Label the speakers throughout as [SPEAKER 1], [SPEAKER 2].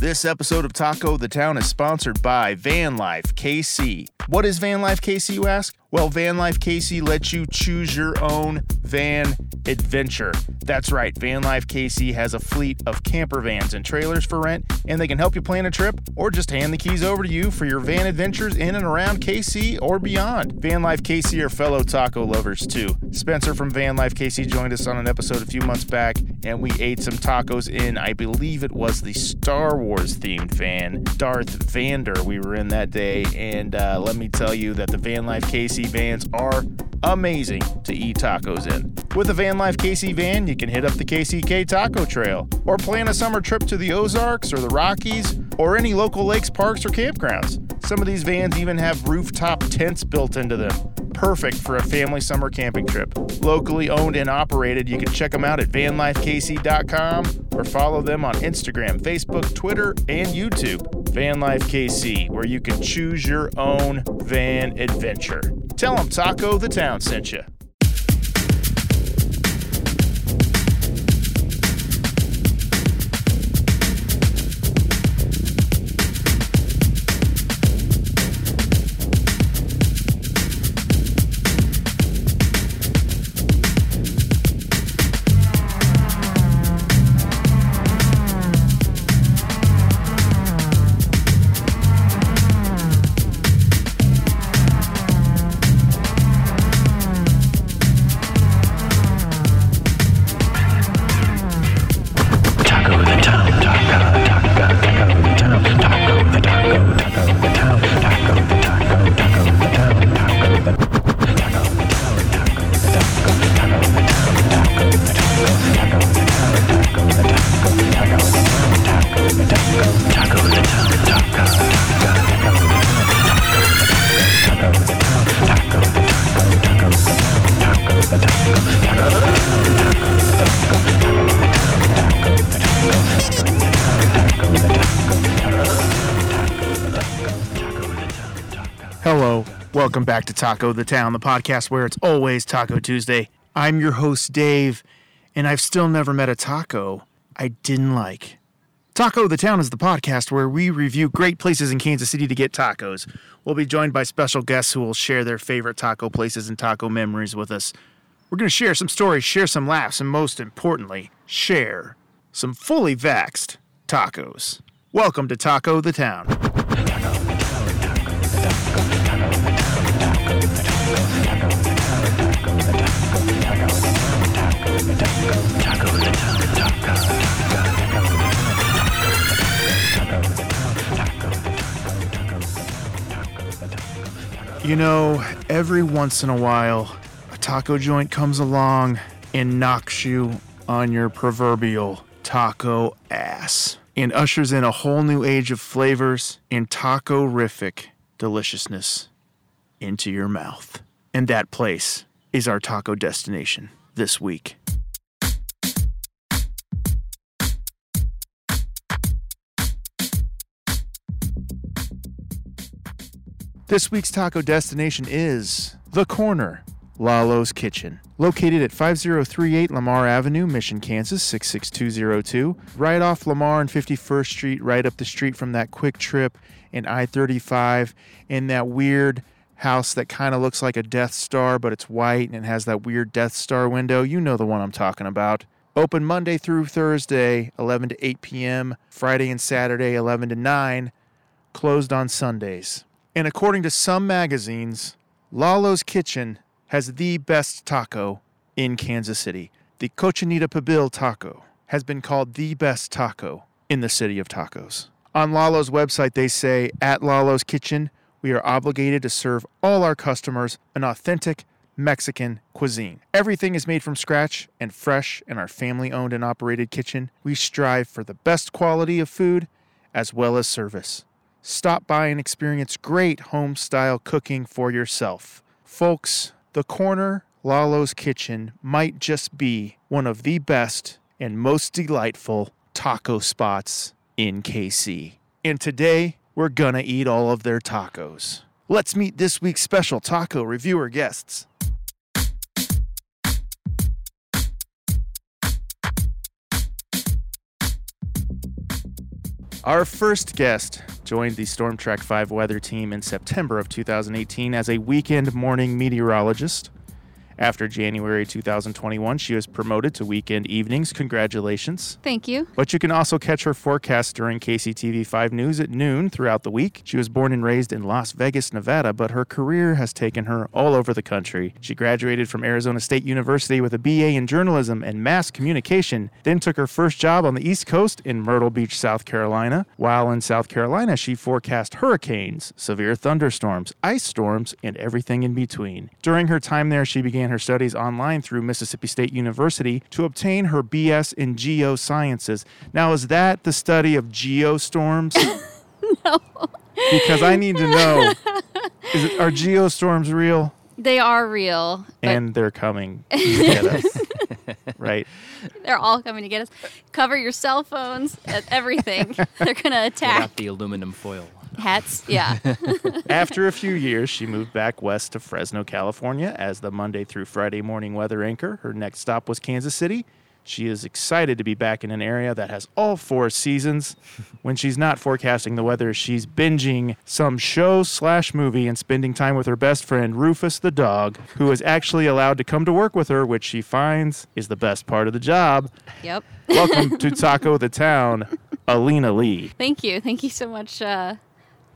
[SPEAKER 1] This episode of Taco the Town is sponsored by Van Life KC. What is Van Life KC, you ask? Well, Van Life KC lets you choose your own van adventure. That's right, Van Life KC has a fleet of camper vans and trailers for rent, and they can help you plan a trip or just hand the keys over to you for your van adventures in and around KC or beyond. Van Life KC are fellow taco lovers too. Spencer from Van Life KC joined us on an episode a few months back, and we ate some tacos in, I believe it was the Star Wars themed van, Darth Vander. We were in that day, and uh, let me tell you that the Van Life KC vans are amazing to eat tacos in. With a Van Life KC van, you can hit up the KCK Taco Trail, or plan a summer trip to the Ozarks or the Rockies, or any local lakes, parks, or campgrounds. Some of these vans even have rooftop tents built into them perfect for a family summer camping trip. Locally owned and operated, you can check them out at vanlifekc.com or follow them on Instagram, Facebook, Twitter, and YouTube. Van Life KC, where you can choose your own van adventure. Tell them Taco the Town sent you.
[SPEAKER 2] Taco the town, taco, taco, taco the town, taco the taco, taco the town, taco the taco, taco the town, taco the taco the town, taco the taco, taco the town, taco the taco, taco the town, taco the taco, taco the town, taco the taco, taco the town, taco, taco, taco the town, taco the taco, taco the town, taco the taco, taco the town, taco the taco, taco the town, taco the taco, taco the town.
[SPEAKER 1] Hello, welcome back to Taco the Town, the podcast where it's always Taco Tuesday. I'm your host, Dave, and I've still never met a taco I didn't like. Taco the Town is the podcast where we review great places in Kansas City to get tacos. We'll be joined by special guests who will share their favorite taco places and taco memories with us. We're going to share some stories, share some laughs, and most importantly, share some fully vaxxed tacos. Welcome to Taco the Town. You know, every once in a while, a taco joint comes along and knocks you on your proverbial taco ass and ushers in a whole new age of flavors and taco rific deliciousness into your mouth. And that place is our taco destination this week. This week's taco destination is The Corner, Lalo's Kitchen, located at 5038 Lamar Avenue, Mission, Kansas 66202, right off Lamar and 51st Street, right up the street from that Quick Trip and I 35 and that weird house that kind of looks like a Death Star, but it's white and it has that weird Death Star window. You know the one I'm talking about. Open Monday through Thursday, 11 to 8 p.m., Friday and Saturday, 11 to 9 closed on Sundays. And according to some magazines, Lalo's Kitchen has the best taco in Kansas City. The Cochinita Pibil taco has been called the best taco in the city of tacos. On Lalo's website, they say, at Lalo's Kitchen, we are obligated to serve all our customers an authentic Mexican cuisine. Everything is made from scratch and fresh in our family owned and operated kitchen. We strive for the best quality of food as well as service. Stop by and experience great home style cooking for yourself. Folks, the corner Lalo's Kitchen might just be one of the best and most delightful taco spots in KC. And today, we're gonna eat all of their tacos. Let's meet this week's special taco reviewer guests. Our first guest joined the Storm Track 5 weather team in September of 2018 as a weekend morning meteorologist. After January 2021, she was promoted to weekend evenings. Congratulations.
[SPEAKER 3] Thank you.
[SPEAKER 1] But you can also catch her forecast during KCTV 5 News at noon throughout the week. She was born and raised in Las Vegas, Nevada, but her career has taken her all over the country. She graduated from Arizona State University with a BA in journalism and mass communication, then took her first job on the East Coast in Myrtle Beach, South Carolina. While in South Carolina, she forecast hurricanes, severe thunderstorms, ice storms, and everything in between. During her time there, she began her studies online through Mississippi State University to obtain her BS in geosciences. Now, is that the study of geostorms?
[SPEAKER 3] No,
[SPEAKER 1] because I need to know is it, are geostorms real?
[SPEAKER 3] they are real, but
[SPEAKER 1] And they're coming to get us. right?
[SPEAKER 3] they're all coming to get us. Cover your cell phones, e- everything. they're gonna attack
[SPEAKER 4] Without the aluminum foil.
[SPEAKER 3] hats. Yeah,
[SPEAKER 1] After a few years, she moved back west to Fresno, California as the Monday through Friday morning weather anchor. Her next stop was Kansas City. She is excited to be back in an area that has all four seasons. When she's not forecasting the weather, she's binging some show slash movie and spending time with her best friend, Rufus the dog, who is actually allowed to come to work with her, which she finds is the best part of the job.
[SPEAKER 3] yep.
[SPEAKER 1] Welcome to Taco the Town, Alina Lee.
[SPEAKER 3] Thank you, thank you so much uh,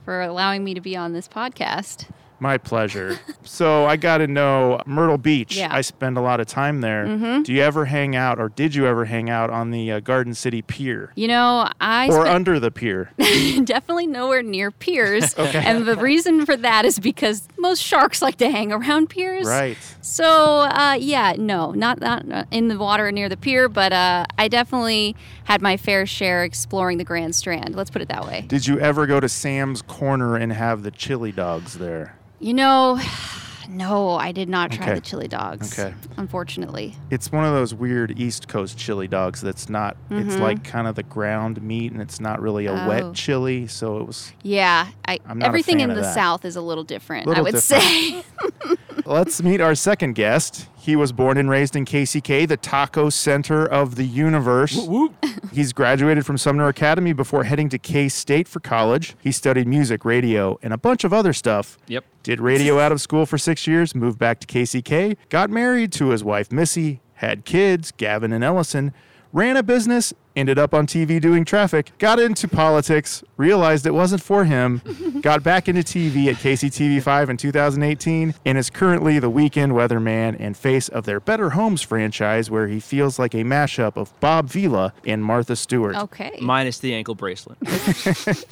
[SPEAKER 3] for allowing me to be on this podcast.
[SPEAKER 1] My pleasure. so I got to know Myrtle Beach.
[SPEAKER 3] Yeah. Mm-hmm.
[SPEAKER 1] I spend a lot of time there. Do you ever hang out, or did you ever hang out on the uh, Garden City Pier
[SPEAKER 3] You know,
[SPEAKER 1] or
[SPEAKER 3] I
[SPEAKER 1] um,
[SPEAKER 3] spent-
[SPEAKER 1] under the pier?
[SPEAKER 3] definitely nowhere near piers, and the reason for that is because most sharks like to hang around piers.
[SPEAKER 1] right.
[SPEAKER 3] So uh, yeah, no, not not not in the water near the pier, but uh, I definitely had my fair share exploring the Grand Strand. Let's put it that way.
[SPEAKER 1] Did you ever go to Sam's Corner and have the chili dogs there?
[SPEAKER 3] You know, no, I did not try
[SPEAKER 1] Okay.
[SPEAKER 3] the chili dogs.
[SPEAKER 1] Okay.
[SPEAKER 3] Unfortunately,
[SPEAKER 1] It's one of those weird East Coast chili dogs that's not. It's like kind of the ground meat, and it's not really a
[SPEAKER 3] Mm-hmm. Oh.
[SPEAKER 1] wet chili. So it was.
[SPEAKER 3] yeah, I
[SPEAKER 1] I'm not a
[SPEAKER 3] everything
[SPEAKER 1] fan
[SPEAKER 3] in
[SPEAKER 1] of
[SPEAKER 3] the
[SPEAKER 1] that.
[SPEAKER 3] South is a little different.
[SPEAKER 1] Little
[SPEAKER 3] I would
[SPEAKER 1] different.
[SPEAKER 3] say.
[SPEAKER 1] Let's meet our second guest. He was born and raised in KCK, the taco center of the universe. He's graduated from Sumner Academy before heading to K State for college. He studied music, radio, and a bunch of other stuff.
[SPEAKER 4] Yep.
[SPEAKER 1] Did radio out of school for six years, moved back to KCK, got married to his wife Missy, had kids, Gavin and Ellison, ran a business, ended up on TV doing traffic, got into politics, realized it wasn't for him, got back into TV at KCTV5 in 2018, and is currently the weekend weatherman and face of their Better Homes franchise, where he feels like a mashup of Bob Vila and Martha Stewart
[SPEAKER 3] okay.
[SPEAKER 4] Minus the ankle bracelet.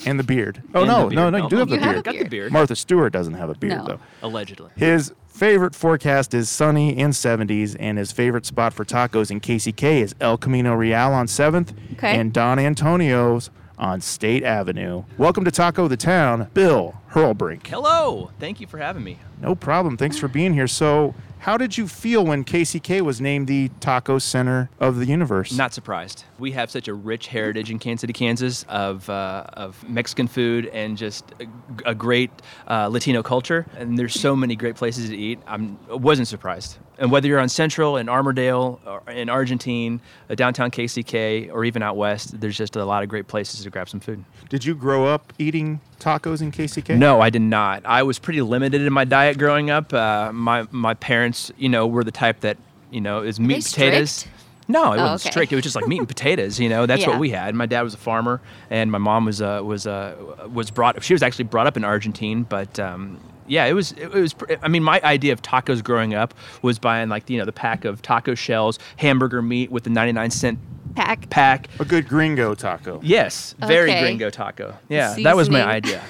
[SPEAKER 1] and the beard. Oh,
[SPEAKER 4] And
[SPEAKER 1] no,
[SPEAKER 4] the
[SPEAKER 1] no,
[SPEAKER 4] beard.
[SPEAKER 1] no, you do have the
[SPEAKER 3] You have
[SPEAKER 1] beard.
[SPEAKER 3] a
[SPEAKER 4] Got the beard.
[SPEAKER 1] Martha Stewart doesn't have a beard,
[SPEAKER 3] No.
[SPEAKER 1] though.
[SPEAKER 4] Allegedly.
[SPEAKER 1] His favorite forecast is sunny and 70s, and his favorite spot for tacos in KCK is El Camino Real on 7th
[SPEAKER 3] Okay.
[SPEAKER 1] and Don Antonio's on State Avenue. Welcome to Taco the Town, Bill Hurlbrink.
[SPEAKER 4] Hello. Thank you for having me.
[SPEAKER 1] No problem. Thanks for being here. So, how did you feel when KCK was named the Taco Center of the Universe?
[SPEAKER 4] Not surprised. We have such a rich heritage in Kansas City, Kansas, of uh, of Mexican food and just a, a great uh, Latino culture. And there's so many great places to eat. I'm I wasn't surprised. And whether you're on Central in Armordale, or in Argentine, uh, downtown KCK, or even out west, there's just a lot of great places to grab some food.
[SPEAKER 1] did you grow up eating tacos in KCK?
[SPEAKER 4] No, I did not. I was pretty limited in my diet growing up. Uh, my my parents, you know, were the type that you know is meat and potatoes.
[SPEAKER 3] strict?
[SPEAKER 4] No, it
[SPEAKER 3] Oh,
[SPEAKER 4] wasn't
[SPEAKER 3] okay.
[SPEAKER 4] strict. It was just like meat and potatoes. You know, that's
[SPEAKER 3] Yeah.
[SPEAKER 4] what we had. My dad was a farmer, and my mom was uh, was uh, was brought. She was actually brought up in Argentine, but. Um, yeah, it was. It was. pr- I mean, my idea of tacos growing up was buying like you know the pack of taco shells, hamburger meat with the ninety-nine cent
[SPEAKER 3] Pack.
[SPEAKER 4] pack,
[SPEAKER 1] A good gringo taco.
[SPEAKER 4] Yes, very
[SPEAKER 3] Okay.
[SPEAKER 4] gringo taco. Yeah, that was my
[SPEAKER 3] Seasoning.
[SPEAKER 4] idea.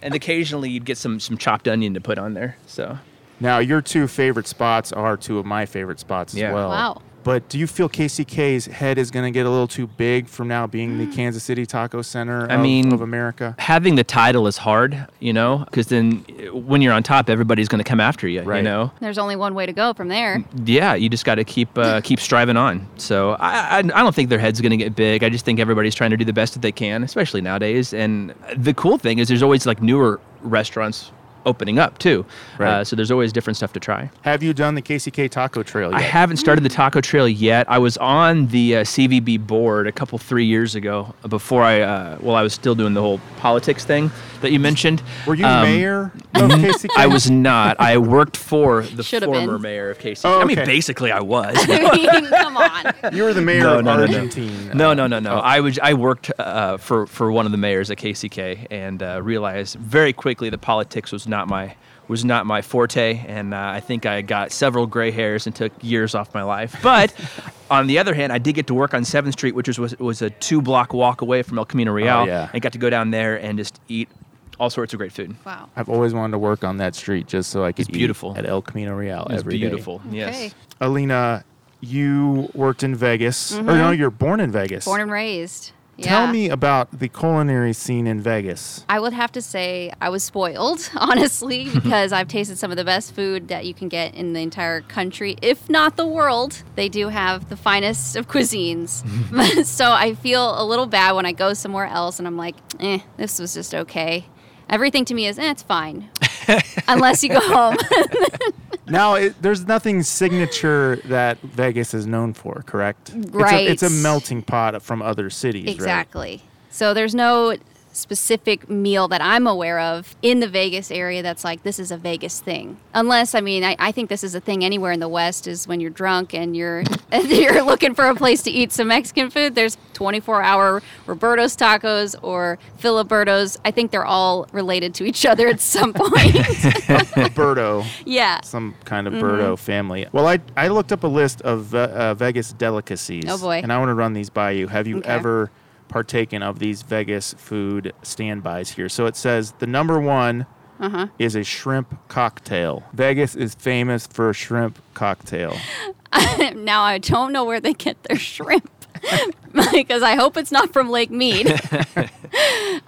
[SPEAKER 4] and occasionally you'd get some some chopped onion to put on there. So
[SPEAKER 1] Now, your two favorite spots are two of my favorite spots
[SPEAKER 4] Yeah.
[SPEAKER 1] as well.
[SPEAKER 3] Wow.
[SPEAKER 1] But do you feel KCK's head is going to get a little too big from now being
[SPEAKER 3] Mm.
[SPEAKER 1] the Kansas City Taco Center
[SPEAKER 4] I
[SPEAKER 1] of,
[SPEAKER 4] mean-
[SPEAKER 1] of America?
[SPEAKER 4] having the title is hard, you know, because then uh, when you're on top, everybody's going to come after you.
[SPEAKER 1] Right.
[SPEAKER 4] You know.
[SPEAKER 3] There's only one way to go from there.
[SPEAKER 4] Yeah, you just got to keep uh, keep striving on. So I, I I don't think their head's going to get big. I just think everybody's trying to do the best that they can, especially nowadays. And the cool thing is there's always like newer restaurants opening up too.
[SPEAKER 1] Right.
[SPEAKER 4] Uh, so there's always different stuff to try.
[SPEAKER 1] Have you done the KCK Taco Trail
[SPEAKER 4] I
[SPEAKER 1] yet?
[SPEAKER 4] haven't started the taco trail yet. I was on the uh, CVB board a couple three years ago before I, uh, well, I was still doing the whole politics thing that you mentioned.
[SPEAKER 1] Were you
[SPEAKER 4] Um,
[SPEAKER 1] mayor of KCK?
[SPEAKER 4] I was not. I worked for the
[SPEAKER 3] Should've
[SPEAKER 4] former
[SPEAKER 3] been.
[SPEAKER 4] mayor of KC.
[SPEAKER 1] Oh,
[SPEAKER 4] I mean,
[SPEAKER 1] okay.
[SPEAKER 4] basically, I was.
[SPEAKER 3] I mean, come on.
[SPEAKER 1] You were the mayor
[SPEAKER 4] No,
[SPEAKER 1] of
[SPEAKER 4] no, no, no.
[SPEAKER 1] Argentine.
[SPEAKER 4] No, no, no, no.
[SPEAKER 1] oh.
[SPEAKER 4] I was I worked uh, for for one of the mayors at KCK and uh, realized very quickly that politics was not my was not my forte, and uh, I think I got several gray hairs and took years off my life. But on the other hand, I did get to work on Seventh Street, which was was, was a two block walk away from El Camino Real,
[SPEAKER 1] Oh, yeah.
[SPEAKER 4] and got to go down there and just eat all sorts of great food.
[SPEAKER 3] Wow.
[SPEAKER 1] I've always wanted to work on that street just so I could
[SPEAKER 4] It's
[SPEAKER 1] eat
[SPEAKER 4] beautiful.
[SPEAKER 1] at El Camino Real
[SPEAKER 4] It was
[SPEAKER 1] every day.
[SPEAKER 4] beautiful.
[SPEAKER 3] Okay.
[SPEAKER 4] Yes.
[SPEAKER 1] Alina, you worked in Vegas, or no, you're born in Vegas.
[SPEAKER 3] Mm-hmm. Born and raised. Yeah.
[SPEAKER 1] Tell me about the culinary scene in Vegas.
[SPEAKER 3] I would have to say I was spoiled, honestly, because I've tasted some of the best food that you can get in the entire country, if not the world. They do have the finest of cuisines. so I feel a little bad when I go somewhere else and I'm like, eh, this was just okay. Everything to me is, eh, it's fine. Unless you go home.
[SPEAKER 1] Now, it, there's nothing signature that Vegas is known for, correct?
[SPEAKER 3] Right.
[SPEAKER 1] It's a, it's a melting pot from other cities. right?
[SPEAKER 3] Exactly. So there's no specific meal that I'm aware of in the Vegas area that's like this is a Vegas thing. Unless I mean I, I think this is a thing anywhere in the West is when you're drunk and you're and you're looking for a place to eat some Mexican food. There's 24 hour Roberto's tacos or Filiberto's. I think they're all related to each other at some point.
[SPEAKER 1] Birdo,
[SPEAKER 3] yeah.
[SPEAKER 1] some kind of
[SPEAKER 3] Mm-hmm.
[SPEAKER 1] Birdo family. Well, I, I looked up a list of ve- uh, Vegas delicacies.
[SPEAKER 3] Oh, boy.
[SPEAKER 1] And I want to run these by you. Have you
[SPEAKER 3] Okay.
[SPEAKER 1] ever partaken of these Vegas food standbys here? So it says the number one
[SPEAKER 3] Uh-huh.
[SPEAKER 1] is a shrimp cocktail. Vegas is famous for a shrimp cocktail.
[SPEAKER 3] now I don't know where they get their shrimp because I hope it's not from Lake Mead.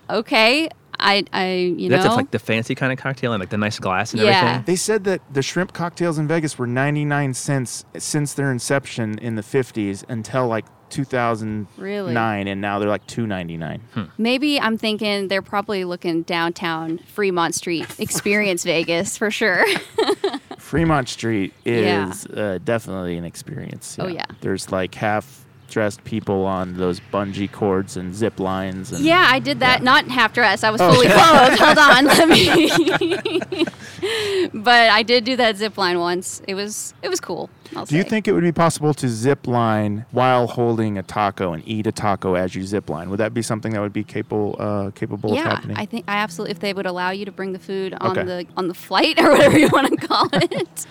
[SPEAKER 3] okay, I I you
[SPEAKER 4] That's
[SPEAKER 3] know
[SPEAKER 4] like the fancy kind of cocktail and like the nice glass and
[SPEAKER 3] Yeah.
[SPEAKER 4] everything.
[SPEAKER 1] They said that the shrimp cocktails in Vegas were 99 cents since their inception in the 50s until like 2009
[SPEAKER 3] Really?
[SPEAKER 1] and now they're like 2.99.
[SPEAKER 3] maybe I'm thinking they're probably looking downtown Fremont Street experience Vegas for sure.
[SPEAKER 1] Fremont Street
[SPEAKER 3] Yeah.
[SPEAKER 1] is uh, definitely an experience.
[SPEAKER 3] Oh, yeah.
[SPEAKER 1] There's like half dressed people on those bungee cords and zip lines and
[SPEAKER 3] yeah, I did that. Not half dressed. I was
[SPEAKER 1] Oh.
[SPEAKER 3] fully clothed. Hold on, let me. but I did do that zip line once. It was it was cool. I'll
[SPEAKER 1] Do you
[SPEAKER 3] say.
[SPEAKER 1] think it would be possible to zip line while holding a taco and eat a taco as you zip line? Would that be something that would be capable uh, capable of
[SPEAKER 3] Yeah,
[SPEAKER 1] happening?
[SPEAKER 3] I think I absolutely. If they would allow you to bring the food on
[SPEAKER 1] Okay.
[SPEAKER 3] the on the flight or whatever you want to call it.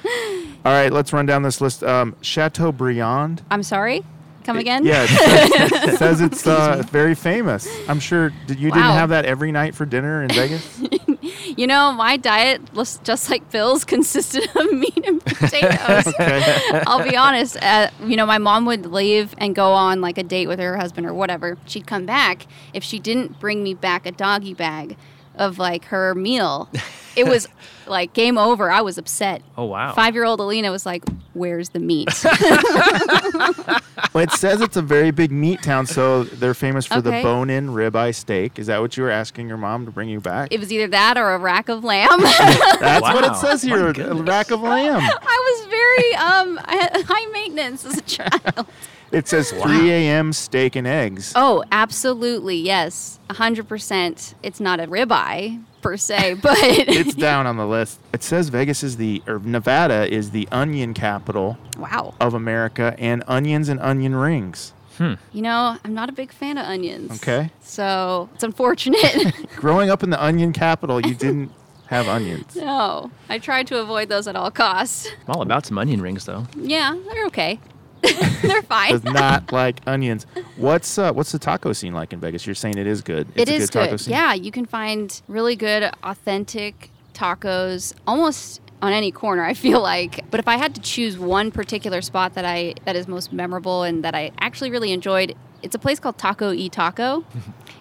[SPEAKER 1] All right, let's run down this list. Um, Chateaubriand.
[SPEAKER 3] I'm sorry. Come again?
[SPEAKER 1] Yeah, it says, it says it's uh, very famous. I'm sure did, you didn't
[SPEAKER 3] Wow.
[SPEAKER 1] have that every night for dinner in Vegas.
[SPEAKER 3] You know, my diet was just like Bill's consisted of meat and potatoes.
[SPEAKER 1] Okay.
[SPEAKER 3] I'll be honest. Uh, you know, my mom would leave and go on like a date with her husband or whatever. She'd come back if she didn't bring me back a doggy bag of like her meal. It was like game over. I was upset.
[SPEAKER 4] Oh, wow.
[SPEAKER 3] Five year old Alina was like, "Where's the meat?"
[SPEAKER 1] well, it says it's a very big meat town, so they're famous for the
[SPEAKER 3] Okay.
[SPEAKER 1] bone-in ribeye steak. Is that what you were asking your mom to bring you back?
[SPEAKER 3] it was either that or a rack of lamb.
[SPEAKER 1] That's what it
[SPEAKER 4] Wow.
[SPEAKER 1] says
[SPEAKER 4] My
[SPEAKER 1] here: a
[SPEAKER 4] goodness.
[SPEAKER 1] rack of lamb.
[SPEAKER 3] I was very um I had high maintenance as a child.
[SPEAKER 1] It says 3 a.m. steak and eggs.
[SPEAKER 3] Oh, absolutely. Yes. 100%. It's not a ribeye per se, but
[SPEAKER 1] It's down on the list. It says Vegas is the or Nevada is the onion capital
[SPEAKER 3] wow.
[SPEAKER 1] of America, and onions and onion rings.
[SPEAKER 3] You know, I'm not a big fan of onions.
[SPEAKER 1] Okay.
[SPEAKER 3] So it's unfortunate.
[SPEAKER 1] Growing up in the onion capital, you didn't have onions.
[SPEAKER 3] no, I try to avoid those at all costs.
[SPEAKER 4] I'm all about some onion rings though.
[SPEAKER 3] Yeah, they're okay. they're fine.
[SPEAKER 1] Does not like onions. What's uh, what's the taco scene like in Vegas? You're saying it is good. It's
[SPEAKER 3] It
[SPEAKER 1] a
[SPEAKER 3] is
[SPEAKER 1] good. Taco
[SPEAKER 3] good.
[SPEAKER 1] scene?
[SPEAKER 3] Yeah, you can find really good, authentic tacos almost on any corner. I feel like, but if I had to choose one particular spot that I that is most memorable and that I actually really enjoyed, it's a place called Taco E Taco.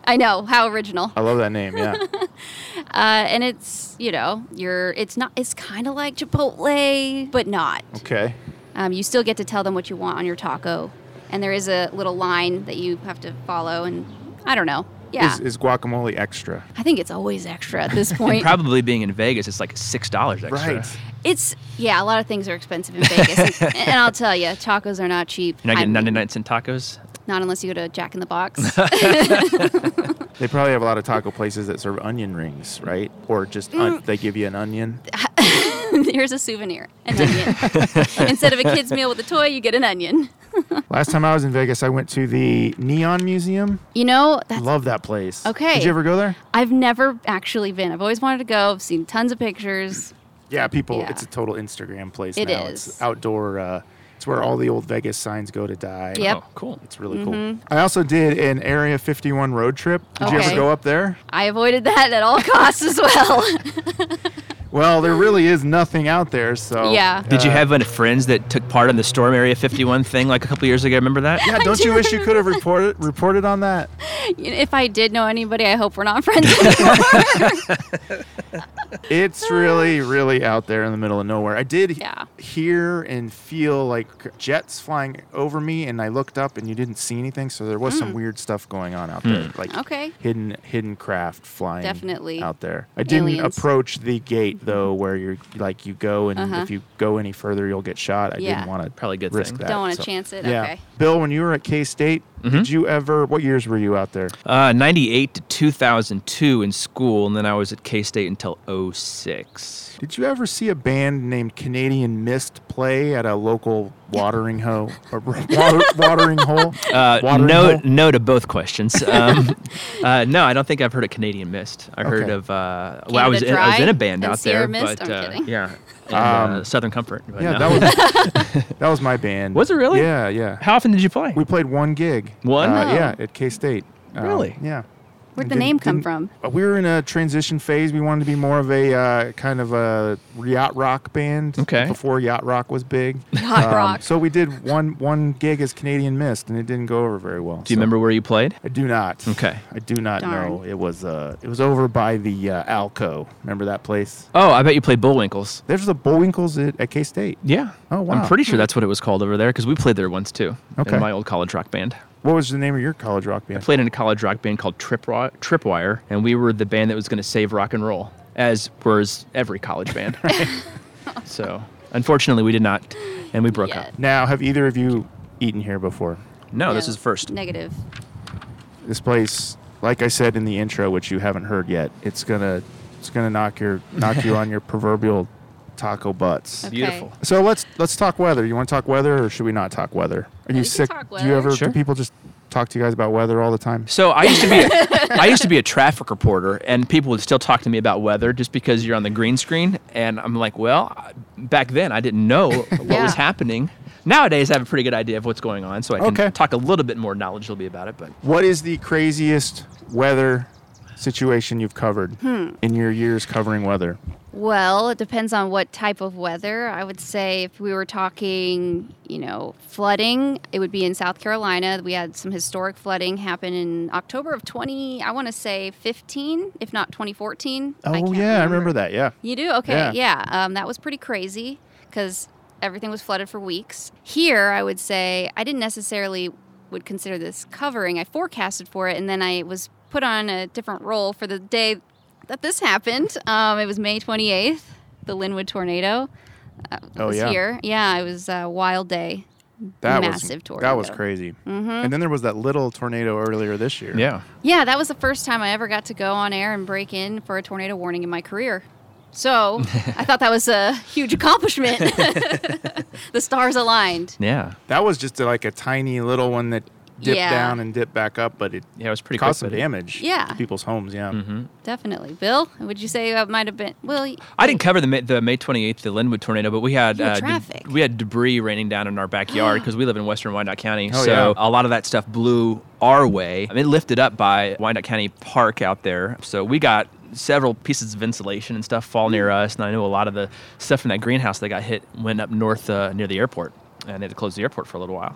[SPEAKER 3] I know how original,
[SPEAKER 1] I love that name. Yeah.
[SPEAKER 3] uh, and it's you know you're it's not it's kind of like Chipotle, but not.
[SPEAKER 1] Okay.
[SPEAKER 3] Um, you still get to tell them what you want on your taco, and there is a little line that you have to follow, and I don't know. Yeah.
[SPEAKER 1] Is, is guacamole extra?
[SPEAKER 3] I think it's always extra at this point.
[SPEAKER 4] Probably being in Vegas, it's like six dollars extra.
[SPEAKER 1] Right.
[SPEAKER 3] It's yeah, a lot of things are expensive in Vegas, and, and I'll tell you, tacos are not cheap.
[SPEAKER 4] You're not getting
[SPEAKER 3] I mean,
[SPEAKER 4] 99 cent tacos.
[SPEAKER 3] Not unless you go to Jack in the Box.
[SPEAKER 1] They probably have a lot of taco places that serve onion rings, right? Or just
[SPEAKER 3] Mm.
[SPEAKER 1] un- they give you an onion.
[SPEAKER 3] Here's a souvenir, an onion. Instead of a kid's meal with a toy, you get an onion.
[SPEAKER 1] Last time I was in Vegas, I went to the Neon Museum.
[SPEAKER 3] You know, that's,
[SPEAKER 1] Love that place.
[SPEAKER 3] Okay.
[SPEAKER 1] Did you ever go there?
[SPEAKER 3] I've never actually been. I've always wanted to go. I've seen tons of pictures.
[SPEAKER 1] Yeah, people.
[SPEAKER 3] Yeah.
[SPEAKER 1] It's a total Instagram place
[SPEAKER 3] It
[SPEAKER 1] now.
[SPEAKER 3] is.
[SPEAKER 1] It's outdoor. Uh, it's where all the old Vegas signs go to die.
[SPEAKER 3] Yep.
[SPEAKER 4] Oh, cool.
[SPEAKER 1] It's really cool. I also did an Area 51 road trip. Did you ever
[SPEAKER 3] Mm-hmm. Okay.
[SPEAKER 1] go up there?
[SPEAKER 3] I avoided that at all costs as well.
[SPEAKER 1] Well, there really is nothing out there, so
[SPEAKER 3] Mm. Yeah.
[SPEAKER 4] Did you have any friends that took part in the Storm Area 51 thing like a couple years ago? Remember that?
[SPEAKER 1] Yeah, don't you wish you could have reported reported on that?
[SPEAKER 3] if I did know anybody, I hope we're not friends anymore.
[SPEAKER 1] It's really, really out there in the middle of nowhere. I did he-
[SPEAKER 3] Yeah.
[SPEAKER 1] hear and feel like jets flying over me, and I looked up and you didn't see anything, so there was some
[SPEAKER 3] Mm.
[SPEAKER 1] weird stuff going on out there, like
[SPEAKER 3] Okay.
[SPEAKER 1] hidden hidden craft flying
[SPEAKER 3] Definitely.
[SPEAKER 1] out there. I didn't
[SPEAKER 3] Aliens. Mm-hmm.
[SPEAKER 1] approach the gate though, where you're like you go, and
[SPEAKER 3] Uh-huh.
[SPEAKER 1] if you go any further, you'll get shot. I
[SPEAKER 3] Yeah.
[SPEAKER 1] didn't want to
[SPEAKER 4] Probably a good
[SPEAKER 1] risk
[SPEAKER 4] thing. Mm-hmm.
[SPEAKER 1] that.
[SPEAKER 3] Don't wanna
[SPEAKER 1] so-
[SPEAKER 3] chance it?
[SPEAKER 1] Yeah.
[SPEAKER 3] Okay.
[SPEAKER 1] Bill, when you were at K State, did you ever? What years were you out there?
[SPEAKER 4] Uh, 98 to 2002 in school, and then I was at K State until 06.
[SPEAKER 1] Did you ever see a band named Canadian Mist play at a local watering hole? Or water, watering hole?
[SPEAKER 4] Uh,
[SPEAKER 1] Watering
[SPEAKER 4] no,
[SPEAKER 1] hole?
[SPEAKER 4] no to both questions. Um, uh, no, I don't think I've heard of Canadian Mist. I heard
[SPEAKER 1] Okay.
[SPEAKER 4] of uh, well, I was in, I was
[SPEAKER 3] Dry
[SPEAKER 4] in a band
[SPEAKER 3] and
[SPEAKER 4] out
[SPEAKER 3] Sierra
[SPEAKER 4] there,
[SPEAKER 3] Mist?
[SPEAKER 4] but
[SPEAKER 3] I'm
[SPEAKER 4] uh,
[SPEAKER 3] kidding.
[SPEAKER 4] yeah, and,
[SPEAKER 1] Um,
[SPEAKER 4] uh, Southern Comfort. but
[SPEAKER 1] Yeah,
[SPEAKER 4] no.
[SPEAKER 1] that was that was my band.
[SPEAKER 4] Was it really?
[SPEAKER 1] Yeah, yeah.
[SPEAKER 4] How often did you play?
[SPEAKER 1] We played one gig.
[SPEAKER 4] One?
[SPEAKER 1] Uh,
[SPEAKER 3] Wow.
[SPEAKER 1] Yeah, at K State.
[SPEAKER 4] Really?
[SPEAKER 1] Yeah.
[SPEAKER 3] Where'd
[SPEAKER 1] And
[SPEAKER 3] the
[SPEAKER 1] didn't-
[SPEAKER 3] name come
[SPEAKER 1] didn't-
[SPEAKER 3] from?
[SPEAKER 1] uh, We were in a transition phase. We wanted to be more of a uh, kind of a yacht rock band.
[SPEAKER 4] Okay.
[SPEAKER 1] Before yacht rock was big. Um,
[SPEAKER 3] Yacht rock.
[SPEAKER 1] So we did one one gig as Canadian Mist, and it didn't go over very well.
[SPEAKER 4] Do you
[SPEAKER 1] so-
[SPEAKER 4] remember where you played?
[SPEAKER 1] I do not.
[SPEAKER 4] Okay.
[SPEAKER 1] I do not
[SPEAKER 3] Darn.
[SPEAKER 1] know. It was uh, it was over by the uh, Alco. Remember that place?
[SPEAKER 4] Oh, I bet you played Bullwinkles.
[SPEAKER 1] There's the Bullwinkles at, at K State.
[SPEAKER 4] Yeah.
[SPEAKER 1] Oh, wow.
[SPEAKER 4] I'm pretty sure that's what it was called over there because we played there once too.
[SPEAKER 1] Okay.
[SPEAKER 4] In my old college rock band.
[SPEAKER 1] What was the name of your college rock
[SPEAKER 4] I
[SPEAKER 1] band?
[SPEAKER 4] played in a college rock band called Trip Ro- Tripwire, and we were the band that was going to save rock and roll, as was every college band. so, unfortunately, we did not, and we broke
[SPEAKER 3] Yet.
[SPEAKER 4] up.
[SPEAKER 1] Now, have either of you eaten here before?
[SPEAKER 4] No,
[SPEAKER 3] No,
[SPEAKER 4] this is first.
[SPEAKER 3] Negative.
[SPEAKER 1] This place, like I said in the intro, which you haven't heard yet, it's gonna it's gonna knock your knock you on your proverbial taco butts.
[SPEAKER 3] Okay.
[SPEAKER 4] Beautiful.
[SPEAKER 1] So let's let's talk weather. You want to talk weather, or should we not talk weather? Are you
[SPEAKER 3] We can
[SPEAKER 1] sick?
[SPEAKER 3] talk
[SPEAKER 1] Do you
[SPEAKER 3] weather.
[SPEAKER 1] ever
[SPEAKER 4] Sure.
[SPEAKER 1] do people just talk to you guys about weather all the time?
[SPEAKER 4] So I used to be a, I used to be a traffic reporter, and people would still talk to me about weather just because you're on the green screen. And I'm like, well, I- back then I didn't know what
[SPEAKER 3] Yeah.
[SPEAKER 4] was happening. Nowadays, I have a pretty good idea of what's going on, so I can
[SPEAKER 1] Okay.
[SPEAKER 4] talk a little bit more knowledgeably about it. But
[SPEAKER 1] What is the craziest weather situation you've covered
[SPEAKER 3] Hmm.
[SPEAKER 1] in your years covering weather?
[SPEAKER 3] Well, it depends on what type of weather. I would say if we were talking, you know, flooding, it would be in South Carolina. We had some historic flooding happen in October of 20, I want to say 15, if not 2014.
[SPEAKER 1] Oh yeah,
[SPEAKER 3] can't
[SPEAKER 1] I remember that. Yeah,
[SPEAKER 3] You do? Okay.
[SPEAKER 1] Yeah.
[SPEAKER 3] Yeah. Um, that was pretty crazy because everything was flooded for weeks. Here, I would say I didn't necessarily would consider this covering. I forecasted for it, and then I was put on a different role for the day that this happened. Um, it was May 28th, the Linwood tornado. Uh,
[SPEAKER 1] Oh,
[SPEAKER 3] was
[SPEAKER 1] yeah.
[SPEAKER 3] Here. Yeah, it was a wild day.
[SPEAKER 1] that
[SPEAKER 3] Massive
[SPEAKER 1] was
[SPEAKER 3] tornado. Mm-hmm.
[SPEAKER 1] that was crazy. And then there was that little tornado earlier this year.
[SPEAKER 4] yeah,
[SPEAKER 3] Yeah, that was the first time I ever got to go on air and break in for a tornado warning in my career. So I thought that was a huge accomplishment. the stars aligned.
[SPEAKER 4] yeah,
[SPEAKER 1] that was just like a tiny little one that dipped
[SPEAKER 3] Yeah.
[SPEAKER 1] down and dipped back up, but it
[SPEAKER 4] yeah. It was pretty
[SPEAKER 1] caused some
[SPEAKER 4] quick, but it- Mm-hmm.
[SPEAKER 1] damage.
[SPEAKER 3] Yeah.
[SPEAKER 1] to people's homes. Yeah,
[SPEAKER 3] Definitely. Bill, would you say that might have been? Well, y-
[SPEAKER 4] I didn't cover the May, the May 28th, the Linwood tornado, but we had
[SPEAKER 3] Yeah,
[SPEAKER 4] de-
[SPEAKER 3] traffic.
[SPEAKER 4] we had debris raining down in our backyard because we live in western Wyandotte County.
[SPEAKER 1] Oh, yeah.
[SPEAKER 4] so a lot of that stuff blew our way. I mean, it lifted up by Wyandotte County Park out there. So we got several pieces of insulation and stuff fall near us. And I know a lot of the stuff in that greenhouse that got hit went up north uh, near the airport. and they had to close the airport for a little while.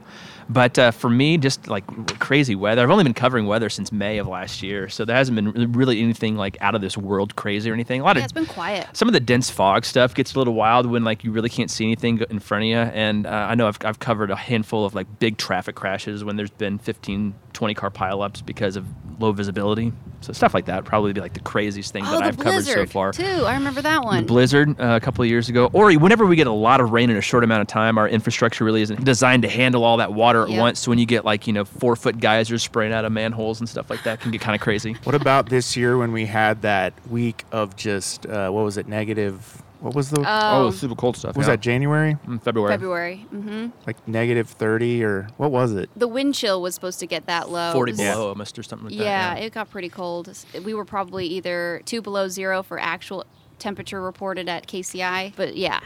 [SPEAKER 4] But uh, for me, just like crazy weather, I've only been covering weather since May of last year, so there hasn't been really anything like out of this world crazy or anything. A lot
[SPEAKER 3] Yeah,
[SPEAKER 4] of
[SPEAKER 3] it's been quiet.
[SPEAKER 4] some of the dense fog stuff gets a little wild when like you really can't see anything go- in front of you and uh, i know I've, I've covered a handful of like big traffic crashes when there's been 15 20 car pileups because of low visibility so stuff like that probably be like the craziest thing
[SPEAKER 3] Oh,
[SPEAKER 4] that
[SPEAKER 3] the
[SPEAKER 4] i've covered
[SPEAKER 3] blizzard
[SPEAKER 4] so far
[SPEAKER 3] too. I remember that
[SPEAKER 4] the
[SPEAKER 3] one.
[SPEAKER 4] blizzard uh, a couple of years ago or whenever we get a lot of rain in a short amount of time our infrastructure really isn't designed to handle all that water at
[SPEAKER 3] Yeah.
[SPEAKER 4] once so when you get like you know four foot geysers spraying out of manholes and stuff like that can get kind of crazy
[SPEAKER 1] What about this year when we had that week of just uh, what was it negative? What was the
[SPEAKER 3] oh,
[SPEAKER 5] oh, it's super cold stuff.
[SPEAKER 1] was
[SPEAKER 5] yeah.
[SPEAKER 1] that January?
[SPEAKER 4] in february,
[SPEAKER 3] February. hmm
[SPEAKER 1] Like negative thirty or what was it?
[SPEAKER 3] The wind chill was supposed to get that low.
[SPEAKER 4] 40
[SPEAKER 3] It was-
[SPEAKER 1] Yeah.
[SPEAKER 4] below almost or something like that
[SPEAKER 3] Yeah, it got pretty cold. We were probably either two below zero for actual temperature reported at KCI, but yeah,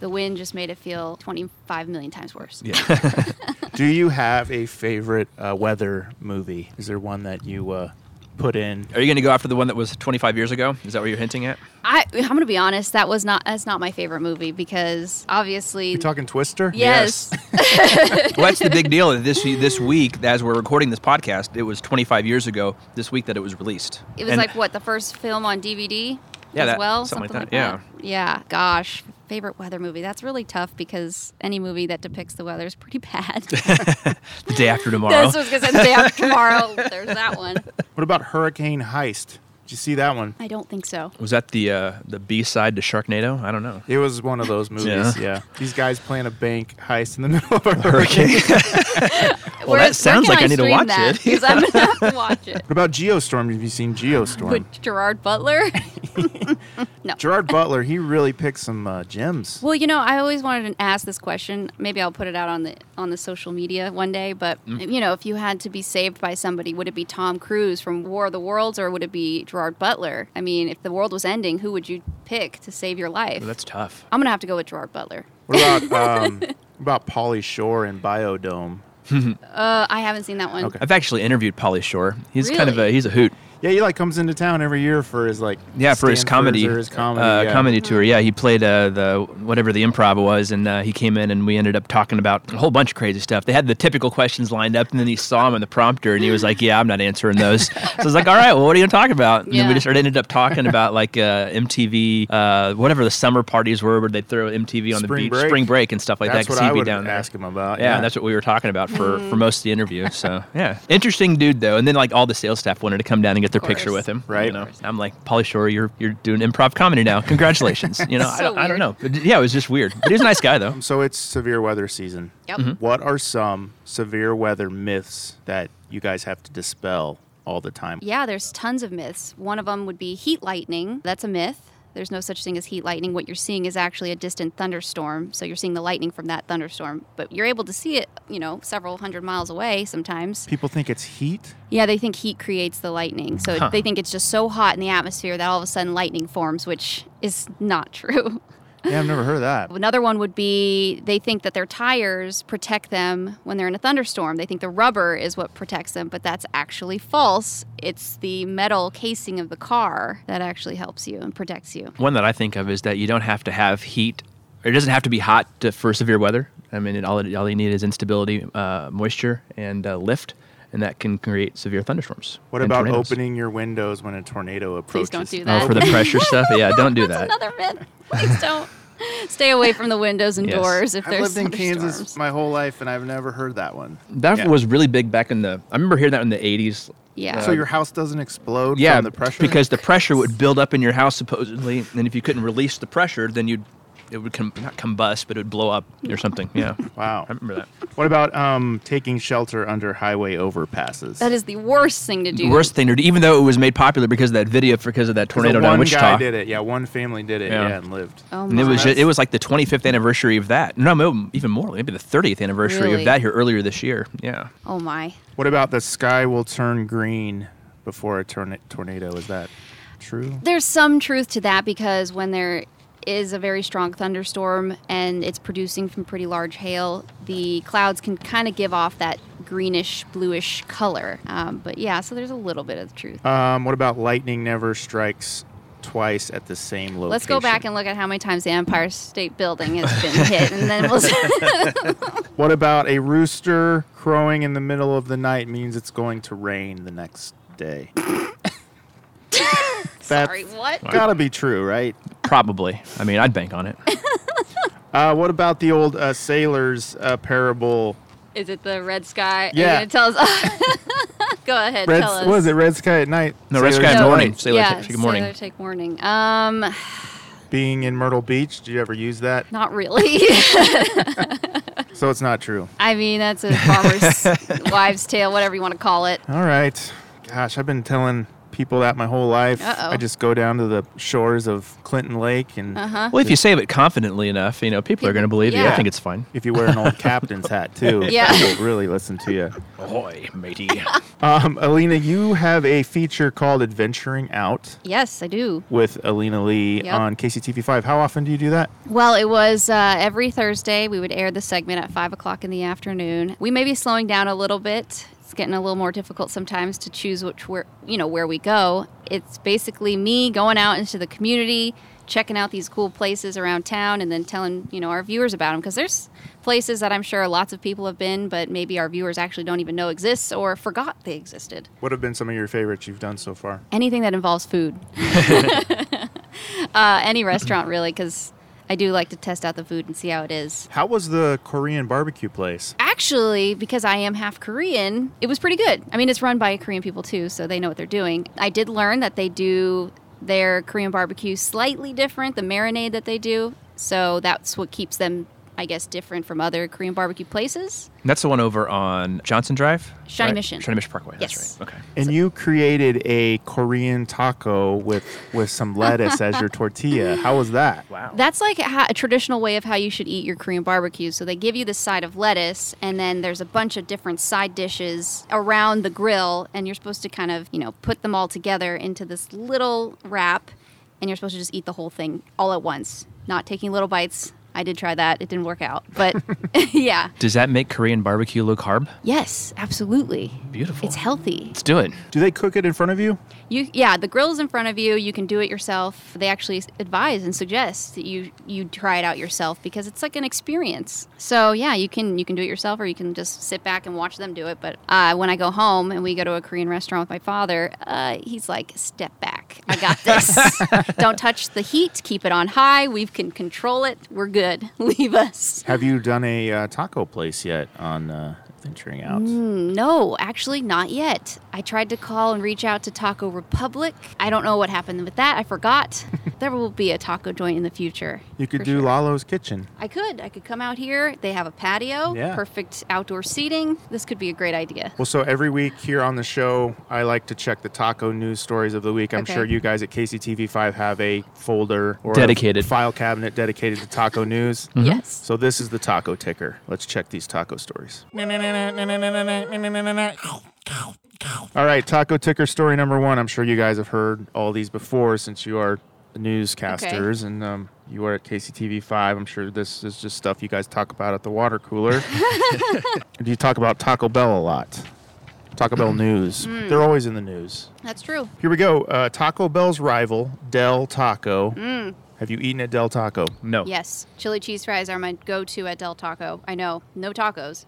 [SPEAKER 3] the wind just made it feel 25 million times worse.
[SPEAKER 4] yeah.
[SPEAKER 1] Do you have a favorite uh, weather movie? Is there one that you uh, put in?
[SPEAKER 4] Are you going to go after the one that was 25 years ago? Is that what you're hinting at?
[SPEAKER 3] I, I'm gonna be honest. That was not. That's not my favorite movie because obviously.
[SPEAKER 1] We talking Twister?
[SPEAKER 3] yes.
[SPEAKER 4] well, that's the big deal. This this week, as we're recording this podcast, it was 25 years ago this week that it was released.
[SPEAKER 3] It was
[SPEAKER 4] And
[SPEAKER 3] like what the first film on DVD
[SPEAKER 4] Yeah,
[SPEAKER 3] as
[SPEAKER 4] that-
[SPEAKER 3] well,
[SPEAKER 4] something
[SPEAKER 3] something,
[SPEAKER 4] like
[SPEAKER 3] like
[SPEAKER 4] that,
[SPEAKER 3] that. Yeah. Yeah. Gosh, favorite weather movie. That's really tough because any movie that depicts the weather is pretty bad.
[SPEAKER 4] the day after tomorrow.
[SPEAKER 3] That's what I was gonna say. The day after tomorrow, there's that one.
[SPEAKER 1] What about Hurricane Heist? Did you see that one?
[SPEAKER 3] I don't think so.
[SPEAKER 4] was that the uh, the B side to Sharknado? I don't know.
[SPEAKER 1] It was one of those movies.
[SPEAKER 4] Yeah.
[SPEAKER 1] Yeah. These guys playing a bank heist in the middle of a hurricane.
[SPEAKER 4] Hurricane. well, that sounds like I, need to watch it.
[SPEAKER 3] because I'm gonna have to watch it.
[SPEAKER 1] What about Geostorm? Have you seen Geostorm?
[SPEAKER 3] With Gerard Butler.
[SPEAKER 1] Gerard Butler, he really picked some uh, gems.
[SPEAKER 3] well, you know, I always wanted to ask this question. Maybe I'll put it out on the on the social media one day. But you know, if you had to be saved by somebody, would it be Tom Cruise from War of the Worlds, or would it be Gerard Butler? I mean, if the world was ending, who would you pick to save your life?
[SPEAKER 4] Well, that's tough.
[SPEAKER 3] I'm gonna have to go with Gerard Butler.
[SPEAKER 1] What about um, what about Polly Shore and Biodome?
[SPEAKER 3] Uh, I haven't seen that one.
[SPEAKER 1] Okay.
[SPEAKER 4] I've actually interviewed Polly Shore. He's kind of a
[SPEAKER 3] Really?
[SPEAKER 4] he's a hoot.
[SPEAKER 1] Yeah, he like comes into town every year for his like
[SPEAKER 4] Yeah, for his
[SPEAKER 1] Stanfords
[SPEAKER 4] comedy,
[SPEAKER 1] or his comedy,
[SPEAKER 4] uh,
[SPEAKER 1] yeah.
[SPEAKER 4] comedy tour. Yeah, he played uh, the whatever the improv was, and uh, he came in, and we ended up talking about a whole bunch of crazy stuff. They had the typical questions lined up, and then he saw him in the prompter, and he was like, "Yeah, I'm not answering those." so I was like, "All right, well, what are you gonna talk about?" And then we
[SPEAKER 3] Yeah.
[SPEAKER 4] just started, ended up talking about like uh, MTV, uh, whatever the summer parties were, where they'd throw MTV on the
[SPEAKER 1] Spring
[SPEAKER 4] beach,
[SPEAKER 1] break.
[SPEAKER 4] spring break, and stuff like
[SPEAKER 1] That's
[SPEAKER 4] that.
[SPEAKER 1] what
[SPEAKER 4] 'cause
[SPEAKER 1] I
[SPEAKER 4] he'd be
[SPEAKER 1] would
[SPEAKER 4] down there.
[SPEAKER 1] ask him about.
[SPEAKER 4] Uh, Yeah, that's what we were talking about for, for most of the interview. So yeah, interesting dude though. And then like all the sales staff wanted to come down and get their picture
[SPEAKER 3] course.
[SPEAKER 4] with him, You
[SPEAKER 1] Right.
[SPEAKER 4] know? I'm like, Polly Shore, you're you're doing improv comedy now. Congratulations. You know, I,
[SPEAKER 3] So
[SPEAKER 4] don't, I
[SPEAKER 3] weird.
[SPEAKER 4] don't know. But yeah, it was just weird. But he's a nice guy though.
[SPEAKER 1] So it's severe weather season.
[SPEAKER 3] Yep.
[SPEAKER 4] Mm-hmm.
[SPEAKER 3] Mhm.
[SPEAKER 1] What are some severe weather myths that you guys have to dispel all the time?
[SPEAKER 3] Yeah, there's tons of myths. One of them would be heat lightning. That's a myth. There's no such thing as heat lightning. What you're seeing is actually a distant thunderstorm. So you're seeing the lightning from that thunderstorm, but you're able to see it, you know, several hundred miles away sometimes.
[SPEAKER 1] People think it's heat.
[SPEAKER 3] Yeah, they think heat creates the lightning. So
[SPEAKER 4] Huh.
[SPEAKER 3] they think it's just so hot in the atmosphere that all of a sudden lightning forms, which is not true.
[SPEAKER 1] Yeah, I've never heard of that.
[SPEAKER 3] Another one would be they think that their tires protect them when they're in a thunderstorm. They think the rubber is what protects them, but that's actually false. It's the metal casing of the car that actually helps you and protects you.
[SPEAKER 4] One that I think of is that you don't have to have heat, or it doesn't have to be hot to, for severe weather. I mean, it, all it, all you need is instability, uh, moisture, and uh, lift, and that can create severe thunderstorms.
[SPEAKER 1] What
[SPEAKER 4] and
[SPEAKER 1] about
[SPEAKER 4] tornadoes.
[SPEAKER 1] opening your windows when a tornado approaches?
[SPEAKER 3] Please don't do
[SPEAKER 4] Oh,
[SPEAKER 3] that.
[SPEAKER 4] for the pressure stuff? Yeah, don't do
[SPEAKER 3] That's
[SPEAKER 4] that.
[SPEAKER 3] another myth. Please don't. Stay away from the windows and
[SPEAKER 4] Yes.
[SPEAKER 3] doors if
[SPEAKER 1] I've
[SPEAKER 3] there's
[SPEAKER 1] lived in Kansas
[SPEAKER 3] thunderstorms.
[SPEAKER 1] my whole life, and I've never heard that one.
[SPEAKER 4] That
[SPEAKER 1] Yeah.
[SPEAKER 4] was really big back in the. I remember hearing that in the 80s.
[SPEAKER 3] Yeah.
[SPEAKER 1] So your house doesn't explode
[SPEAKER 4] yeah,
[SPEAKER 1] from the pressure?
[SPEAKER 4] because the pressure would build up in your house supposedly, and if you couldn't release the pressure, then you'd it would com- not combust, but it would blow up or something. Yeah,
[SPEAKER 1] Wow.
[SPEAKER 4] I remember that.
[SPEAKER 1] What about um, taking shelter under highway overpasses?
[SPEAKER 3] that is the worst thing to do.
[SPEAKER 4] The worst thing to do, even though it was made popular because of that video, because of that
[SPEAKER 1] 'Cause
[SPEAKER 4] tornado
[SPEAKER 1] the
[SPEAKER 4] down
[SPEAKER 1] one
[SPEAKER 4] Wichita.
[SPEAKER 1] guy did it. Yeah, one family did it.
[SPEAKER 4] Yeah.
[SPEAKER 1] Yeah, and lived.
[SPEAKER 3] Oh
[SPEAKER 4] And it was
[SPEAKER 1] That's-
[SPEAKER 4] just, it was like the 25th anniversary of that. No, mo- even more, maybe the 30th anniversary
[SPEAKER 3] Really?
[SPEAKER 4] of that here earlier this year. Yeah.
[SPEAKER 3] Oh my.
[SPEAKER 1] What about the sky will turn green before a torn- tornado? Is that true?
[SPEAKER 3] There's some truth to that because when there is a very strong thunderstorm and it's producing some pretty large hail, the clouds can kind of give off that greenish bluish
[SPEAKER 1] Oh,
[SPEAKER 3] color. Um, but yeah, so there's a little bit of truth.
[SPEAKER 1] Um, what about lightning never strikes twice at the same location.
[SPEAKER 3] Let's go back and look at how many times the Empire State Building has been hit, and then we'll.
[SPEAKER 1] What about a rooster crowing in the middle of the night means it's going to rain the next day?
[SPEAKER 3] Sorry, what?
[SPEAKER 1] Gotta be true, right?
[SPEAKER 4] Probably. I mean, I'd bank on it.
[SPEAKER 1] Uh, what about the old uh, sailor's uh, parable?
[SPEAKER 3] Is it the red sky? Are you
[SPEAKER 1] Yeah.
[SPEAKER 3] gonna tell us. go ahead.
[SPEAKER 1] Red,
[SPEAKER 3] tell us.
[SPEAKER 1] what is it? Red sky at night.
[SPEAKER 4] No, red
[SPEAKER 1] Sailor's
[SPEAKER 4] sky at
[SPEAKER 1] Night.
[SPEAKER 4] morning. Sailor
[SPEAKER 3] yeah,
[SPEAKER 4] take a morning.
[SPEAKER 3] Sailor take morning. Um,
[SPEAKER 1] Being in Myrtle Beach. Did you ever use that?
[SPEAKER 3] not really.
[SPEAKER 1] So it's not true.
[SPEAKER 3] I mean, that's a farmer's wives' tale, whatever you want to call it.
[SPEAKER 1] All right. Gosh, I've been telling people that my whole life.
[SPEAKER 3] Uh-oh.
[SPEAKER 1] I just go down to the shores of Clinton Lake and
[SPEAKER 3] Uh-huh.
[SPEAKER 4] Well, if you say it confidently enough, you know, people are going to believe you.
[SPEAKER 3] Yeah.
[SPEAKER 4] I think it's fine.
[SPEAKER 1] if you wear an old captain's hat too,
[SPEAKER 3] Yeah.
[SPEAKER 1] people really listen to you.
[SPEAKER 4] Ahoy, matey.
[SPEAKER 1] Um, Alina, you have a feature called Adventuring Out
[SPEAKER 3] Yes, I do.
[SPEAKER 1] with Alina Lee
[SPEAKER 3] Yep.
[SPEAKER 1] on KCTV5. How often do you do that?
[SPEAKER 3] Well, it was uh, every Thursday we would air the segment at five o'clock in the afternoon. We may be slowing down a little bit. It's getting a little more difficult sometimes to choose which where you know where we go. It's basically me going out into the community, checking out these cool places around town, and then telling you know our viewers about them because there's places that I'm sure lots of people have been, but maybe our viewers actually don't even know exists or forgot they existed.
[SPEAKER 1] What have been some of your favorites you've done so far?
[SPEAKER 3] anything that involves food. uh, any restaurant, really, because I do like to test out the food and see how it is.
[SPEAKER 1] How was the Korean barbecue place?
[SPEAKER 3] Actually, because I am half Korean, it was pretty good. I mean, it's run by Korean people too, so they know what they're doing. I did learn that they do their Korean barbecue slightly different, the marinade that they do. So that's what keeps them, I guess, different from other Korean barbecue places.
[SPEAKER 4] That's the one over on Johnson Drive?
[SPEAKER 3] Shawnee
[SPEAKER 4] right?
[SPEAKER 3] Mission.
[SPEAKER 4] Shawnee Mission Parkway.
[SPEAKER 3] Yes.
[SPEAKER 4] That's right. Okay.
[SPEAKER 1] And you created a Korean taco with with some lettuce as your tortilla. How was that?
[SPEAKER 4] Wow.
[SPEAKER 3] That's like a, a traditional way of how you should eat your Korean barbecue. So they give you the side of lettuce, and then there's a bunch of different side dishes around the grill, and you're supposed to kind of, you know, put them all together into this little wrap, and you're supposed to just eat the whole thing all at once, not taking little bites. I did try that; it didn't work out, but yeah,
[SPEAKER 4] Does that make Korean barbecue low carb?
[SPEAKER 3] yes, absolutely,
[SPEAKER 4] Beautiful.
[SPEAKER 3] It's healthy.
[SPEAKER 4] Let's do it.
[SPEAKER 1] Do they cook it in front of you?
[SPEAKER 3] You yeah, the grill's in front of you. You can do it yourself. They actually advise and suggest that you you try it out yourself because it's like an experience. So yeah, you can you can do it yourself or you can just sit back and watch them do it. But uh, when I go home and we go to a Korean restaurant with my father, uh, he's like, "Step back, I got this. Don't touch the heat. Keep it on high. We can control it. We're good. Leave us."
[SPEAKER 1] Have you done a uh, taco place yet on uh, Venturing Out?
[SPEAKER 3] Mm, Hmm, No, actually, not yet. I tried to call and reach out to Taco Republic. I don't know what happened with that. I forgot. there will be a taco joint in the future.
[SPEAKER 1] You could
[SPEAKER 3] for
[SPEAKER 1] do
[SPEAKER 3] sure.
[SPEAKER 1] Lalo's Kitchen.
[SPEAKER 3] I could. I could come out here. They have a patio,
[SPEAKER 1] Yeah.
[SPEAKER 3] perfect outdoor seating. This could be a great idea.
[SPEAKER 1] Well, so every week here on the show, I like to check the taco news stories of the week. I'm
[SPEAKER 3] Okay.
[SPEAKER 1] sure you guys at KCTV5 have a folder or a
[SPEAKER 4] Dedicated.
[SPEAKER 1] file cabinet dedicated to taco news.
[SPEAKER 3] Yes.
[SPEAKER 1] So this is the taco ticker. Let's check these taco stories. All right, taco ticker story number one. I'm sure you guys have heard all these before since you are newscasters and um, you are at KCTV5. I'm sure this is just stuff you guys talk about at the water cooler. Do you talk about Taco Bell a lot? Taco Bell news. They're always in the news.
[SPEAKER 3] That's true.
[SPEAKER 1] Here we go. Uh, Taco Bell's rival, Del Taco. Have you eaten at Del Taco?
[SPEAKER 4] No.
[SPEAKER 3] Yes. Chili cheese fries are my go to at Del Taco. I know. No tacos,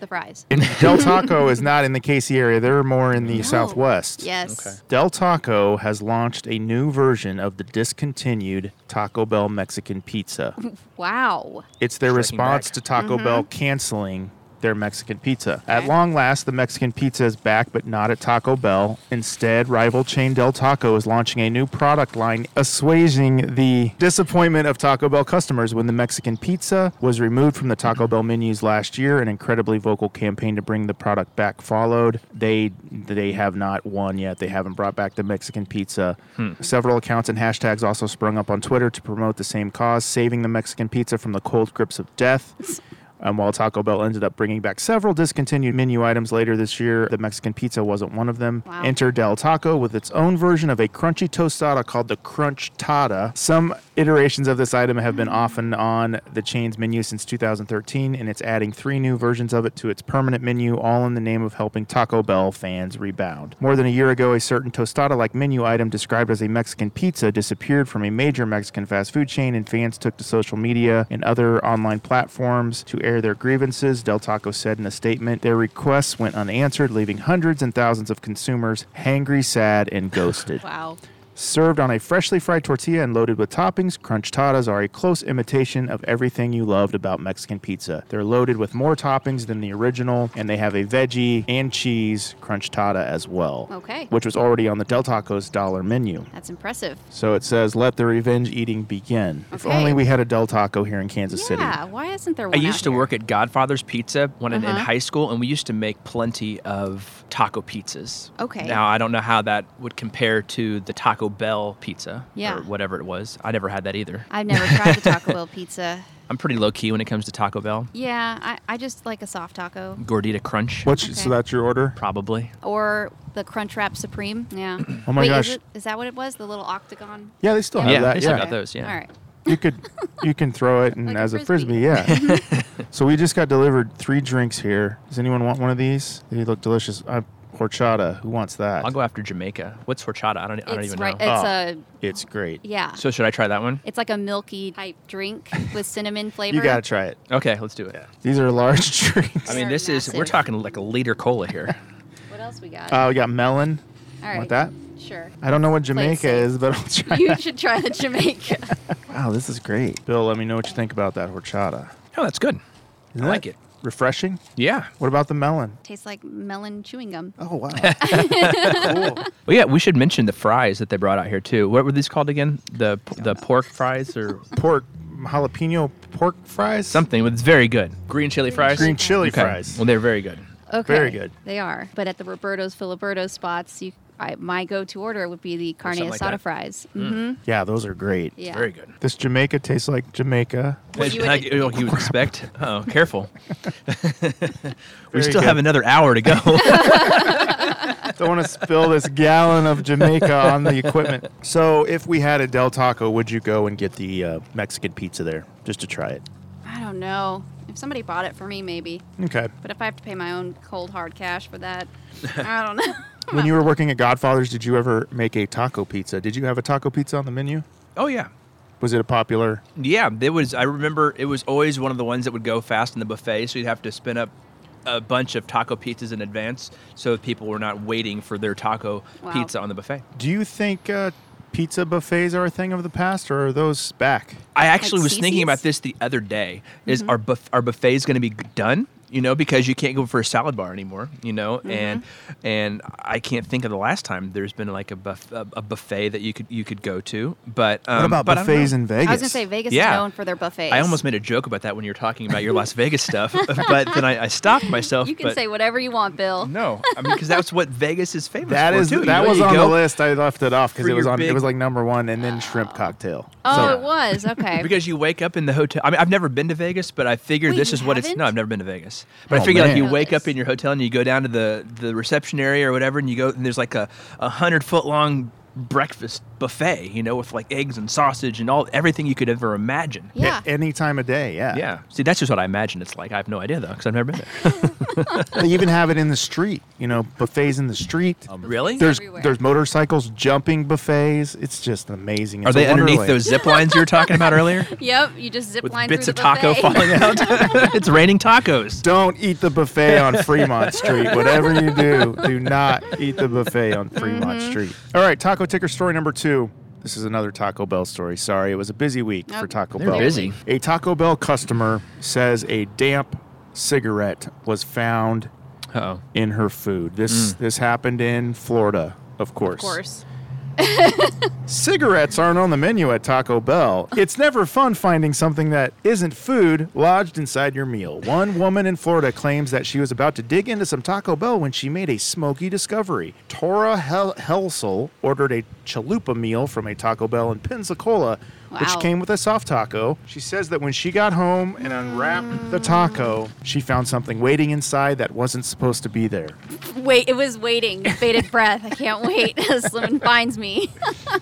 [SPEAKER 3] the fries.
[SPEAKER 1] And Del Taco is not in the KC area. They're more in the Southwest.
[SPEAKER 3] Yes.
[SPEAKER 4] Okay.
[SPEAKER 1] Del Taco has launched a new version of the discontinued Taco Bell Mexican pizza.
[SPEAKER 3] Wow.
[SPEAKER 1] It's their
[SPEAKER 4] Striking
[SPEAKER 1] response
[SPEAKER 4] back.
[SPEAKER 1] to Taco Bell canceling their Mexican pizza. At
[SPEAKER 3] Okay.
[SPEAKER 1] long last, the Mexican pizza is back, but not at Taco Bell. Instead, rival chain Del Taco is launching a new product line, assuaging the disappointment of Taco Bell customers when the Mexican pizza was removed from the Taco Bell menus last year. An incredibly vocal campaign to bring the product back followed. They they have not won yet. They haven't brought back the Mexican pizza. Several accounts and hashtags also sprung up on Twitter to promote the same cause, saving the Mexican pizza from the cold grips of death. Um, while Taco Bell ended up bringing back several discontinued menu items later this year, the Mexican pizza wasn't one of them.
[SPEAKER 3] Wow.
[SPEAKER 1] Enter Del Taco with its own version of a crunchy tostada called the Crunch Tada. Some iterations of this item have been off and on the chain's menu since 2013, and it's adding three new versions of it to its permanent menu, all in the name of helping Taco Bell fans rebound. More than a year ago, a certain tostada like menu item described as a Mexican pizza disappeared from a major Mexican fast food chain, and fans took to social media and other online platforms to air their grievances. Del Taco said in a statement, their requests went unanswered, leaving hundreds and thousands of consumers hangry, sad, and ghosted.
[SPEAKER 3] Wow.
[SPEAKER 1] Served on a freshly fried tortilla and loaded with toppings, crunch tatas are a close imitation of everything you loved about Mexican pizza. They're loaded with more toppings than the original, and they have a veggie and cheese crunch tata as well.
[SPEAKER 3] Okay.
[SPEAKER 1] Which was already on the Del Taco's dollar menu.
[SPEAKER 3] That's impressive.
[SPEAKER 1] So it says, let the revenge eating begin. If
[SPEAKER 3] Okay.
[SPEAKER 1] only we had a Del Taco here in Kansas City.
[SPEAKER 3] Yeah. Why isn't there
[SPEAKER 4] I
[SPEAKER 3] one?
[SPEAKER 4] used to work at Godfather's Pizza when in- in
[SPEAKER 3] Uh-huh.
[SPEAKER 4] high school, and we used to make plenty of taco pizzas.
[SPEAKER 3] Okay.
[SPEAKER 4] Now I don't know how that would compare to the Taco Bell pizza
[SPEAKER 3] Yeah.
[SPEAKER 4] or whatever it was. I never had that either.
[SPEAKER 3] I've never tried the Taco Bell pizza.
[SPEAKER 4] I'm pretty low key when it comes to Taco Bell.
[SPEAKER 3] Yeah, I, I just like a soft taco
[SPEAKER 4] Gordita Crunch,
[SPEAKER 1] What's,
[SPEAKER 3] Okay.
[SPEAKER 1] So that's your order?
[SPEAKER 4] probably.
[SPEAKER 3] or the Crunch Wrap Supreme. Yeah.
[SPEAKER 1] Oh my
[SPEAKER 3] Wait,
[SPEAKER 1] gosh.
[SPEAKER 3] Is, it, is that what it was? The little octagon?
[SPEAKER 1] Yeah, they still have
[SPEAKER 4] Yeah,
[SPEAKER 1] that.
[SPEAKER 4] they still
[SPEAKER 1] yeah.
[SPEAKER 4] got those, yeah.
[SPEAKER 3] All right.
[SPEAKER 1] you could you can throw it and
[SPEAKER 3] Like a
[SPEAKER 1] as a frisbee,
[SPEAKER 3] frisbee.
[SPEAKER 1] yeah so we just got delivered three drinks here does anyone want one of these they look delicious uh, horchata who wants that
[SPEAKER 4] I'll go after Jamaica. What's horchata? I don't. I don't
[SPEAKER 3] It's
[SPEAKER 4] even
[SPEAKER 3] right. uh,
[SPEAKER 4] know.
[SPEAKER 3] It's
[SPEAKER 1] Oh.
[SPEAKER 3] a
[SPEAKER 1] it's great
[SPEAKER 3] yeah.
[SPEAKER 4] so should I try that one?
[SPEAKER 3] it's like a milky type drink with cinnamon flavor.
[SPEAKER 1] you gotta try it
[SPEAKER 4] Okay, let's do it.
[SPEAKER 1] these are large drinks
[SPEAKER 4] I mean,
[SPEAKER 3] They're
[SPEAKER 4] this is we're
[SPEAKER 3] massive.
[SPEAKER 4] talking like a liter cola here.
[SPEAKER 3] What else we got?
[SPEAKER 1] uh, we got melon
[SPEAKER 3] All right.
[SPEAKER 1] want that
[SPEAKER 3] Sure.
[SPEAKER 1] i don't know what jamaica
[SPEAKER 3] safe.
[SPEAKER 1] is but i'll try
[SPEAKER 3] You
[SPEAKER 1] that.
[SPEAKER 3] should try the Jamaica.
[SPEAKER 1] wow this is great bill let me know what you think about that horchata
[SPEAKER 4] Oh, that's good.
[SPEAKER 1] Isn't
[SPEAKER 4] I like
[SPEAKER 1] that
[SPEAKER 4] it.
[SPEAKER 1] refreshing
[SPEAKER 4] Yeah.
[SPEAKER 1] what about the melon
[SPEAKER 3] Tastes like melon chewing gum.
[SPEAKER 1] oh wow cool
[SPEAKER 4] Well, yeah. We should mention the fries that they brought out here too. What were these called again? The the pork fries or
[SPEAKER 1] pork jalapeno pork fries
[SPEAKER 4] something? Well, It's very good. Green chili fries.
[SPEAKER 1] green chili
[SPEAKER 4] Okay.
[SPEAKER 1] fries
[SPEAKER 4] Well, they're very good.
[SPEAKER 3] Okay.
[SPEAKER 1] Very good.
[SPEAKER 3] They are. But at the Roberto's Filiberto spots, you, I, my go-to order would be the carne
[SPEAKER 4] something like
[SPEAKER 3] asada
[SPEAKER 4] that. Mm,
[SPEAKER 3] fries. Mm-hmm.
[SPEAKER 1] yeah those are great
[SPEAKER 3] Yeah.
[SPEAKER 4] Very good.
[SPEAKER 1] This Jamaica tastes like Jamaica.
[SPEAKER 3] What you
[SPEAKER 4] Like
[SPEAKER 3] would-
[SPEAKER 4] you would expect. Oh, careful. we
[SPEAKER 1] Very
[SPEAKER 4] still
[SPEAKER 1] good.
[SPEAKER 4] have another hour to go.
[SPEAKER 1] Don't want to spill this gallon of Jamaica on the equipment. So, if we had a Del Taco, would you go and get the uh, Mexican pizza there just to try it?
[SPEAKER 3] I don't know. If somebody bought it for me, maybe.
[SPEAKER 1] Okay.
[SPEAKER 3] But if I have to pay my own cold hard cash for that, I don't know.
[SPEAKER 1] When you were working at Godfather's, did you ever make a taco pizza? Did you have a taco pizza on the menu?
[SPEAKER 4] oh yeah.
[SPEAKER 1] Was it a popular?
[SPEAKER 4] Yeah, there was. I remember it was always one of the ones that would go fast in the buffet, so you'd have to spin up a bunch of taco pizzas in advance, so people were not waiting for their taco
[SPEAKER 3] Wow.
[SPEAKER 4] pizza on the buffet.
[SPEAKER 1] Do you think uh, pizza buffets are a thing of the past, or are those back?
[SPEAKER 4] I actually was
[SPEAKER 3] Cece's? Mm-hmm.
[SPEAKER 4] thinking about this the other day. Is our buff- our buffet's going to be done? You know, because you can't go for a salad bar anymore. You know, and
[SPEAKER 3] Mm-hmm.
[SPEAKER 4] and I can't think of the last time there's been like a, buff- a, a buffet that you could you could go to. But um,
[SPEAKER 1] what about
[SPEAKER 4] but I don't
[SPEAKER 1] buffets
[SPEAKER 4] know.
[SPEAKER 1] in Vegas?
[SPEAKER 3] I was gonna say Vegas
[SPEAKER 4] Yeah.
[SPEAKER 3] is known for their buffets.
[SPEAKER 4] I almost made a joke about that when you were talking about your Las Vegas stuff, but then I, I stopped myself.
[SPEAKER 3] You can
[SPEAKER 4] but-
[SPEAKER 3] say whatever you want, Bill.
[SPEAKER 4] No, I mean because that's what Vegas is famous
[SPEAKER 1] that
[SPEAKER 4] for
[SPEAKER 1] is
[SPEAKER 4] too. You
[SPEAKER 1] that
[SPEAKER 4] know,
[SPEAKER 1] was
[SPEAKER 4] you
[SPEAKER 1] on
[SPEAKER 4] go-
[SPEAKER 1] the list. I left it off because
[SPEAKER 4] for
[SPEAKER 1] it was
[SPEAKER 4] your
[SPEAKER 1] on. It
[SPEAKER 4] big-
[SPEAKER 1] was like number one, and then shrimp cocktail.
[SPEAKER 3] Oh,
[SPEAKER 1] So-
[SPEAKER 3] it was okay.
[SPEAKER 4] Because you wake up in the hotel. I mean, I've never been to Vegas, but I figured
[SPEAKER 3] Wait,
[SPEAKER 4] this
[SPEAKER 3] you
[SPEAKER 4] is what it's.
[SPEAKER 3] haven't?
[SPEAKER 4] No, I've never been to Vegas, but
[SPEAKER 1] Oh,
[SPEAKER 4] I figure like
[SPEAKER 1] man.
[SPEAKER 4] you
[SPEAKER 3] Know
[SPEAKER 4] wake up
[SPEAKER 3] this.
[SPEAKER 4] in your hotel and you go down to the the reception area or whatever, and you go and there's like a a hundred foot long breakfast buffet, you know, with like eggs and sausage and all everything you could ever imagine.
[SPEAKER 1] A-
[SPEAKER 3] yeah.
[SPEAKER 1] any time of day. Yeah.
[SPEAKER 4] Yeah. See, that's just what I imagine it's like. I have no idea though, because I've never been there.
[SPEAKER 1] They even have it in the street. You know, buffets in the street.
[SPEAKER 4] really?
[SPEAKER 1] there's
[SPEAKER 3] everywhere.
[SPEAKER 1] there's motorcycles, jumping buffets. It's just amazing.
[SPEAKER 4] Are
[SPEAKER 1] It's a
[SPEAKER 4] they underneath
[SPEAKER 1] wonderland.
[SPEAKER 4] those zip lines you were talking about earlier?
[SPEAKER 3] Yep. You just zip
[SPEAKER 4] With
[SPEAKER 3] line
[SPEAKER 4] bits
[SPEAKER 3] through
[SPEAKER 4] of
[SPEAKER 3] the
[SPEAKER 4] taco
[SPEAKER 3] buffet.
[SPEAKER 4] falling out. it's raining tacos.
[SPEAKER 1] Don't eat the buffet on Fremont Street. Whatever you do, do not eat the buffet on Fremont Street. All right, taco ticker story number two. This is another Taco Bell story. Sorry, it was a busy week for
[SPEAKER 3] Nope.
[SPEAKER 1] Taco
[SPEAKER 4] They're
[SPEAKER 1] Bell.
[SPEAKER 4] busy.
[SPEAKER 1] A Taco Bell customer says a damp cigarette was found
[SPEAKER 4] Oh,
[SPEAKER 1] in
[SPEAKER 4] Mm.
[SPEAKER 1] her food. This this happened in Florida, of course.
[SPEAKER 3] Of course.
[SPEAKER 1] Cigarettes aren't on the menu at Taco Bell. It's never fun finding something that isn't food lodged inside your meal. One woman in Florida claims that she was about to dig into some Taco Bell when she made a smoky discovery. Tora Hel- Helsel ordered a chalupa meal from a Taco Bell in Pensacola, which
[SPEAKER 3] Wow.
[SPEAKER 1] came with a soft taco. She says that when she got home and unwrapped the taco, she found something waiting inside that wasn't supposed to be there.
[SPEAKER 3] Wait, it was waiting. Bated breath. I can't wait. Someone finds me.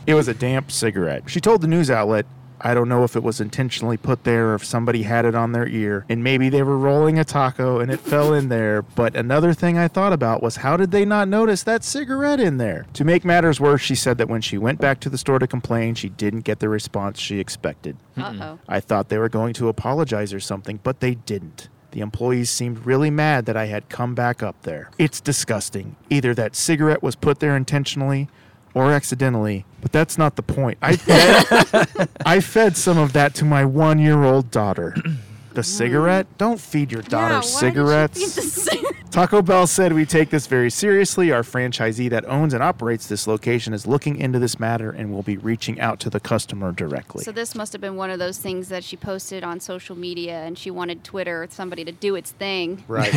[SPEAKER 1] It was a damp cigarette. She told the news outlet, I don't know if it was intentionally put there or if somebody had it on their ear, and maybe they were rolling a taco and it fell in there. But another thing I thought about was how did they not notice that cigarette in there? To make matters worse, she said that when she went back to the store to complain, she didn't get the response she expected.
[SPEAKER 3] Uh oh.
[SPEAKER 1] I thought they were going to apologize or something, but they didn't. The employees seemed really mad that I had come back up there. It's disgusting. Either that cigarette was put there intentionally or accidentally, but that's not the point. I fed, I fed some of that to my one year old daughter. The cigarette? Don't feed your daughter cigarettes. Taco Bell said we take this very seriously. Our franchisee that owns and operates this location is looking into this matter and will be reaching out to the customer directly.
[SPEAKER 3] So this must have been one of those things that she posted on social media, and she wanted Twitter somebody to do its thing.
[SPEAKER 1] Right.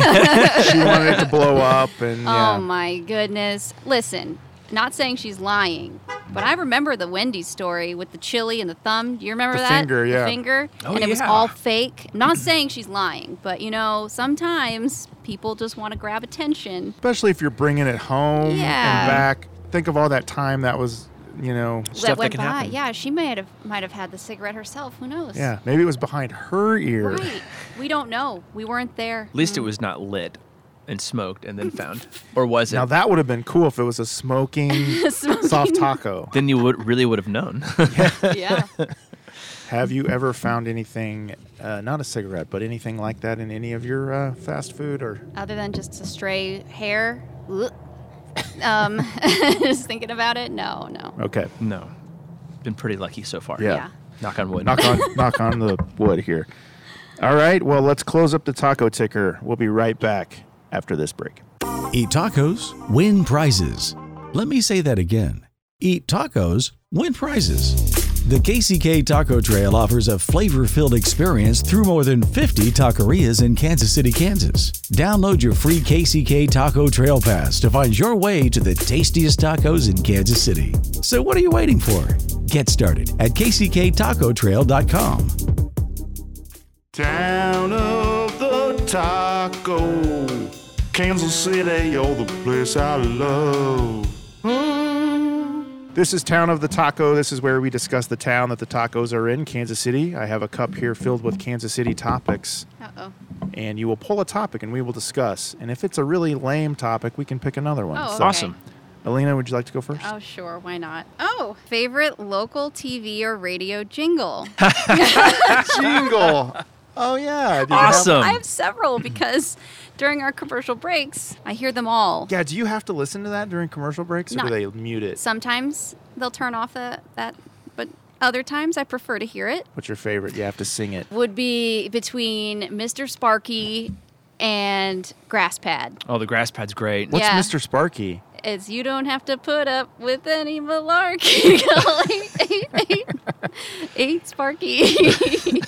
[SPEAKER 1] she wanted it to blow up, and yeah.
[SPEAKER 3] Oh my goodness! Listen, not saying she's lying, but I remember the Wendy's story with the chili and the thumb. Do you remember
[SPEAKER 1] The
[SPEAKER 3] that?
[SPEAKER 1] finger, yeah.
[SPEAKER 3] The finger,
[SPEAKER 4] Oh,
[SPEAKER 3] and it was
[SPEAKER 4] yeah.
[SPEAKER 3] all fake. Not saying she's lying, but you know, sometimes people just want to grab attention.
[SPEAKER 1] Especially if you're bringing it home
[SPEAKER 3] Yeah.
[SPEAKER 1] and back. Think of all that time that was, you know.
[SPEAKER 4] Stuff that
[SPEAKER 3] went
[SPEAKER 4] can
[SPEAKER 3] by.
[SPEAKER 4] happen.
[SPEAKER 3] Yeah, she might have might have had the cigarette herself. Who knows?
[SPEAKER 1] Yeah, maybe it was behind her ear.
[SPEAKER 3] Right. We don't know. We weren't there.
[SPEAKER 4] At least it was not lit and smoked and then found. Or was it?
[SPEAKER 1] Now that would have been cool if it was a smoking, soft taco.
[SPEAKER 4] then you would really would have known.
[SPEAKER 3] yeah.
[SPEAKER 1] Have you ever found anything, uh, not a cigarette, but anything like that in any of your uh, fast food or?
[SPEAKER 3] Other than just a stray hair. Ugh. Um, just thinking about it. No, no.
[SPEAKER 1] Okay.
[SPEAKER 4] no. Been pretty lucky so far.
[SPEAKER 1] Yeah.
[SPEAKER 3] Yeah.
[SPEAKER 4] Knock on wood.
[SPEAKER 1] Knock on, knock on the wood here. All right. Well, let's close up the taco ticker. We'll be right back after this break.
[SPEAKER 5] Eat tacos, win prizes. Let me say that again. Eat tacos, win prizes. The KCK Taco Trail offers a flavor filled experience through more than 50 taquerias in Kansas City, Kansas. Download your free KCK Taco Trail Pass to find your way to the tastiest tacos in Kansas City. So, what are you waiting for? Get started at kcktacotrail.com.
[SPEAKER 6] Town of the Taco. Kansas City, you're the place I love.
[SPEAKER 1] Hmm. This is Town of the Taco. This is where we discuss the town that the tacos are in, Kansas City. I have a cup here filled with Kansas City topics,
[SPEAKER 3] Uh oh.
[SPEAKER 1] and you will pull a topic and we will discuss. And if it's a really lame topic, we can pick another one.
[SPEAKER 3] Oh, okay.
[SPEAKER 4] Awesome.
[SPEAKER 1] Alina, would you like to go first?
[SPEAKER 3] Oh, sure. Why not? Oh, favorite local TV or radio jingle?
[SPEAKER 1] Jingle. Oh, yeah. Do you have-
[SPEAKER 4] Awesome.
[SPEAKER 3] I have several because during our commercial breaks, I hear them all.
[SPEAKER 1] yeah, do you have to listen to that during commercial breaks or
[SPEAKER 3] Not-
[SPEAKER 1] do they mute it?
[SPEAKER 3] Sometimes they'll turn off the, that, but other times I prefer to hear it.
[SPEAKER 1] What's your favorite? You have to sing it.
[SPEAKER 3] Would be between Mr. Sparky and Grass Pad.
[SPEAKER 4] oh, the grass pad's great.
[SPEAKER 1] What's
[SPEAKER 3] Yeah.
[SPEAKER 1] Mr. Sparky?
[SPEAKER 3] It's you don't have to put up with any malarkey. eight, eight, eight, Sparky.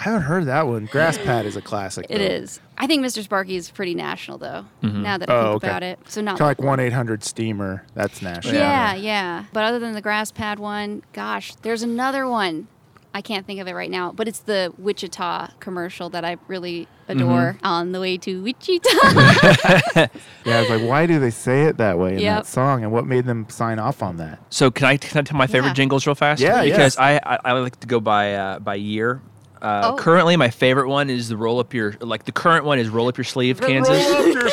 [SPEAKER 1] I haven't heard that one. Grass Pad is a classic.
[SPEAKER 3] it is. I think Mr. Sparky is pretty national though.
[SPEAKER 4] Mm-hmm.
[SPEAKER 3] Now that I
[SPEAKER 1] Oh,
[SPEAKER 3] think
[SPEAKER 1] okay.
[SPEAKER 3] about it, so not
[SPEAKER 1] Kind of like 1 800 Steamer. That's national.
[SPEAKER 3] Yeah, yeah. But other than the grass pad one, gosh, there's another one. I can't think of it right now, but it's the Wichita commercial that I really adore
[SPEAKER 4] Mm-hmm.
[SPEAKER 3] on the way to Wichita.
[SPEAKER 1] Yeah, I was like, why do they say it that way in
[SPEAKER 3] Yep.
[SPEAKER 1] that song? And what made them sign off on that?
[SPEAKER 4] So can I, can I tell my favorite
[SPEAKER 3] Yeah.
[SPEAKER 4] jingles real fast?
[SPEAKER 1] Yeah, yeah.
[SPEAKER 4] Because I, I I like to go by uh, by year. Uh,
[SPEAKER 3] Oh.
[SPEAKER 4] Currently, my favorite one is the roll up your like the current one is roll up your sleeve, Kansas.
[SPEAKER 1] up your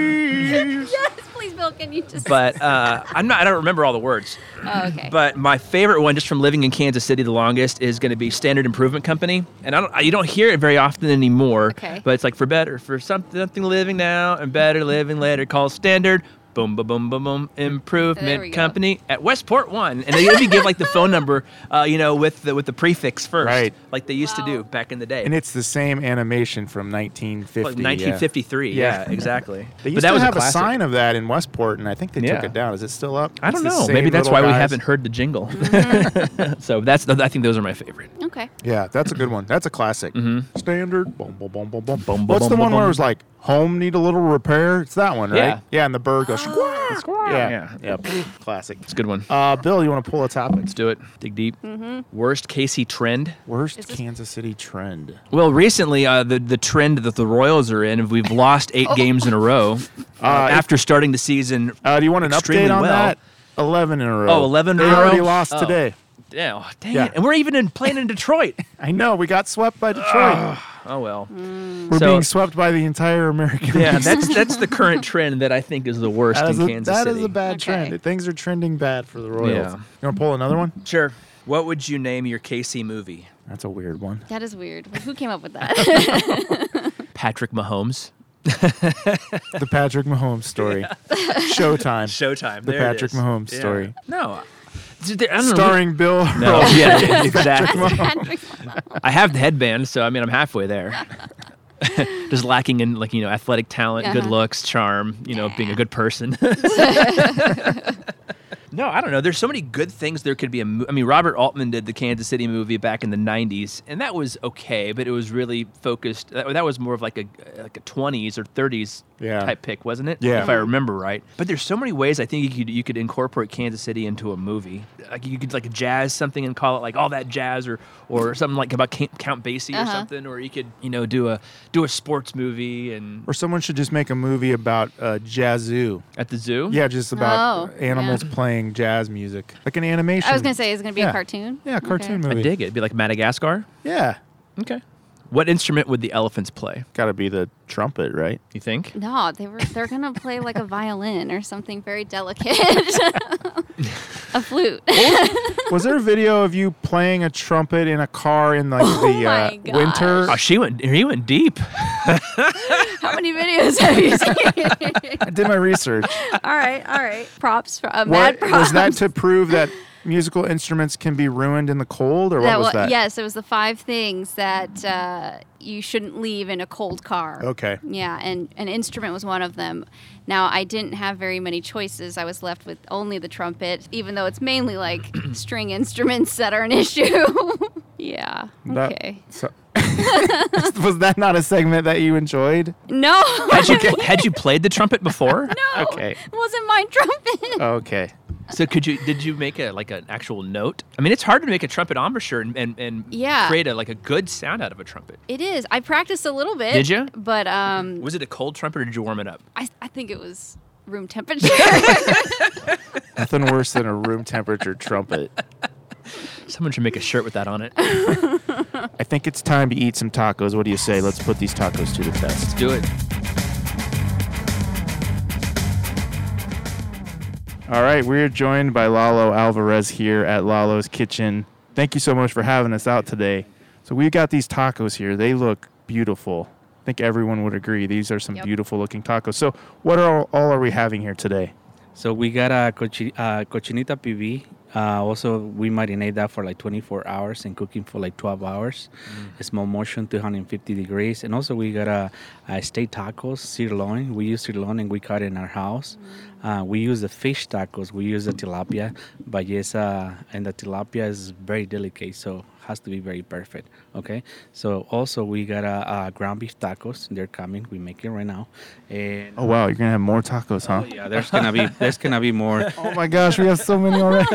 [SPEAKER 1] sleeves.
[SPEAKER 3] yes, please, Bill, can you just
[SPEAKER 4] But uh, I'm not I don't remember all the words.
[SPEAKER 3] Oh, okay.
[SPEAKER 4] But my favorite one, just from living in Kansas City the longest, is going to be Standard Improvement Company, and I don't you don't hear it very often anymore.
[SPEAKER 3] Okay.
[SPEAKER 4] But it's like for better for something, something living now and better living later. Call Standard Boom, boom, boom, boom, boom.
[SPEAKER 3] There we
[SPEAKER 4] Improvement
[SPEAKER 3] go.
[SPEAKER 4] Company at Westport One, and they even give like the phone number, uh, you know, with the with the prefix first,
[SPEAKER 1] Right.
[SPEAKER 4] Like they used
[SPEAKER 3] Wow.
[SPEAKER 4] to do back in the day,
[SPEAKER 1] And it's the same animation from 1950.
[SPEAKER 4] like
[SPEAKER 1] yeah.
[SPEAKER 4] 1953. Yeah,
[SPEAKER 1] Yeah.
[SPEAKER 4] exactly.
[SPEAKER 1] They used
[SPEAKER 4] but that
[SPEAKER 1] to
[SPEAKER 4] was
[SPEAKER 1] have a,
[SPEAKER 4] classic.
[SPEAKER 1] sign of that in Westport, and I think they
[SPEAKER 4] Yeah.
[SPEAKER 1] took it down. Is it still up?
[SPEAKER 4] I don't
[SPEAKER 1] It's the
[SPEAKER 4] know.
[SPEAKER 1] same
[SPEAKER 4] Maybe that's
[SPEAKER 1] little
[SPEAKER 4] why we
[SPEAKER 1] guys.
[SPEAKER 4] haven't heard the jingle. so that's I think those are my favorite.
[SPEAKER 3] Okay.
[SPEAKER 1] Yeah, that's a good one. That's a classic.
[SPEAKER 4] Mm-hmm.
[SPEAKER 1] Standard. Boom, boom, boom, boom, boom.
[SPEAKER 4] Boom,
[SPEAKER 1] What's
[SPEAKER 4] boom,
[SPEAKER 1] the
[SPEAKER 4] boom,
[SPEAKER 1] one where
[SPEAKER 4] boom.
[SPEAKER 1] it was like home need a little repair? It's that one, right?
[SPEAKER 4] Yeah. Ah,
[SPEAKER 1] and the bird goes squawk, squawk. Yeah,
[SPEAKER 4] Yeah.
[SPEAKER 1] Yep. classic.
[SPEAKER 4] It's a good one.
[SPEAKER 1] Uh, Bill, you want to pull a topic?
[SPEAKER 4] Let's do it. Dig deep. Mm-hmm. Worst Casey trend.
[SPEAKER 1] Worst
[SPEAKER 3] this-
[SPEAKER 1] Kansas City trend.
[SPEAKER 4] Well, recently uh, the the trend that the Royals are in, we've lost eight games in a row Oh. uh, after starting the season.
[SPEAKER 1] Uh, do you want an
[SPEAKER 4] Extremely
[SPEAKER 1] update on
[SPEAKER 4] well.
[SPEAKER 1] that? Eleven in a row.
[SPEAKER 4] Oh, 11
[SPEAKER 1] they
[SPEAKER 4] in a
[SPEAKER 1] already
[SPEAKER 4] row?
[SPEAKER 1] lost
[SPEAKER 4] Oh.
[SPEAKER 1] today.
[SPEAKER 4] Yeah, oh, dang
[SPEAKER 1] Yeah.
[SPEAKER 4] it! And we're even in playing in Detroit.
[SPEAKER 1] I know we got swept by Detroit.
[SPEAKER 4] Oh well.
[SPEAKER 1] We're
[SPEAKER 4] So-
[SPEAKER 1] being swept by the entire American.
[SPEAKER 4] Yeah,
[SPEAKER 1] League.
[SPEAKER 4] that's that's the current trend that I think is the worst
[SPEAKER 1] that is
[SPEAKER 4] in
[SPEAKER 1] a,
[SPEAKER 4] Kansas
[SPEAKER 1] that is
[SPEAKER 4] City.
[SPEAKER 1] a bad
[SPEAKER 3] Okay.
[SPEAKER 1] trend. Things are trending bad for the Royals.
[SPEAKER 4] Yeah.
[SPEAKER 1] You want to pull another one?
[SPEAKER 4] Sure. What would you name your KC movie?
[SPEAKER 1] That's a weird one.
[SPEAKER 3] That is weird. Who came up with that?
[SPEAKER 4] Patrick Mahomes.
[SPEAKER 1] The Patrick Mahomes story. Showtime.
[SPEAKER 4] Showtime.
[SPEAKER 1] The
[SPEAKER 4] There it
[SPEAKER 1] Patrick
[SPEAKER 4] is.
[SPEAKER 1] Mahomes
[SPEAKER 4] Yeah.
[SPEAKER 1] story.
[SPEAKER 4] No. I don't know.
[SPEAKER 1] Starring Bill.
[SPEAKER 4] No,
[SPEAKER 1] Earl.
[SPEAKER 4] yeah, exactly.
[SPEAKER 3] Patrick-
[SPEAKER 4] I have the headband, so I mean, I'm halfway there. Just lacking in like you know athletic talent, good
[SPEAKER 3] Uh-huh.
[SPEAKER 4] looks, charm, you know, being a good person. no, I don't know. There's so many good things there could be. A mo- I mean, Robert Altman did the Kansas City movie back in the '90s, and that was okay, but it was really focused. That, that was more of like a like a 20s or 30s
[SPEAKER 1] Yeah.
[SPEAKER 4] type pick, wasn't it?
[SPEAKER 1] Yeah.
[SPEAKER 4] if I remember right. But there's so many ways I think you could you could incorporate Kansas City into a movie. Like you could like jazz something and call it like all that jazz or or something like about Ca- Count Basie or
[SPEAKER 3] Uh-huh.
[SPEAKER 4] something. Or you could you know do a do a sports movie and
[SPEAKER 1] Or someone should just make a movie about uh, Jazoo.
[SPEAKER 4] at the zoo.
[SPEAKER 1] Yeah, just about
[SPEAKER 3] Oh,
[SPEAKER 1] uh, animals playing jazz music. Like an animation.
[SPEAKER 3] I was gonna say it's gonna be
[SPEAKER 1] Yeah.
[SPEAKER 3] a cartoon.
[SPEAKER 1] Yeah, a cartoon
[SPEAKER 4] I
[SPEAKER 1] movie.
[SPEAKER 4] dig it. It'd be like Madagascar.
[SPEAKER 1] Yeah.
[SPEAKER 4] Okay. What instrument would the elephants play?
[SPEAKER 1] Got to be the trumpet, right?
[SPEAKER 4] You think?
[SPEAKER 3] No, they were they're gonna play like a violin or something very delicate. a flute.
[SPEAKER 1] Was there a video of you playing a trumpet in a car in like the uh,
[SPEAKER 3] Oh my gosh.
[SPEAKER 1] winter?
[SPEAKER 4] Oh, she went. He went deep.
[SPEAKER 3] How many videos have you seen?
[SPEAKER 1] I did my research.
[SPEAKER 3] all right, all right. Props for uh, mad
[SPEAKER 1] what
[SPEAKER 3] props.
[SPEAKER 1] was that to prove that musical instruments can be ruined in the cold, or what was
[SPEAKER 3] wa-
[SPEAKER 1] that?
[SPEAKER 3] Yes, it was the five things that uh, you shouldn't leave in a cold car.
[SPEAKER 1] Okay.
[SPEAKER 3] Yeah, and an instrument was one of them. Now, I didn't have very many choices. I was left with only the trumpet, even though it's mainly like string instruments that are an issue. yeah.
[SPEAKER 1] That-
[SPEAKER 3] okay.
[SPEAKER 1] so- was that not a segment that you enjoyed?
[SPEAKER 3] No.
[SPEAKER 4] Had you pl- had you played the trumpet before?
[SPEAKER 3] no.
[SPEAKER 1] Okay.
[SPEAKER 3] It wasn't my trumpet.
[SPEAKER 1] Okay.
[SPEAKER 4] So could you did you make a like an actual note? I mean, it's hard to make a trumpet embouchure and and, and
[SPEAKER 3] Yeah.
[SPEAKER 4] create a like a good sound out of a trumpet.
[SPEAKER 3] It is. I practiced a little bit.
[SPEAKER 4] Did you?
[SPEAKER 3] But um,
[SPEAKER 4] Was it a cold trumpet or did you warm it up?
[SPEAKER 3] I, I think it was room temperature.
[SPEAKER 1] Nothing worse than a room temperature trumpet.
[SPEAKER 4] Someone should make a shirt with that on it.
[SPEAKER 1] I think it's time to eat some tacos. What do you say? Let's put these tacos to the test.
[SPEAKER 4] Do it.
[SPEAKER 1] All right, we're joined by Lalo Alvarez here at Lalo's Kitchen. Thank you so much for having us out today. So we've got these tacos here. They look beautiful. I think everyone would agree. These are some
[SPEAKER 3] Yep.
[SPEAKER 1] beautiful looking tacos. So what are all, all are we having here today?
[SPEAKER 7] So we got a cochi- uh, cochinita PB. Uh, also, we marinate that for like 24 hours and cooking for like 12 hours. Small motion, 250 degrees. And also, we got a, a steak tacos, sirloin. We use sirloin and we cut it in our house. Uh, we use the fish tacos. We use the tilapia, but yes, uh, and the tilapia is very delicate, so has to be very perfect. Okay. So also, we got a, uh ground beef tacos. They're coming. We make it right now. And
[SPEAKER 1] Oh wow, you're gonna have more tacos,
[SPEAKER 3] Oh,
[SPEAKER 1] huh?
[SPEAKER 7] yeah, there's gonna be there's gonna be more.
[SPEAKER 1] Oh my gosh, we have so many already.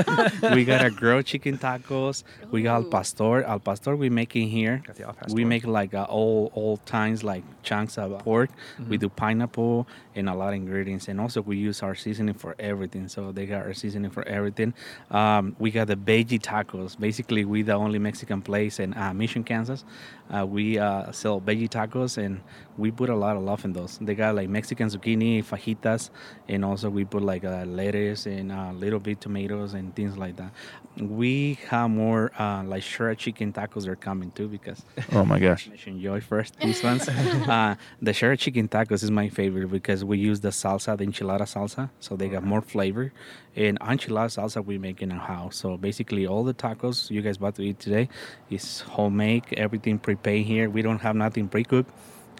[SPEAKER 7] we got a grilled chicken tacos. We got al
[SPEAKER 3] Ooh.
[SPEAKER 7] pastor. Al pastor we make in here.
[SPEAKER 4] Got the al
[SPEAKER 7] We
[SPEAKER 4] pastor.
[SPEAKER 7] make like uh, all all times like chunks of pork.
[SPEAKER 4] Mm-hmm.
[SPEAKER 7] We do pineapple and a lot of ingredients, and also we use our seasoning for everything. So they got our seasoning for everything. Um, we got the veggie tacos. Basically, we the only Mexican place in uh, Mission, Kansas. Uh, we uh, sell veggie tacos, and we put a lot of love in those. They got like Mexican zucchini fajitas, and also we put like uh, lettuce and a little bit tomatoes and things like that. We have more uh, like shredded chicken tacos are coming too because
[SPEAKER 1] oh my gosh.
[SPEAKER 7] mention Joy first. These ones, uh, the shredded chicken tacos is my favorite because we use the salsa, the enchilada salsa, salsa, so they got more flavor. And enchilada salsa we make in our house. So basically, all the tacos you guys about to eat today is homemade. Everything prepared here. We don't have nothing pre-cooked.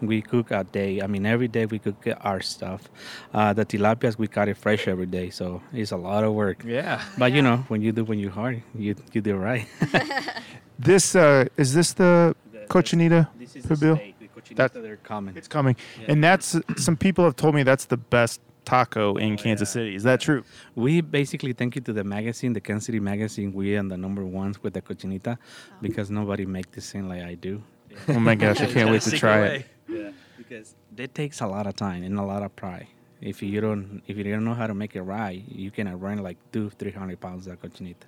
[SPEAKER 7] We cook a day. I mean, every day we cook our stuff. Uh, the tilapias we cut it fresh every day, so it's a lot of work.
[SPEAKER 4] Yeah.
[SPEAKER 7] But you know, when you do when you hard, you you do right.
[SPEAKER 1] This uh, is this the cochinita pibil? That-
[SPEAKER 7] they're common.
[SPEAKER 1] It's coming, and that's some people have told me that's the best taco in Kansas City. Is that true?
[SPEAKER 7] We basically thank you to the magazine, the Kansas City magazine. We are the number ones with the cochinita because nobody make this thing like I do.
[SPEAKER 1] Oh my gosh, I can't wait to try it.
[SPEAKER 7] Yeah, because that takes a lot of time and a lot of pride. If you don't, if you don't know how to make it right, you can run like two, three hundred pounds of cochinita.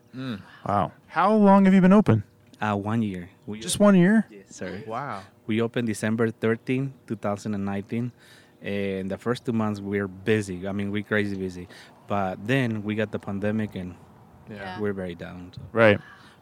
[SPEAKER 1] Wow. How long have you been open?
[SPEAKER 7] Uh, one year. We
[SPEAKER 1] Just one year?
[SPEAKER 7] Yes, sir.
[SPEAKER 1] Wow.
[SPEAKER 7] We opened December 13, 2019. And Eh, the first two months we are busy. I mean, we're crazy busy. But then we got the pandemic and
[SPEAKER 3] Yeah.
[SPEAKER 7] we're very down.
[SPEAKER 1] Right.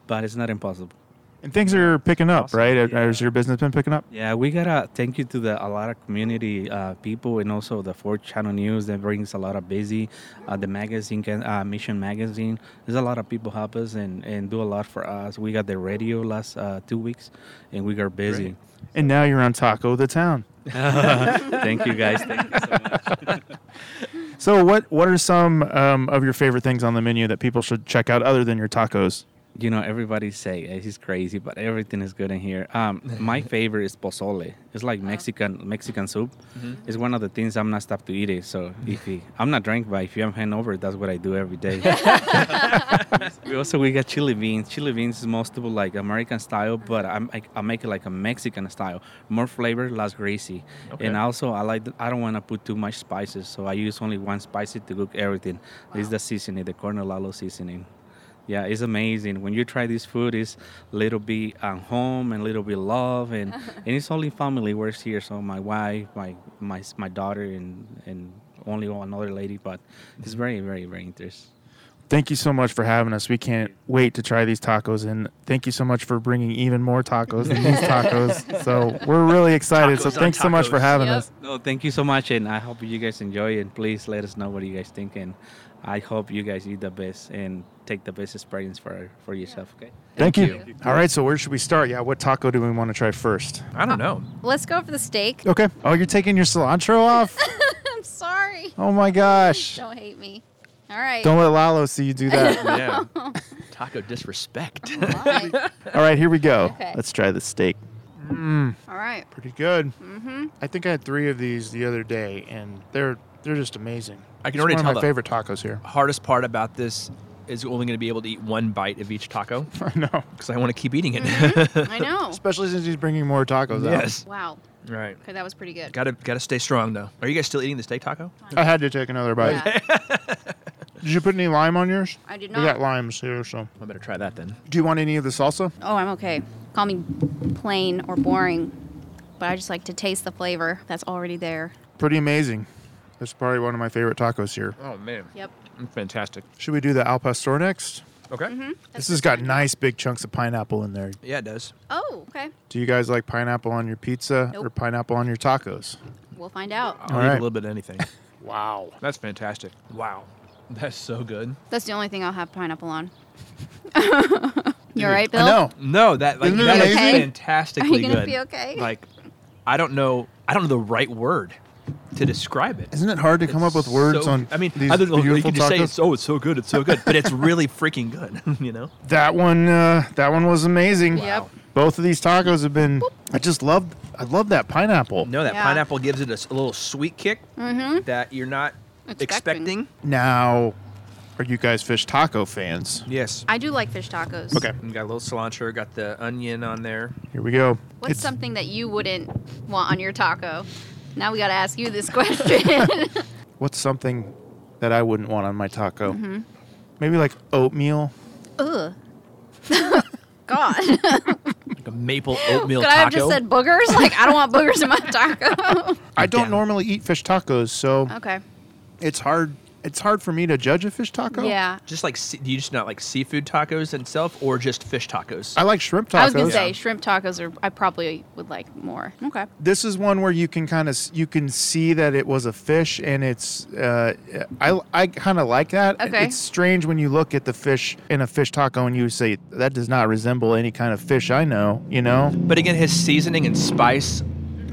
[SPEAKER 7] But it's not impossible.
[SPEAKER 1] And things are picking up,
[SPEAKER 7] Awesome.
[SPEAKER 1] right?
[SPEAKER 7] Yeah.
[SPEAKER 1] Has your business been picking up?
[SPEAKER 7] Yeah, we gotta thank you to the a lot of community uh, people and also the Four Channel News that brings a lot of busy, uh, the magazine can, uh, Mission Magazine. There's a lot of people help us and, and do a lot for us. We got the radio last uh, two weeks, and we got busy.
[SPEAKER 1] And now you're on Taco the Town.
[SPEAKER 7] thank you guys. Thank you so much.
[SPEAKER 1] So what what are some um, of your favorite things on the menu that people should check out other than your tacos?
[SPEAKER 7] You know, everybody say eh, he's crazy, but everything is good in here. Um, my favorite is pozole. It's like Mexican Mexican soup. It's one of the things I'm not stopped to eat it. So if you, I'm not drunk, but if you have hangover, that's what I do every day. we also we got chili beans. Chili beans is most people like American style, but I'm, I I make it like a Mexican style. More flavor, less greasy. And also I like I don't want to put too much spices, so I use only one spicy to cook everything. This is the seasoning, the cornalalo seasoning. Yeah, it's amazing. When you try this food, it's little bit um, home and little bit love, and, and it's only family works here. So my wife, my my my daughter, and and only another lady, but it's very very very interesting.
[SPEAKER 1] Thank you so much for having us. We can't wait to try these tacos, and thank you so much for bringing even more tacos than these tacos. So we're really excited. so
[SPEAKER 4] Tacos on
[SPEAKER 1] thanks so much for
[SPEAKER 4] tacos.
[SPEAKER 1] having
[SPEAKER 3] Yep.
[SPEAKER 1] us.
[SPEAKER 7] No, thank you so much, and I hope you guys enjoy it. Please let us know what you guys think, and I hope you guys eat the best and take the best experience for for yourself. Okay.
[SPEAKER 1] Thank,
[SPEAKER 4] Thank
[SPEAKER 1] you. All right, so where should we start? Yeah, what taco do we want to try first?
[SPEAKER 4] I don't know.
[SPEAKER 3] Let's go for the steak.
[SPEAKER 1] Okay. Oh, you're taking your cilantro off?
[SPEAKER 3] I'm sorry.
[SPEAKER 1] Oh my gosh.
[SPEAKER 3] Don't hate me. All right.
[SPEAKER 1] Don't let Lalo see you do that.
[SPEAKER 4] Yeah. Taco disrespect.
[SPEAKER 3] Why?
[SPEAKER 1] All right, here we go.
[SPEAKER 3] Okay.
[SPEAKER 1] Let's try the steak.
[SPEAKER 3] All right.
[SPEAKER 8] pretty good. Mm-hmm. I think I had three of these the other day, and they're they're just amazing.
[SPEAKER 4] I can
[SPEAKER 8] It's
[SPEAKER 4] already
[SPEAKER 8] one
[SPEAKER 4] tell
[SPEAKER 8] of my
[SPEAKER 4] the-
[SPEAKER 8] favorite tacos here.
[SPEAKER 4] Hardest part about this is only going to be able to eat one bite of each taco
[SPEAKER 8] I know,
[SPEAKER 4] because I want to keep eating it.
[SPEAKER 3] I know.
[SPEAKER 8] especially since he's bringing more tacos
[SPEAKER 4] yes.
[SPEAKER 3] Wow.
[SPEAKER 4] Right.
[SPEAKER 3] Okay, that was pretty good.
[SPEAKER 4] Gotta gotta stay strong though. Are you guys still eating the steak taco?
[SPEAKER 8] out. I had to take another bite.
[SPEAKER 3] Yeah.
[SPEAKER 8] Did you put any lime on yours?
[SPEAKER 3] I did
[SPEAKER 8] We got
[SPEAKER 3] not.
[SPEAKER 8] limes here, so
[SPEAKER 4] I better try that then.
[SPEAKER 1] Do you want any of the salsa?
[SPEAKER 3] Oh, I'm okay. Call me plain or boring, but I just like to taste the flavor that's already there.
[SPEAKER 1] Pretty amazing.
[SPEAKER 8] amazing. That's probably one of my favorite tacos here.
[SPEAKER 4] Oh man.
[SPEAKER 3] Yep.
[SPEAKER 4] I'm fantastic.
[SPEAKER 8] Should we do the al pastor next?
[SPEAKER 4] Okay.
[SPEAKER 8] This has got nice big chunks of pineapple in there.
[SPEAKER 4] Yeah, it does.
[SPEAKER 3] Oh, okay.
[SPEAKER 8] Do you guys like pineapple on your pizza
[SPEAKER 3] Nope.
[SPEAKER 8] or pineapple on your tacos?
[SPEAKER 3] We'll find out.
[SPEAKER 4] I'll
[SPEAKER 8] All
[SPEAKER 4] eat a
[SPEAKER 8] right.
[SPEAKER 4] little bit of anything.
[SPEAKER 8] Wow.
[SPEAKER 4] That's fantastic. Wow. That's so good.
[SPEAKER 3] That's the only thing I'll have pineapple on. you all right, Bill?
[SPEAKER 8] I know.
[SPEAKER 4] No, that like
[SPEAKER 8] Isn't it
[SPEAKER 4] that is
[SPEAKER 3] amazing? Are
[SPEAKER 4] fantastically
[SPEAKER 3] you gonna
[SPEAKER 4] good.
[SPEAKER 3] be okay?
[SPEAKER 4] Like I don't know I don't know the right word to describe it.
[SPEAKER 1] Isn't it hard to come up with words
[SPEAKER 4] So-
[SPEAKER 1] on
[SPEAKER 4] I mean
[SPEAKER 1] these
[SPEAKER 4] other than you
[SPEAKER 1] beautiful
[SPEAKER 4] can just say
[SPEAKER 1] tacos?
[SPEAKER 4] it's, oh it's so good, it's so good. But it's really freaking good, you know?
[SPEAKER 1] that one uh, that one was amazing.
[SPEAKER 3] Yep. Wow.
[SPEAKER 1] Both of these tacos have been I just love I love that pineapple.
[SPEAKER 4] No, that
[SPEAKER 3] Yeah. Mm-hmm.
[SPEAKER 4] pineapple gives it a, s- a little sweet kick that you're not
[SPEAKER 3] Expecting.
[SPEAKER 4] expecting.
[SPEAKER 1] Now are you guys fish taco fans?
[SPEAKER 4] Yes.
[SPEAKER 3] I do like fish tacos.
[SPEAKER 1] Okay.
[SPEAKER 4] You got a little cilantro, got the onion on there.
[SPEAKER 1] Here we go.
[SPEAKER 3] What's
[SPEAKER 1] It's-
[SPEAKER 3] something that you wouldn't want on your taco? Now we got to ask you this question.
[SPEAKER 1] what's something that I wouldn't want on my taco?
[SPEAKER 3] Mm-hmm.
[SPEAKER 1] Maybe like oatmeal.
[SPEAKER 3] Ugh. God.
[SPEAKER 4] Like a maple oatmeal
[SPEAKER 3] Could
[SPEAKER 4] taco.
[SPEAKER 3] I have just said boogers? Like, I don't want boogers in my taco.
[SPEAKER 1] I don't
[SPEAKER 4] down.
[SPEAKER 1] normally eat fish tacos, so
[SPEAKER 3] okay.
[SPEAKER 1] it's hard it's hard for me to judge a fish taco.
[SPEAKER 3] Yeah.
[SPEAKER 4] Just like, se- do you just not like seafood tacos itself or just fish tacos?
[SPEAKER 1] I like shrimp tacos.
[SPEAKER 3] I was gonna say shrimp tacos are. I probably would like more. Okay.
[SPEAKER 1] this is one where you can kind of you can see that it was a fish and it's uh, I I kind of like that.
[SPEAKER 3] Okay.
[SPEAKER 1] It's strange when you look at the fish in a fish taco and you say that does not resemble any kind of fish I know, you know.
[SPEAKER 4] But again, his seasoning and spice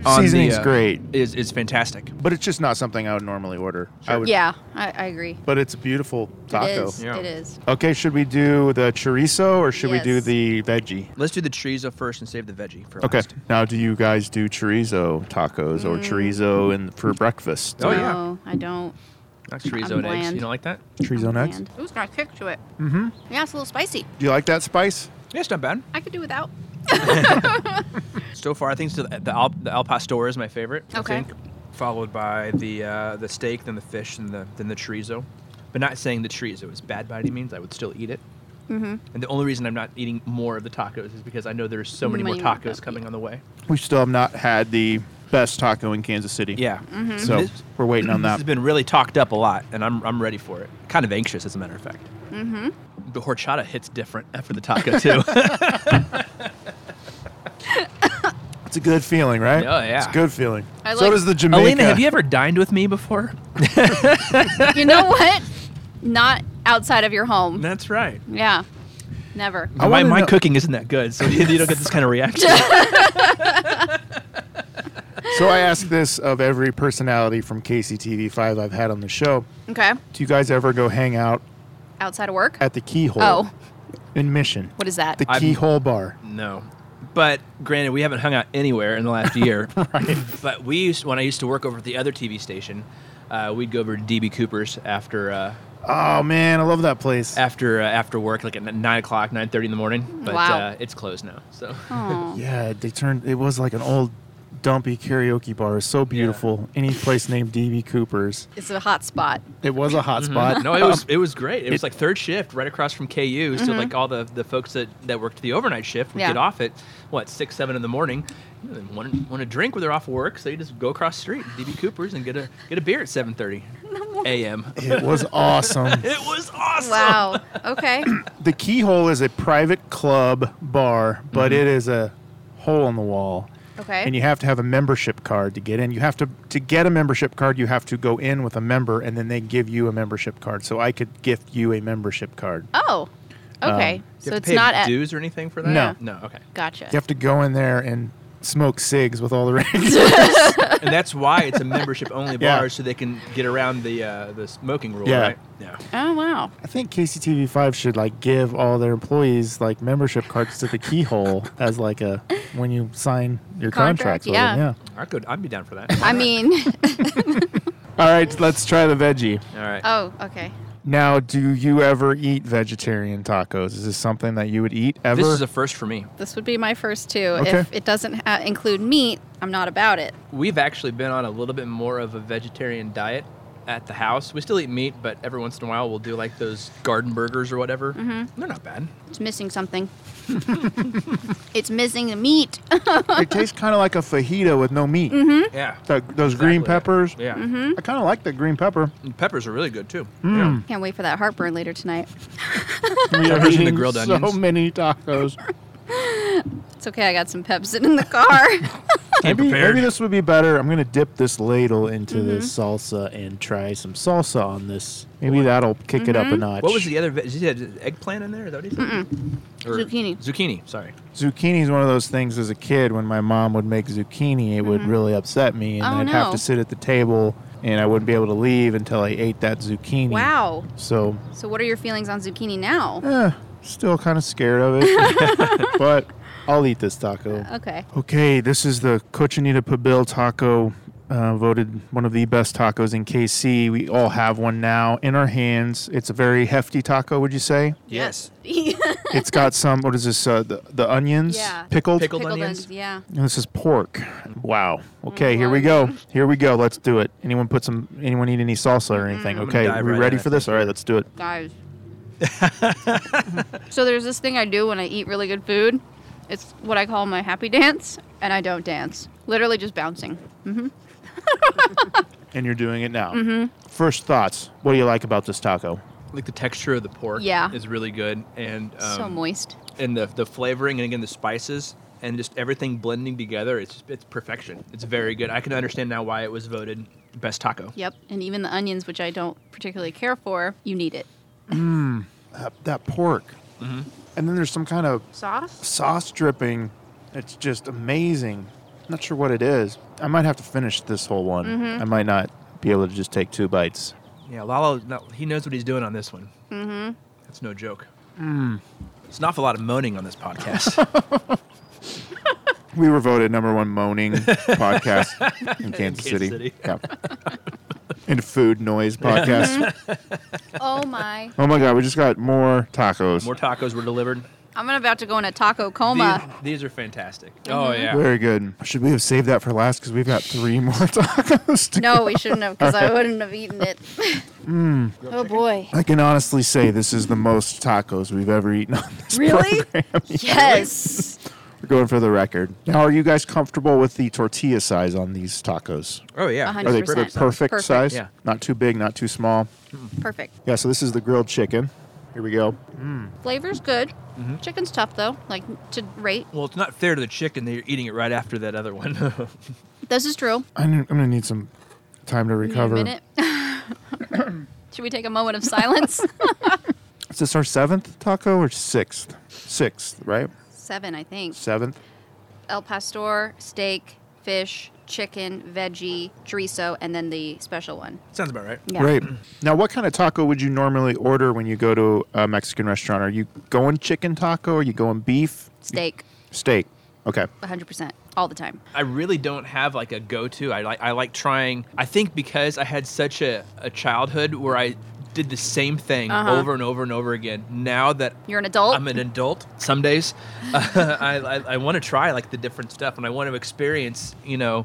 [SPEAKER 4] on
[SPEAKER 1] Seasoning's
[SPEAKER 4] the, uh,
[SPEAKER 1] great.
[SPEAKER 4] Is, is fantastic.
[SPEAKER 1] But it's just not something I would normally order. I would
[SPEAKER 3] Yeah, I, I agree.
[SPEAKER 1] But it's a beautiful
[SPEAKER 3] It
[SPEAKER 1] taco.
[SPEAKER 3] is.
[SPEAKER 4] Yeah.
[SPEAKER 3] It is.
[SPEAKER 1] Okay, should we do the chorizo or should we do
[SPEAKER 3] Yes.
[SPEAKER 1] the veggie?
[SPEAKER 4] Let's do the chorizo first and save the veggie for
[SPEAKER 1] Okay.
[SPEAKER 4] last.
[SPEAKER 1] Now, do you guys do chorizo tacos
[SPEAKER 4] Mm.
[SPEAKER 1] or chorizo and for breakfast?
[SPEAKER 4] Oh, yeah.
[SPEAKER 3] No, I don't.
[SPEAKER 4] That's chorizo
[SPEAKER 3] I'm
[SPEAKER 4] and eggs.
[SPEAKER 3] bland.
[SPEAKER 4] You don't like that?
[SPEAKER 1] Chorizo and eggs.
[SPEAKER 3] And Ooh, it's got a kick to it. Mm-hmm. Yeah, it's a little spicy.
[SPEAKER 1] Do you like that spice?
[SPEAKER 4] Yeah, it's not bad.
[SPEAKER 3] I could do without.
[SPEAKER 4] So far, I think it's the, the, al, the al pastor is my favorite. I
[SPEAKER 3] Okay.
[SPEAKER 4] think, followed by the uh, the steak, then the fish, and the then the chorizo. But not saying the chorizo is bad by any means. I would still eat it. Mm-hmm. And the only reason I'm not eating more of the tacos is because I know there's so many more
[SPEAKER 3] Many more of
[SPEAKER 4] tacos
[SPEAKER 3] them,
[SPEAKER 4] coming on the way.
[SPEAKER 1] We still have not had the best taco in Kansas City.
[SPEAKER 4] Yeah.
[SPEAKER 3] Mm-hmm.
[SPEAKER 1] So
[SPEAKER 4] This-
[SPEAKER 1] we're waiting on
[SPEAKER 4] This has
[SPEAKER 1] that.
[SPEAKER 4] been really talked up a lot, and I'm, I'm ready for it. Kind of anxious, as a matter of fact. Mm-hmm. The horchata hits different after the taco, too.
[SPEAKER 1] It's a good feeling, right?
[SPEAKER 4] Oh, yeah.
[SPEAKER 1] It's a good feeling.
[SPEAKER 3] I
[SPEAKER 1] so
[SPEAKER 3] like-
[SPEAKER 1] does the Jamaica.
[SPEAKER 4] Alina, have you ever dined with me before?
[SPEAKER 3] you know what? Not outside of your home.
[SPEAKER 4] That's right.
[SPEAKER 3] Yeah. Never.
[SPEAKER 1] I
[SPEAKER 4] my
[SPEAKER 1] wanna
[SPEAKER 4] my
[SPEAKER 1] know-
[SPEAKER 4] cooking isn't that good, so you don't get this kind of reaction.
[SPEAKER 1] so I ask this of every personality from KCTV5 I've had on the show.
[SPEAKER 3] Okay.
[SPEAKER 1] Do you guys ever go hang out
[SPEAKER 3] Outside of work.
[SPEAKER 1] at the Keyhole
[SPEAKER 3] Oh,
[SPEAKER 1] in Mission?
[SPEAKER 3] what is that?
[SPEAKER 1] The
[SPEAKER 4] I'm-
[SPEAKER 1] Keyhole Bar.
[SPEAKER 4] No. But granted, we haven't hung out anywhere in the last year. right. But we used when I used to work over at the other TV station, uh, we'd go over to DB Cooper's after uh,
[SPEAKER 1] Oh, man. I love that place.
[SPEAKER 4] after uh, after work, like at nine o'clock, nine thirty in the morning. But
[SPEAKER 3] Wow.
[SPEAKER 4] uh, it's closed now. So
[SPEAKER 3] Oh.
[SPEAKER 1] Yeah, they turned. It was like an old, dumpy karaoke bar. It was so beautiful. Any place named DB Cooper's.
[SPEAKER 3] It's a hot spot.
[SPEAKER 1] It was a hot spot.
[SPEAKER 4] Mm-hmm. no, it was it was great. It, was like third shift, right across from KU. So like all the, the folks that, that worked the overnight shift would
[SPEAKER 3] Yeah.
[SPEAKER 4] get off at what six seven in the morning. And then want want a drink when they're off work, so you just go across the street, DB Cooper's, and get a get a beer at seven thirty a.m.
[SPEAKER 1] it was awesome.
[SPEAKER 4] It was awesome.
[SPEAKER 3] Wow. Okay.
[SPEAKER 1] The Keyhole is a private club bar, but
[SPEAKER 4] Mm-hmm.
[SPEAKER 1] it is a hole in the wall.
[SPEAKER 3] Okay.
[SPEAKER 1] And you have to have a membership card to get in. You have to to get a membership card. You have to go in with a member, and then they give you a membership card. So I could gift you a membership card.
[SPEAKER 4] Uh,
[SPEAKER 3] oh. Okay. so
[SPEAKER 4] Do Um, you have to
[SPEAKER 3] it's
[SPEAKER 4] pay
[SPEAKER 3] not at.
[SPEAKER 4] dues or anything for that?
[SPEAKER 1] No.
[SPEAKER 4] No, okay.
[SPEAKER 3] Gotcha.
[SPEAKER 1] You have to go in there and smoke cigs with all the regulars.
[SPEAKER 4] and that's why it's a membership only
[SPEAKER 1] Yeah.
[SPEAKER 4] bar so they can get around the uh, the smoking rule,
[SPEAKER 1] Yeah.
[SPEAKER 4] right? Yeah.
[SPEAKER 3] Oh wow.
[SPEAKER 1] I think KCTV five should like give all their employees like membership cards to the Keyhole as like a when you sign your
[SPEAKER 3] Contract,
[SPEAKER 1] contracts. with them,
[SPEAKER 3] yeah.
[SPEAKER 4] I could I'd be down for that.
[SPEAKER 3] I mean.
[SPEAKER 1] yeah. All right, let's try the veggie.
[SPEAKER 4] All right.
[SPEAKER 3] Oh. Okay.
[SPEAKER 1] Now, do you ever eat vegetarian tacos? Is this something that you would eat ever?
[SPEAKER 4] this is a first for me.
[SPEAKER 3] This would be my first two.
[SPEAKER 1] Okay.
[SPEAKER 3] If it doesn't ha- include meat, I'm not about it.
[SPEAKER 4] We've actually been on a little bit more of a vegetarian diet at the house. We still eat meat, but every once in a while we'll do like those garden burgers or whatever.
[SPEAKER 3] Mm-hmm.
[SPEAKER 4] They're not bad.
[SPEAKER 3] It's missing something. it's missing the meat.
[SPEAKER 1] it tastes kind of like a fajita with no meat.
[SPEAKER 3] Mm-hmm.
[SPEAKER 4] Yeah.
[SPEAKER 1] The- those green
[SPEAKER 4] Exactly.
[SPEAKER 1] peppers.
[SPEAKER 4] Yeah.
[SPEAKER 1] I kind of like the green pepper.
[SPEAKER 4] And peppers are really good too.
[SPEAKER 3] Can't wait for that heartburn later tonight.
[SPEAKER 1] We
[SPEAKER 4] Peppers
[SPEAKER 1] are
[SPEAKER 4] and the
[SPEAKER 1] eating
[SPEAKER 4] grilled
[SPEAKER 1] so
[SPEAKER 4] onions.
[SPEAKER 1] many tacos.
[SPEAKER 3] It's okay. I got some Pepsi in the car.
[SPEAKER 4] Came
[SPEAKER 1] Maybe,
[SPEAKER 4] prepared.
[SPEAKER 1] maybe this would be better. I'm gonna dip this ladle into the
[SPEAKER 3] Mm-hmm.
[SPEAKER 1] salsa and try some salsa on this. Maybe that'll kick it up
[SPEAKER 3] Mm-hmm.
[SPEAKER 1] a notch.
[SPEAKER 4] What was the other? Veg- did you have eggplant in there? Is that what he said? Or-
[SPEAKER 3] Zucchini.
[SPEAKER 4] Zucchini. Sorry.
[SPEAKER 1] zucchini is one of those things as a kid when my mom would make zucchini it would really upset me and
[SPEAKER 3] Mm-hmm. Oh,
[SPEAKER 1] i'd have
[SPEAKER 3] no.
[SPEAKER 1] to sit at the table and i wouldn't be able to leave until i ate that zucchini
[SPEAKER 3] wow.
[SPEAKER 1] so
[SPEAKER 3] So what are your feelings on zucchini now?
[SPEAKER 4] Uh,
[SPEAKER 1] eh, still kind of scared of it but i'll eat this taco
[SPEAKER 3] Okay.
[SPEAKER 1] okay this is the cochinita pibil taco uh, voted one of the best tacos in kc we all have one now in our hands it's a very hefty taco would you say
[SPEAKER 4] Yes.
[SPEAKER 1] it's got some what is this uh, the, the onions
[SPEAKER 3] Yeah.
[SPEAKER 1] pickled
[SPEAKER 4] Pickled
[SPEAKER 3] Pickled
[SPEAKER 4] onions.
[SPEAKER 3] onions. Yeah.
[SPEAKER 1] And This is pork. Wow. Okay, here we go. Here we go. Let's do it. Anyone put some? Anyone eat any salsa or anything?
[SPEAKER 4] gonna
[SPEAKER 1] Okay,
[SPEAKER 4] dive
[SPEAKER 1] we
[SPEAKER 4] right
[SPEAKER 1] ready
[SPEAKER 4] in, I
[SPEAKER 1] for this? All right, let's do it.
[SPEAKER 3] guys. so there's this thing I do when I eat really good food. It's what I call my happy dance, and I don't dance. Literally just bouncing.
[SPEAKER 1] and you're doing it now. Mm-hmm. First thoughts. What do you like about this taco?
[SPEAKER 4] Like the texture of the pork
[SPEAKER 3] Yeah.
[SPEAKER 4] is really good, and um,
[SPEAKER 3] so moist.
[SPEAKER 4] and the the flavoring, and again the spices, and just everything blending together. It's it's perfection. It's very good. I can understand now why it was voted best taco.
[SPEAKER 3] Yep. And even the onions, which I don't particularly care for, you need it.
[SPEAKER 1] That, that pork. And then there's some kind of
[SPEAKER 3] Sauce?
[SPEAKER 1] sauce dripping. It's just amazing. Not sure what it is. I might have to finish this whole one.
[SPEAKER 4] Mm-hmm.
[SPEAKER 1] I might not be able to just take two bites.
[SPEAKER 4] Yeah, Lalo, no, he knows what he's doing on this one. Mm-hmm. That's no joke. It's an awful lot of moaning on this podcast.
[SPEAKER 1] We were voted number one moaning podcast in Kansas, City.
[SPEAKER 4] City.
[SPEAKER 1] Yeah. and food noise
[SPEAKER 4] Mm-hmm.
[SPEAKER 1] podcast.
[SPEAKER 3] Oh my.
[SPEAKER 1] oh my God, we just got more tacos.
[SPEAKER 4] More tacos were delivered.
[SPEAKER 3] I'm about to go in a taco
[SPEAKER 4] These,
[SPEAKER 3] coma.
[SPEAKER 4] these are fantastic. Oh yeah.
[SPEAKER 1] Very good. Should we have saved that for last? Because we've got three more tacos to
[SPEAKER 3] No, we shouldn't have because I wouldn't have eaten it. Oh boy.
[SPEAKER 1] I can honestly say this is the most tacos we've ever eaten on this
[SPEAKER 3] Really?
[SPEAKER 1] program.
[SPEAKER 3] Yes.
[SPEAKER 1] We're going for the record. Now, are you guys comfortable with the tortilla size on these tacos?
[SPEAKER 4] Oh yeah.
[SPEAKER 1] Are they
[SPEAKER 3] Hundred
[SPEAKER 1] per-
[SPEAKER 3] percent.
[SPEAKER 1] perfect,
[SPEAKER 3] Perfect.
[SPEAKER 1] size?
[SPEAKER 4] Yeah.
[SPEAKER 1] Not too big, not too small.
[SPEAKER 3] Perfect.
[SPEAKER 1] Yeah, so this is the grilled chicken. Here we go.
[SPEAKER 3] Flavor's good. Chicken's tough though, like to rate.
[SPEAKER 4] Well, it's not fair to the chicken that you're eating it right after that other one.
[SPEAKER 3] This is true.
[SPEAKER 1] I'm, I'm going to need some time to
[SPEAKER 3] Need a
[SPEAKER 1] recover.
[SPEAKER 3] minute. Should we take a moment of silence?
[SPEAKER 1] Is this our seventh taco or sixth? Sixth, right?
[SPEAKER 3] Seven, I think.
[SPEAKER 1] Seventh.
[SPEAKER 3] El pastor, steak, fish, chicken, veggie, chorizo, and then the special one.
[SPEAKER 4] Sounds about right.
[SPEAKER 3] Yeah.
[SPEAKER 1] Great. Now, what kind of taco would you normally order when you go to a Mexican restaurant? Are you going chicken taco? Are you going beef?
[SPEAKER 3] Steak,
[SPEAKER 1] Steak. Okay.
[SPEAKER 3] 100%, all the time.
[SPEAKER 4] I really don't have like a go-to. I like I like trying. I think because I had such a, a childhood where I did the same thing
[SPEAKER 3] Uh-huh.
[SPEAKER 4] over and over and over again. Now that
[SPEAKER 3] You're an adult.
[SPEAKER 4] I'm an adult. Some days, I, I, I want to try like the different stuff, and I want to experience. You know,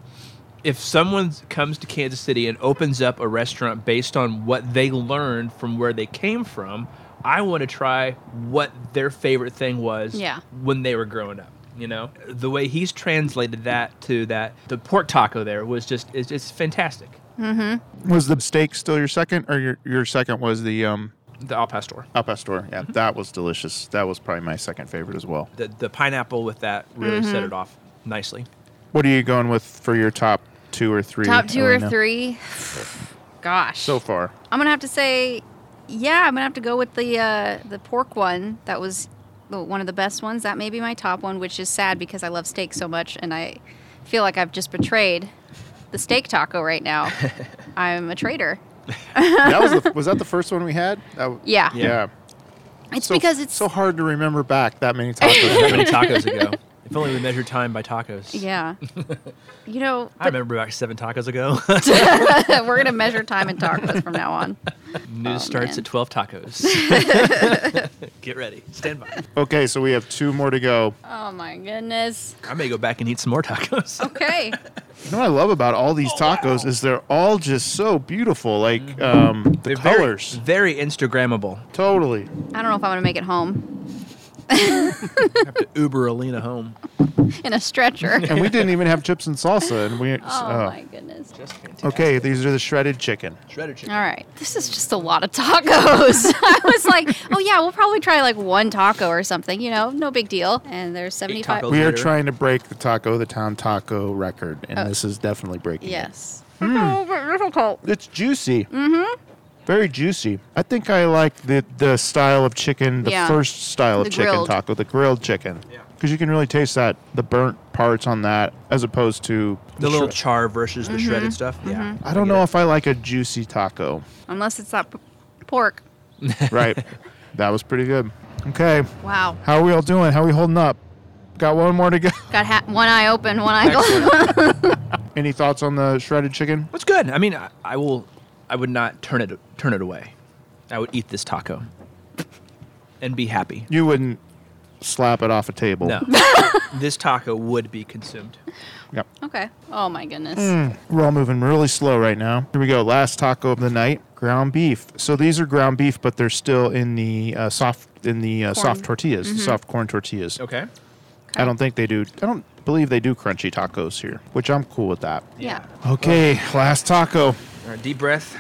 [SPEAKER 4] if someone comes to Kansas City and opens up a restaurant based on what they learned from where they came from, I want to try what their favorite thing was
[SPEAKER 3] Yeah.
[SPEAKER 4] when they were growing up. You know, the way he's translated that to that the pork taco there was just it's, it's fantastic.
[SPEAKER 1] Was the steak still your second, or your, your second was the um,
[SPEAKER 4] The al pastor.
[SPEAKER 1] al pastor?
[SPEAKER 3] Mm-hmm.
[SPEAKER 1] Yeah, that was delicious. That was probably my second favorite as well.
[SPEAKER 4] The, the pineapple with that really
[SPEAKER 3] Mm-hmm.
[SPEAKER 4] set it off nicely.
[SPEAKER 1] What are you going with for your top two or three?
[SPEAKER 3] Top two or
[SPEAKER 1] Elena?
[SPEAKER 3] three. Gosh.
[SPEAKER 1] so far.
[SPEAKER 3] I'm gonna have to say, yeah, I'm gonna have to go with the uh, the pork one. That was the- one of the best ones. That may be my top one, which is sad because I love steak so much, and I feel like I've just betrayed the steak taco right now. I'm a traitor.
[SPEAKER 1] That was the, was that the first one we had? That w-
[SPEAKER 3] Yeah.
[SPEAKER 1] yeah.
[SPEAKER 3] It's
[SPEAKER 1] So-
[SPEAKER 3] because it's
[SPEAKER 1] so hard to remember back that many tacos.
[SPEAKER 4] How many tacos ago? If only we measured time by tacos.
[SPEAKER 3] yeah. you know,
[SPEAKER 4] I remember about seven tacos ago.
[SPEAKER 3] we're gonna measure time in tacos from now on.
[SPEAKER 4] News
[SPEAKER 3] Oh,
[SPEAKER 4] starts
[SPEAKER 3] man.
[SPEAKER 4] at 12 tacos. Get ready. Stand by.
[SPEAKER 1] okay, so we have two more to go.
[SPEAKER 3] Oh my goodness.
[SPEAKER 4] I may go back and eat some more tacos.
[SPEAKER 3] Okay.
[SPEAKER 1] You know what I love about all these tacos is they're all just so beautiful. Like um, the
[SPEAKER 4] Mm-hmm. They're very-
[SPEAKER 1] colors.
[SPEAKER 4] Very, Instagrammable.
[SPEAKER 1] Totally.
[SPEAKER 3] I don't know if I'm gonna make it home
[SPEAKER 4] have to Uber Alina home.
[SPEAKER 3] in a stretcher.
[SPEAKER 1] And we didn't even have chips and salsa. And we.
[SPEAKER 3] Oh
[SPEAKER 1] oh.
[SPEAKER 3] my goodness.
[SPEAKER 4] That's fantastic.
[SPEAKER 1] Okay, these are the shredded chicken.
[SPEAKER 4] Shredded chicken.
[SPEAKER 3] All right. This is just a lot of tacos. I was like, oh, yeah, we'll probably try like one taco or something, you know, no big deal. And there's 75.
[SPEAKER 4] tacos.
[SPEAKER 1] We are
[SPEAKER 4] Later.
[SPEAKER 1] trying to break the taco the town taco record, and this is definitely breaking. it.
[SPEAKER 3] Yes. Oh, but difficult.
[SPEAKER 1] It's juicy. Mm-hmm. Very juicy. I think I like the the style of chicken, the
[SPEAKER 3] Yeah.
[SPEAKER 1] first style
[SPEAKER 3] The
[SPEAKER 1] of chicken
[SPEAKER 3] grilled.
[SPEAKER 1] taco, the grilled chicken.
[SPEAKER 4] Yeah.
[SPEAKER 1] Because you can really taste that the burnt parts on that, as opposed to
[SPEAKER 4] The little
[SPEAKER 1] shred-
[SPEAKER 4] char versus the shredded stuff. Yeah.
[SPEAKER 1] I don't
[SPEAKER 4] get
[SPEAKER 1] know
[SPEAKER 4] it.
[SPEAKER 1] if I like a juicy taco.
[SPEAKER 3] Unless it's that p- pork.
[SPEAKER 1] right. That was pretty good. Okay.
[SPEAKER 3] Wow.
[SPEAKER 1] How are we all doing? How are we holding up? Got one more to go.
[SPEAKER 3] Got ha- one eye open, one eye closed.
[SPEAKER 4] Excellent.
[SPEAKER 1] Any thoughts on the shredded chicken?
[SPEAKER 4] What's good? I mean, I, I will. I would not turn it turn it away. I would eat this taco and be happy.
[SPEAKER 1] You wouldn't slap it off a table.
[SPEAKER 4] No, this taco would be consumed.
[SPEAKER 1] Yep.
[SPEAKER 3] Okay. Oh, my goodness.
[SPEAKER 1] We're all moving really slow right now. Here we go. Last taco of the night: ground beef. So these are ground beef, but they're still in the uh, soft in the uh, soft
[SPEAKER 3] Corn.
[SPEAKER 1] tortillas, soft corn tortillas.
[SPEAKER 4] Okay.
[SPEAKER 1] I don't think they do. I don't believe they do crunchy tacos here, which I'm cool with that.
[SPEAKER 3] Yeah.
[SPEAKER 1] Okay, last taco.
[SPEAKER 7] deep breath.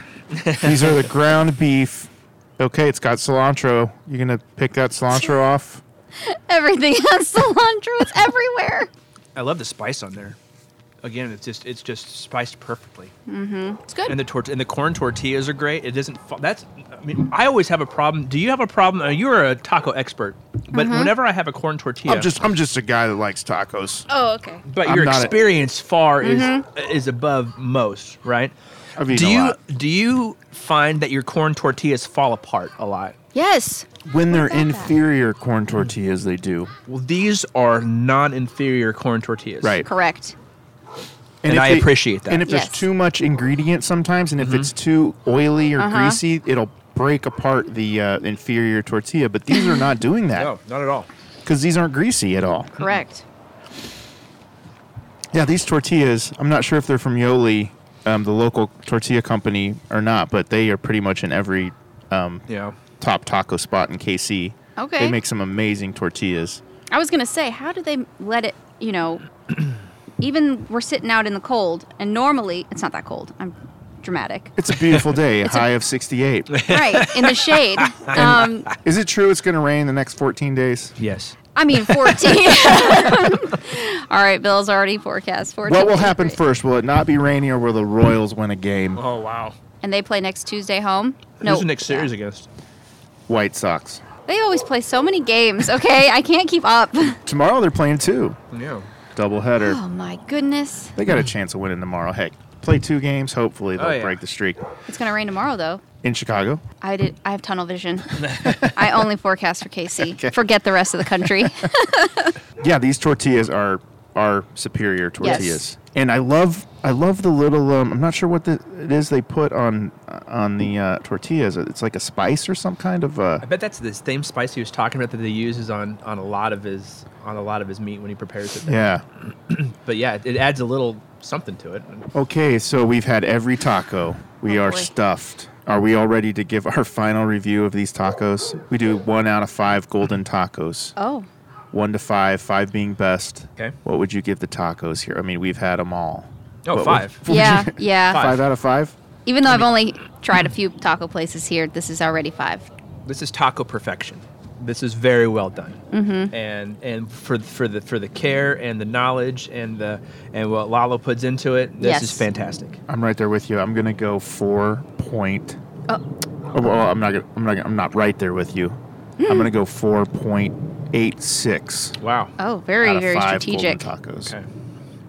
[SPEAKER 1] These are the ground beef. Okay, it's got cilantro. You gonna pick that cilantro off?
[SPEAKER 3] Everything has cilantro. It's everywhere.
[SPEAKER 4] I love the spice on there. Again, it's just it's just spiced perfectly.
[SPEAKER 3] Mm-hmm. It's good.
[SPEAKER 4] And the tort- and the corn tortillas are great. It doesn't. Fa- that's. I mean, I always have a problem. Do you have a problem? Uh, you're a taco expert, but
[SPEAKER 3] Mm-hmm.
[SPEAKER 4] whenever I have a corn tortilla,
[SPEAKER 1] I'm just I'm just a guy that likes tacos.
[SPEAKER 3] oh, okay.
[SPEAKER 4] but
[SPEAKER 1] I'm
[SPEAKER 4] your
[SPEAKER 1] not a-
[SPEAKER 4] experience far
[SPEAKER 3] Mm-hmm.
[SPEAKER 4] is is above most, right?
[SPEAKER 1] I've
[SPEAKER 4] do
[SPEAKER 1] eaten a
[SPEAKER 4] you
[SPEAKER 1] lot.
[SPEAKER 4] do you find that your corn tortillas fall apart a lot?
[SPEAKER 3] Yes.
[SPEAKER 1] When they're
[SPEAKER 3] about that?
[SPEAKER 1] inferior corn tortillas, they do.
[SPEAKER 4] Well, these are non-inferior corn tortillas.
[SPEAKER 1] Right.
[SPEAKER 3] Correct.
[SPEAKER 4] And
[SPEAKER 1] if
[SPEAKER 4] I appreciate that. Mm-hmm.
[SPEAKER 1] And if there's
[SPEAKER 3] Yes.
[SPEAKER 1] too much ingredient sometimes, and if it's too oily or greasy, it'll break apart the uh, inferior tortilla. But these are not doing that
[SPEAKER 4] No, not at all.
[SPEAKER 1] because these aren't greasy at all.
[SPEAKER 4] Hmm.
[SPEAKER 3] Correct.
[SPEAKER 1] Yeah, these tortillas. I'm not sure if they're from Yoli, um, the local tortilla company, or not, but they are pretty much in every um,
[SPEAKER 4] Yeah.
[SPEAKER 1] top taco spot in KC.
[SPEAKER 3] Okay.
[SPEAKER 1] They make some amazing tortillas.
[SPEAKER 3] I was gonna say, how do they let it? You know, even we're sitting out in the cold, and normally it's not that cold. I'm dramatic,
[SPEAKER 1] It's a beautiful day, a
[SPEAKER 3] a-
[SPEAKER 1] high of 68.
[SPEAKER 3] right? In the shade. Um,
[SPEAKER 1] Is it true it's going to rain the next 14 days?
[SPEAKER 4] Yes.
[SPEAKER 3] I mean, 14. All right, Bill's already forecast 14.
[SPEAKER 1] What will
[SPEAKER 3] That's
[SPEAKER 1] happen
[SPEAKER 3] great.
[SPEAKER 1] first? Will it not be rainy or will the Royals win a game?
[SPEAKER 4] Oh wow.
[SPEAKER 3] And they play next Tuesday home. No,
[SPEAKER 4] Who's the next series
[SPEAKER 3] yeah.
[SPEAKER 4] against?
[SPEAKER 1] White Sox.
[SPEAKER 3] They always play so many games. Okay, I can't keep up.
[SPEAKER 1] Tomorrow they're playing two.
[SPEAKER 4] Yeah.
[SPEAKER 1] Doubleheader.
[SPEAKER 3] Oh my goodness,
[SPEAKER 1] They got a chance of winning tomorrow. Heck, play two games. Hopefully they'll
[SPEAKER 4] Oh, yeah.
[SPEAKER 1] break the streak.
[SPEAKER 3] it's gonna rain tomorrow though.
[SPEAKER 1] In Chicago,
[SPEAKER 3] I did. I have tunnel vision. I only forecast for KC. Forget the rest of the country.
[SPEAKER 1] yeah, these tortillas are are superior tortillas,
[SPEAKER 3] Yes.
[SPEAKER 1] and I love I love the little. Um, I'm not sure what the, it is they put on on the uh, tortillas. It's like a spice or some kind of. Uh,
[SPEAKER 4] I bet that's the same spice he was talking about that he uses on, on a lot of his on a lot of his meat when he prepares it.
[SPEAKER 1] yeah.
[SPEAKER 4] But yeah, it, it adds a little something to it.
[SPEAKER 1] Okay, so we've had every taco. We
[SPEAKER 3] Oh,
[SPEAKER 1] are
[SPEAKER 3] boy.
[SPEAKER 1] stuffed. Are we all ready to give our final review of these tacos? We do one out of five golden tacos.
[SPEAKER 3] oh,
[SPEAKER 1] One to five, five being best.
[SPEAKER 4] Okay.
[SPEAKER 1] What would you give the tacos here? I mean, we've had them all.
[SPEAKER 4] Oh,
[SPEAKER 1] What would-
[SPEAKER 4] five.
[SPEAKER 1] what would
[SPEAKER 3] yeah,
[SPEAKER 1] you-
[SPEAKER 3] yeah.
[SPEAKER 1] Five. out of five?
[SPEAKER 3] Even though I've only tried a few taco places here, this is already five.
[SPEAKER 4] This is taco perfection. This is very well done. Mm-hmm. And and for for the for the care and the knowledge and the and what Lalo puts into it, this
[SPEAKER 3] Yes.
[SPEAKER 4] is fantastic.
[SPEAKER 1] I'm right there with you. I'm gonna go four point.
[SPEAKER 3] Oh.
[SPEAKER 1] Oh, well, I'm not. Gonna, I'm not. Gonna, I'm not right there with you.
[SPEAKER 3] Hmm.
[SPEAKER 1] I'm gonna go four point eight six.
[SPEAKER 4] Wow.
[SPEAKER 3] Oh, very,
[SPEAKER 1] out of
[SPEAKER 3] very
[SPEAKER 1] five
[SPEAKER 3] strategic. All
[SPEAKER 1] Golden tacos.
[SPEAKER 4] Okay.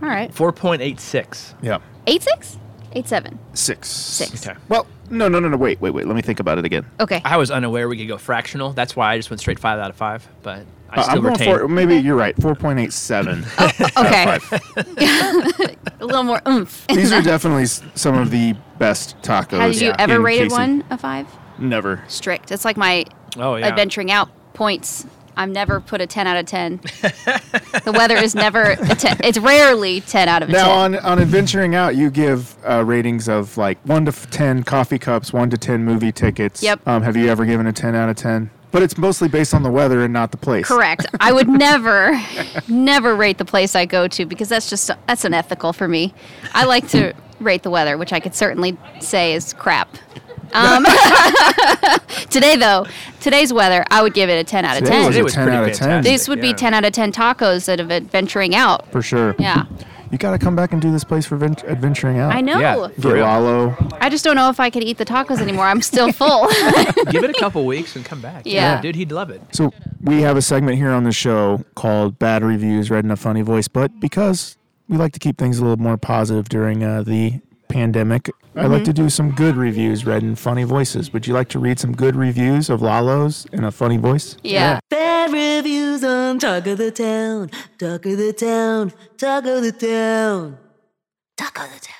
[SPEAKER 3] right.
[SPEAKER 4] Four point eight six.
[SPEAKER 1] Yeah.
[SPEAKER 3] Eight six? Eight seven.
[SPEAKER 1] Six.
[SPEAKER 3] Six.
[SPEAKER 4] Okay.
[SPEAKER 1] Well, no, no, no, no. Wait, wait, wait. Let me think about it again.
[SPEAKER 3] Okay.
[SPEAKER 4] I was unaware we could go fractional. That's why I just went straight five out of five. But I
[SPEAKER 1] Uh,
[SPEAKER 4] still
[SPEAKER 1] I'm going
[SPEAKER 4] retain.
[SPEAKER 1] for maybe you're right. Four point eight seven.
[SPEAKER 3] Oh, okay. a little more oomph.
[SPEAKER 1] These are definitely s- some of the best tacos.
[SPEAKER 3] Had you
[SPEAKER 1] in
[SPEAKER 4] Mm,
[SPEAKER 3] ever rated
[SPEAKER 1] KC.
[SPEAKER 3] one a five?
[SPEAKER 1] Never.
[SPEAKER 3] Strict. It's like my
[SPEAKER 4] Oh yeah.
[SPEAKER 3] adventuring out points. I've never put a ten out of ten. the weather is never a ten. It's rarely ten out of a
[SPEAKER 1] Now on
[SPEAKER 3] ten.
[SPEAKER 1] on adventuring out, you give uh, ratings of like one to f- ten coffee cups, one to ten movie tickets.
[SPEAKER 3] Yep.
[SPEAKER 1] Um, have you ever given a ten out of ten? But it's mostly based on the weather and not the place.
[SPEAKER 3] Correct. I would never, never rate the place I go to because that's just that's unethical for me. I like to rate the weather, which I could certainly say is crap. Um, today though, today's weather, I would give it a ten out of
[SPEAKER 1] Today
[SPEAKER 3] ten.
[SPEAKER 1] was
[SPEAKER 4] Today
[SPEAKER 1] a
[SPEAKER 4] was
[SPEAKER 1] 10
[SPEAKER 4] pretty
[SPEAKER 1] out of 10.
[SPEAKER 4] fantastic.
[SPEAKER 3] This would be
[SPEAKER 4] yeah.
[SPEAKER 3] ten out of ten tacos that have adventuring out.
[SPEAKER 1] For sure.
[SPEAKER 3] Yeah,
[SPEAKER 1] You got to come back and do this place for vent- adventuring out.
[SPEAKER 3] I know.
[SPEAKER 4] Uh, Yeah.
[SPEAKER 1] Get Lalo.
[SPEAKER 3] I just don't know if I could eat the tacos anymore. I'm still full.
[SPEAKER 4] Give it a couple weeks and come back.
[SPEAKER 3] Yeah.
[SPEAKER 4] dude, he'd love it.
[SPEAKER 1] So we have a segment here on the show called "Bad Reviews" read in a funny voice, but because we like to keep things a little more positive during uh, the pandemic, I like to do some good reviews read in funny voices. Would you like to read some good reviews of Lalo's in a funny voice?
[SPEAKER 3] yeah.
[SPEAKER 9] Bad reviews on Talk of the Town, Talk of the Town, Talk of the Town, Talk of the Town.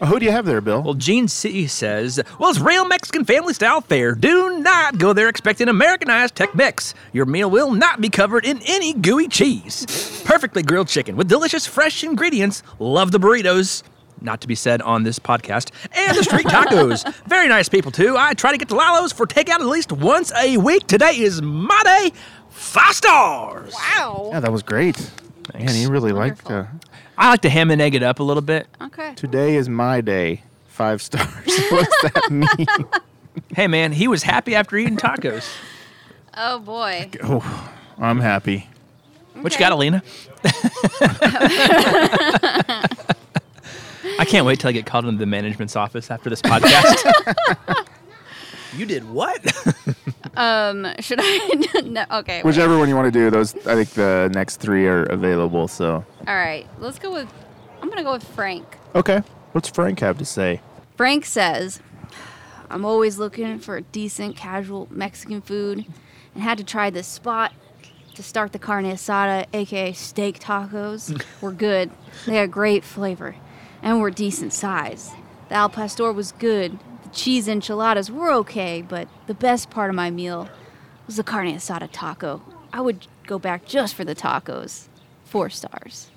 [SPEAKER 1] Uh, who do you have there, Bill?
[SPEAKER 4] Well, Gene C says, Well, it's real Mexican family style fare. Do not go there expecting Americanized Tech Mex. Your meal will not be covered in any gooey cheese. Perfectly grilled chicken with delicious fresh ingredients. Love the burritos. Not to be said on this podcast. And the street tacos. Very nice people, too. I try to get to Lalo's for takeout at least once a week. Today is my day. Five stars.
[SPEAKER 1] yeah, that was great. Man, he really liked. Uh,
[SPEAKER 4] I like to ham and egg it up a little bit.
[SPEAKER 3] Okay.
[SPEAKER 1] Today is my day. five stars. what does that mean?
[SPEAKER 4] Hey, man, he was happy after eating tacos.
[SPEAKER 3] Oh boy.
[SPEAKER 1] Oh, I'm happy.
[SPEAKER 4] What you got, Alina? I can't wait till I get called into the management's office after this podcast. you did what?
[SPEAKER 3] Um, should I? no, okay. wait.
[SPEAKER 1] Whichever one you want to do, those I think the next three are available. So
[SPEAKER 3] All right. Let's go with. I'm gonna go with Frank.
[SPEAKER 1] okay, what's Frank have to say?
[SPEAKER 3] Frank says, I'm always looking for decent, casual Mexican food and had to try this spot to start the carne asada, aka steak tacos. were good. They had great flavor and were decent size. The al pastor was good. The cheese enchiladas were okay, but the best part of my meal was the carne asada taco. I would go back just for the tacos. Four stars.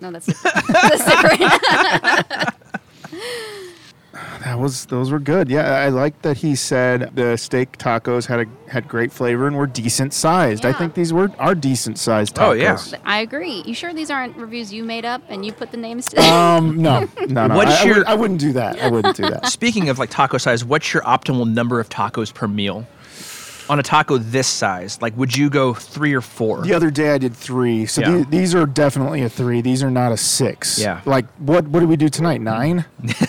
[SPEAKER 3] No, that's that's different.
[SPEAKER 1] That was those were good. Yeah, I like that he said the steak tacos had a had great flavor and were decent sized. I
[SPEAKER 3] Yeah.
[SPEAKER 1] think these were are decent sized tacos.
[SPEAKER 4] Oh, yeah.
[SPEAKER 3] I agree. You sure these aren't reviews you made up and you put the names to?
[SPEAKER 1] Um, no, no, no.
[SPEAKER 4] What's
[SPEAKER 1] I, I
[SPEAKER 4] your-
[SPEAKER 1] would- I wouldn't do that. I wouldn't do that.
[SPEAKER 4] Speaking of like taco size, what's your optimal number of tacos per meal? On a taco this size, like would you go three or four?
[SPEAKER 1] The other day I did three, so
[SPEAKER 4] Yeah.
[SPEAKER 1] the- these are definitely a three. These are not a six.
[SPEAKER 4] Yeah.
[SPEAKER 1] Like what? What did we do tonight? Nine.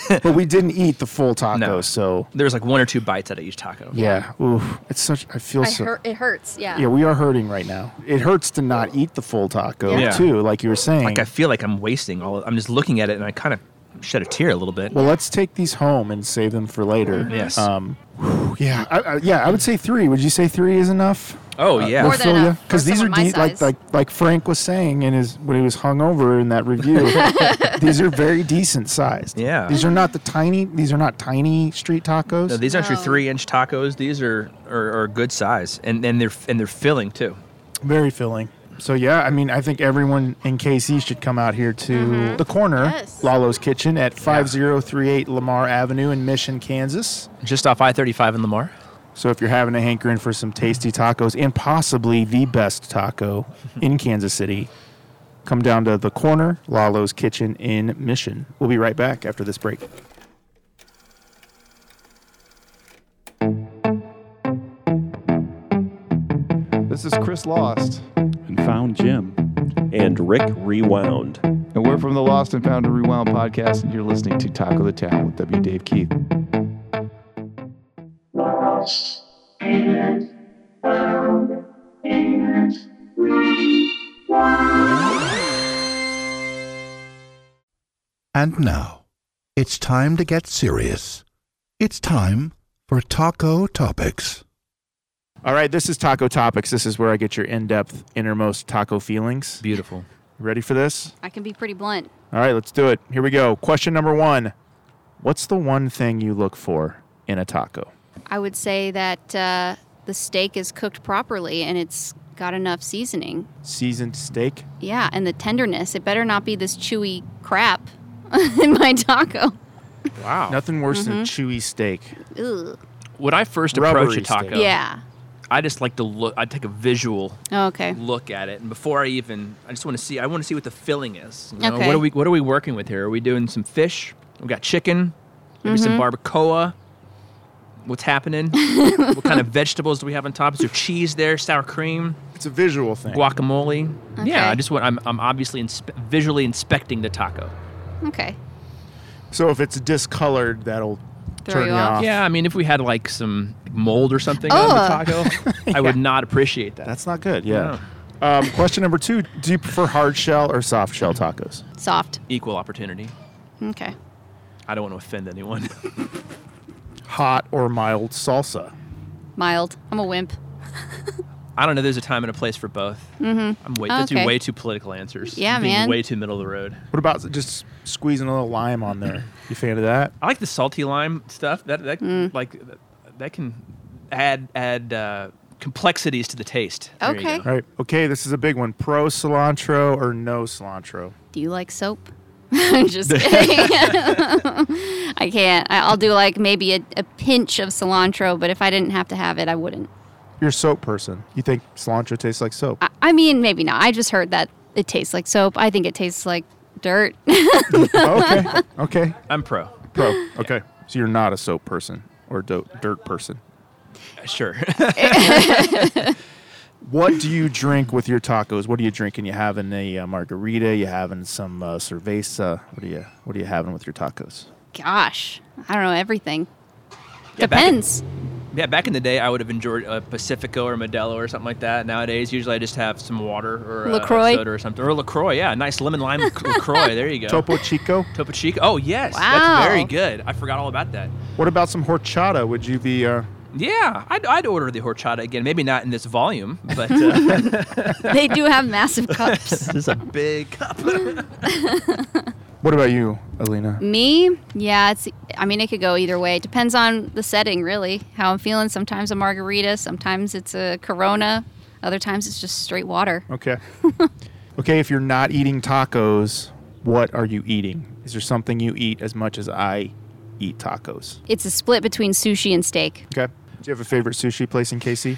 [SPEAKER 1] but we didn't eat the full taco,
[SPEAKER 4] No.
[SPEAKER 1] so
[SPEAKER 4] There's like one or two bites out of each taco.
[SPEAKER 1] yeah. Ooh, it's such. I feel
[SPEAKER 3] I
[SPEAKER 1] so.
[SPEAKER 3] hurt, it hurts. Yeah.
[SPEAKER 1] yeah, we are hurting right now. It hurts to not eat the full taco
[SPEAKER 4] Yeah.
[SPEAKER 1] too, like you were saying.
[SPEAKER 4] Like I feel like I'm wasting all. I'm just looking at it and I kind of shed a tear a little bit.
[SPEAKER 1] well, let's take these home and save them for later.
[SPEAKER 4] Yes.
[SPEAKER 1] Um, whew, yeah, I, I, yeah. I would say three. Would you say three is enough?
[SPEAKER 4] oh yeah.
[SPEAKER 3] More than enough for
[SPEAKER 1] because these are
[SPEAKER 3] someone my
[SPEAKER 1] deep, like
[SPEAKER 3] size.
[SPEAKER 1] like like Frank was saying in his when he was hungover in that review. these are very decent sized.
[SPEAKER 4] Yeah.
[SPEAKER 1] these are not the tiny. These are not tiny street tacos.
[SPEAKER 4] No, these aren't your
[SPEAKER 3] No.
[SPEAKER 4] three-inch tacos. These are, are are good size, and and they're and they're filling too.
[SPEAKER 1] very filling. So yeah, I mean, I think everyone in KC should come out here to the corner,
[SPEAKER 3] Mm-hmm. Yes.
[SPEAKER 1] Lalo's Kitchen at 5038 Lamar Avenue in Mission, Kansas.
[SPEAKER 4] Just off I-35 in Lamar.
[SPEAKER 1] So if you're having a hankering for some tasty tacos and possibly the best taco in Kansas City, come down to the corner, Lalo's Kitchen in Mission. We'll be right back after this break.
[SPEAKER 10] This is Chris Lost,
[SPEAKER 11] and found Jim.
[SPEAKER 2] And Rick Rewound.
[SPEAKER 10] and we're from the Lost and Found and Rewound podcast, and you're listening to Taco the Town with W. Dave Keith.
[SPEAKER 12] And now, it's time to get serious. It's time for Taco Topics.
[SPEAKER 1] All right, this is Taco Topics. This is where I get your in-depth, innermost taco feelings.
[SPEAKER 4] Beautiful.
[SPEAKER 1] Ready for this?
[SPEAKER 3] I can be pretty blunt.
[SPEAKER 1] All right, let's do it. Here we go. Question number one What's the one thing you look for in a taco?
[SPEAKER 3] I would say that uh, the steak is cooked properly and it's got enough seasoning.
[SPEAKER 1] Seasoned steak?
[SPEAKER 3] Yeah, and the tenderness. It better not be this chewy crap in my taco.
[SPEAKER 4] Wow.
[SPEAKER 1] Nothing worse than
[SPEAKER 3] Mm-hmm.
[SPEAKER 1] chewy steak.
[SPEAKER 3] Ugh.
[SPEAKER 4] When I first
[SPEAKER 1] Rubbery
[SPEAKER 4] approach a
[SPEAKER 1] steak.
[SPEAKER 4] taco,
[SPEAKER 3] Yeah.
[SPEAKER 4] I just like to look. I take a visual
[SPEAKER 3] Okay.
[SPEAKER 4] look at it, and before I even, I just want to see. I want to see what the filling is. you know?
[SPEAKER 3] Okay.
[SPEAKER 4] What are we What are we working with here? Are we doing some fish? We got chicken. Maybe some
[SPEAKER 3] Mm-hmm.
[SPEAKER 4] barbacoa. What's happening? what kind of vegetables do we have on top? Is there cheese there? Sour cream?
[SPEAKER 1] It's a visual thing.
[SPEAKER 4] guacamole. Yeah, I
[SPEAKER 3] Okay.
[SPEAKER 4] just want. I'm, I'm obviously inspe- visually inspecting the taco.
[SPEAKER 3] Okay.
[SPEAKER 1] So if it's discolored, that'll
[SPEAKER 3] Throw
[SPEAKER 1] turn
[SPEAKER 3] you
[SPEAKER 1] you
[SPEAKER 3] off.
[SPEAKER 1] off.
[SPEAKER 4] Yeah, I mean, if we had like some mold or something on the taco, I would not appreciate that.
[SPEAKER 1] That's not good. Yeah. Um, question number two Do you prefer hard shell or soft shell tacos?
[SPEAKER 3] Soft.
[SPEAKER 4] equal opportunity.
[SPEAKER 3] Okay.
[SPEAKER 4] I don't want to offend anyone.
[SPEAKER 1] Hot or mild salsa?
[SPEAKER 3] Mild. I'm a wimp.
[SPEAKER 4] I don't know. There's a time and a place for both. Mm-hmm. I'm way, that's
[SPEAKER 3] Okay.
[SPEAKER 4] way too political answers.
[SPEAKER 3] Yeah,
[SPEAKER 4] Being
[SPEAKER 3] man.
[SPEAKER 4] Way too middle of the road.
[SPEAKER 1] What about just squeezing a little lime on there? You fan of that?
[SPEAKER 4] I like the salty lime stuff. That that
[SPEAKER 3] Mm.
[SPEAKER 4] like that can add add uh, complexities to the taste. There you
[SPEAKER 3] Okay.
[SPEAKER 4] go.
[SPEAKER 1] All right. Okay, this is a big one. Pro cilantro or no cilantro?
[SPEAKER 3] Do you like soap? I'm just kidding. I can't. I- I'll do like maybe a, a pinch of cilantro, but if I didn't have to have it, I wouldn't.
[SPEAKER 1] You're a soap person. You think cilantro tastes like soap?
[SPEAKER 3] I, I mean, maybe not. I just heard that it tastes like soap. I think it tastes like dirt.
[SPEAKER 1] okay. Okay.
[SPEAKER 4] I'm pro.
[SPEAKER 1] Pro. Okay. So you're not a soap person or do- dirt person.
[SPEAKER 4] Sure.
[SPEAKER 1] what do you drink with your tacos? What are you drinking? You having a uh, margarita? You having some uh, cerveza? What are you What are you having with your tacos?
[SPEAKER 3] Gosh, I don't know everything.
[SPEAKER 4] Yeah, back in-
[SPEAKER 3] Depends.
[SPEAKER 4] Yeah, back in the day, I would have enjoyed a Pacifico or Modelo or something like that. Nowadays, usually I just have some water or a
[SPEAKER 3] LaCroix?
[SPEAKER 4] soda or something. Or LaCroix, yeah. Nice lemon lime LaCroix. There you go.
[SPEAKER 1] Topo Chico.
[SPEAKER 4] Topo Chico. Oh, yes.
[SPEAKER 3] Wow.
[SPEAKER 4] That's very good. I forgot all about that.
[SPEAKER 1] What about some horchata? Would you be? Uh,
[SPEAKER 4] Yeah, I'd, I'd order the horchata again. Maybe not in this volume, but uh,
[SPEAKER 3] they do have massive cups.
[SPEAKER 4] this is a big cup.
[SPEAKER 1] what about you, Alina?
[SPEAKER 3] Me, yeah, it's. I mean, it could go either way. It depends on the setting, really. How I'm feeling. Sometimes a margarita. Sometimes it's a Corona. Other times it's just straight water.
[SPEAKER 1] Okay. okay, if you're not eating tacos, what are you eating? Is there something you eat as much as I eat tacos?
[SPEAKER 3] It's a split between sushi and steak.
[SPEAKER 1] Okay. Do you have a favorite sushi place in KC?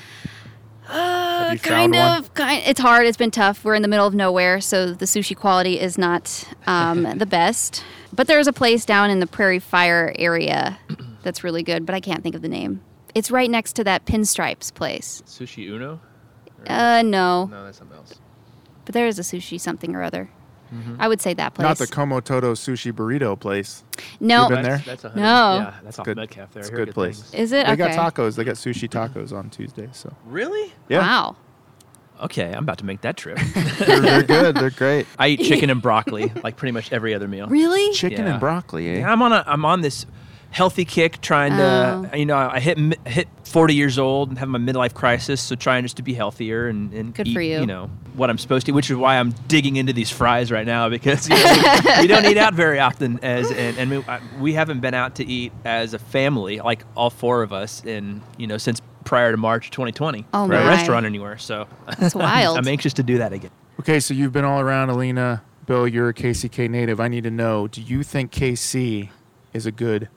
[SPEAKER 3] Uh,
[SPEAKER 1] you found
[SPEAKER 3] kind
[SPEAKER 1] one?
[SPEAKER 3] of. Kind. It's hard. It's been tough. We're in the middle of nowhere, so the sushi quality is not um, the best. But there's a place down in the Prairie Fire area that's really good, but I can't think of the name. It's right next to that pinstripes place.
[SPEAKER 4] Sushi Uno?
[SPEAKER 3] Uh, no,
[SPEAKER 4] No, that's something else.
[SPEAKER 3] but there is a sushi something or other. I would say that place.
[SPEAKER 1] Mm-hmm. Not the Komotodo sushi burrito place.
[SPEAKER 3] no,
[SPEAKER 1] You've been there?
[SPEAKER 4] That's, that's a hundred-
[SPEAKER 3] No.
[SPEAKER 4] Yeah, that's off
[SPEAKER 1] good.
[SPEAKER 4] Metcalf
[SPEAKER 1] Eh.
[SPEAKER 4] there.
[SPEAKER 1] It's
[SPEAKER 4] I
[SPEAKER 1] a
[SPEAKER 4] heard
[SPEAKER 1] good place.
[SPEAKER 4] things.
[SPEAKER 3] Is it?
[SPEAKER 1] They
[SPEAKER 3] okay.
[SPEAKER 1] got tacos. They got sushi tacos on Tuesday. So
[SPEAKER 4] Really?
[SPEAKER 1] yeah,
[SPEAKER 3] Wow.
[SPEAKER 4] Okay, I'm about to make that trip.
[SPEAKER 1] they're, they're good. They're great.
[SPEAKER 4] I eat chicken and broccoli like pretty much every other meal.
[SPEAKER 3] Really?
[SPEAKER 1] Chicken
[SPEAKER 4] Yeah.
[SPEAKER 1] and broccoli. Eh?
[SPEAKER 4] Yeah, I'm on a I'm on this healthy kick, trying to
[SPEAKER 3] Oh.
[SPEAKER 4] you know I hit mi- hit 40 years old and having my midlife crisis, so trying just to be healthier and and
[SPEAKER 3] Good
[SPEAKER 4] eat,
[SPEAKER 3] for you.
[SPEAKER 4] know what I'm supposed to, which is why I'm digging into these fries right now because you, know, we don't eat out very often as and, and we, I, we haven't been out to eat as a family like all four of us in you know since prior to March 2020
[SPEAKER 3] Oh
[SPEAKER 4] for a
[SPEAKER 3] my.
[SPEAKER 4] restaurant anywhere. So
[SPEAKER 3] That's wild.
[SPEAKER 4] I'm anxious to do that again.
[SPEAKER 1] Okay, so you've been all around, Alina. Bill, you're a KCK native. I need to know: Do you think KC is a good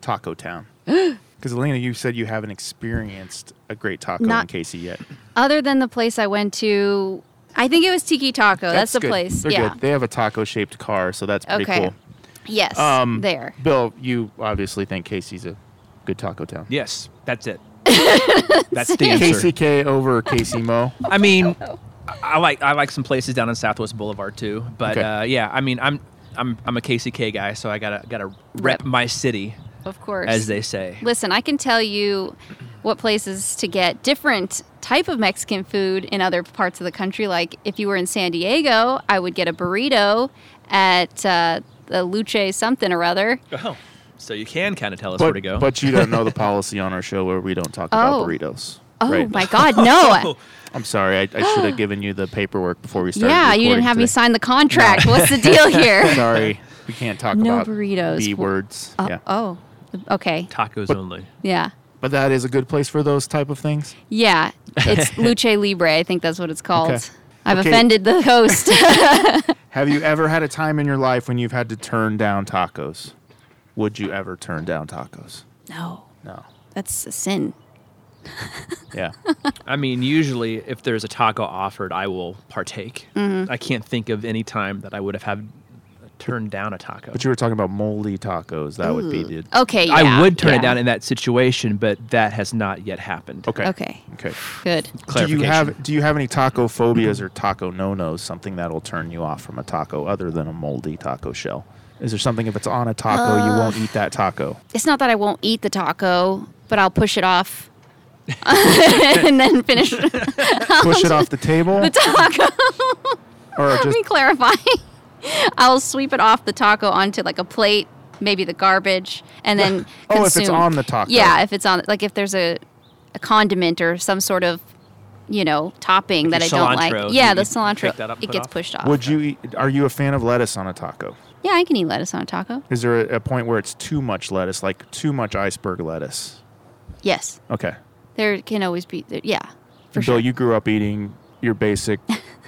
[SPEAKER 1] taco town? Because Alina, you said you haven't experienced a great taco
[SPEAKER 3] Not- Oh,
[SPEAKER 1] in KC yet.
[SPEAKER 3] Other than the place I went to, I think it was Tiki Taco. That's, the
[SPEAKER 1] good.
[SPEAKER 3] place.
[SPEAKER 1] They're
[SPEAKER 3] yeah.
[SPEAKER 1] good. They have a taco-shaped car, so that's pretty
[SPEAKER 3] Okay.
[SPEAKER 1] cool. Um,
[SPEAKER 3] Yes. there.
[SPEAKER 1] Bill, you obviously think KC's a good taco town.
[SPEAKER 4] Yes, that's it. That's the answer.
[SPEAKER 1] KCK over KC Mo.
[SPEAKER 4] I mean, I I like I like some places down in Southwest Boulevard too. But
[SPEAKER 1] Okay.
[SPEAKER 4] uh, yeah, I mean, I'm I'm I'm a KCK guy, so I gotta gotta rep
[SPEAKER 3] Rep.
[SPEAKER 4] my city,
[SPEAKER 3] Of course.
[SPEAKER 4] as they say.
[SPEAKER 3] Listen, I can tell you what places to get different type of Mexican food in other parts of the country. Like if you were in San Diego, I would get a burrito at uh, the Luce something or other.
[SPEAKER 4] Oh, so you can kind of tell us where to
[SPEAKER 1] But,
[SPEAKER 4] go.
[SPEAKER 1] but you don't know the policy on our show where we don't talk about
[SPEAKER 3] Oh.
[SPEAKER 1] burritos.
[SPEAKER 3] Oh
[SPEAKER 1] right?
[SPEAKER 3] my God, no.
[SPEAKER 1] I'm sorry. I, I should have given you the paperwork before we started.
[SPEAKER 3] yeah, you didn't
[SPEAKER 1] recording
[SPEAKER 3] have me
[SPEAKER 1] today.
[SPEAKER 3] sign the contract. What's the deal here?
[SPEAKER 1] Sorry, we can't talk
[SPEAKER 3] No
[SPEAKER 1] about
[SPEAKER 3] burritos.
[SPEAKER 1] B
[SPEAKER 3] Well,
[SPEAKER 1] words.
[SPEAKER 3] Uh,
[SPEAKER 1] yeah,
[SPEAKER 3] Oh, okay.
[SPEAKER 4] tacos only.
[SPEAKER 3] Yeah.
[SPEAKER 1] but that is a good place for those type of things.
[SPEAKER 3] Yeah, it's Luce Libre. I think that's what it's called.
[SPEAKER 1] Okay.
[SPEAKER 3] I've
[SPEAKER 1] Okay.
[SPEAKER 3] offended the host.
[SPEAKER 1] Have you ever had a time in your life when you've had to turn down tacos? Would you ever turn down tacos?
[SPEAKER 3] no,
[SPEAKER 1] No.
[SPEAKER 3] that's a sin.
[SPEAKER 1] Yeah.
[SPEAKER 4] I mean, usually if there's a taco offered, I will partake. I can't think of any time that I would have had turned down a taco.
[SPEAKER 1] But you were talking about moldy tacos. That would be the.
[SPEAKER 3] Okay, yeah,
[SPEAKER 4] I would turn
[SPEAKER 3] yeah.
[SPEAKER 4] it down in that situation, but that has not yet happened.
[SPEAKER 1] Okay.
[SPEAKER 3] Okay,
[SPEAKER 1] Okay.
[SPEAKER 3] good.
[SPEAKER 1] Do you
[SPEAKER 4] Clarification.
[SPEAKER 1] have Do you have any taco phobias or taco no nos? Something that'll turn you off from a taco other than a moldy taco shell? Is there something if it's on a taco
[SPEAKER 3] Uh.
[SPEAKER 1] you won't eat that taco?
[SPEAKER 3] It's not that I won't eat the taco, but I'll push it off and then finish the
[SPEAKER 1] Push it off the table,
[SPEAKER 3] taco.
[SPEAKER 1] or
[SPEAKER 3] Let
[SPEAKER 1] just
[SPEAKER 3] me clarify. I'll sweep it off the taco onto like a plate, maybe the garbage, and then
[SPEAKER 1] Oh, if it's
[SPEAKER 3] consume.
[SPEAKER 1] on the taco.
[SPEAKER 3] Yeah, if it's on like if there's a, a condiment or some sort of you know topping
[SPEAKER 4] Like
[SPEAKER 3] that I
[SPEAKER 4] your
[SPEAKER 3] don't like.
[SPEAKER 4] cilantro,
[SPEAKER 3] Yeah,
[SPEAKER 4] you
[SPEAKER 3] the
[SPEAKER 4] can pick
[SPEAKER 3] cilantro
[SPEAKER 4] that up and
[SPEAKER 3] it
[SPEAKER 4] put
[SPEAKER 3] gets
[SPEAKER 4] off.
[SPEAKER 3] pushed off.
[SPEAKER 1] would you? Eat, are you a fan of lettuce on a taco?
[SPEAKER 3] Yeah, I can eat lettuce on a taco.
[SPEAKER 1] Is there a, a point where it's too much lettuce, like too much iceberg lettuce?
[SPEAKER 3] Yes,
[SPEAKER 1] Okay.
[SPEAKER 3] there can always be. There, yeah, for
[SPEAKER 1] Bill,
[SPEAKER 3] sure.
[SPEAKER 1] you grew up eating your basic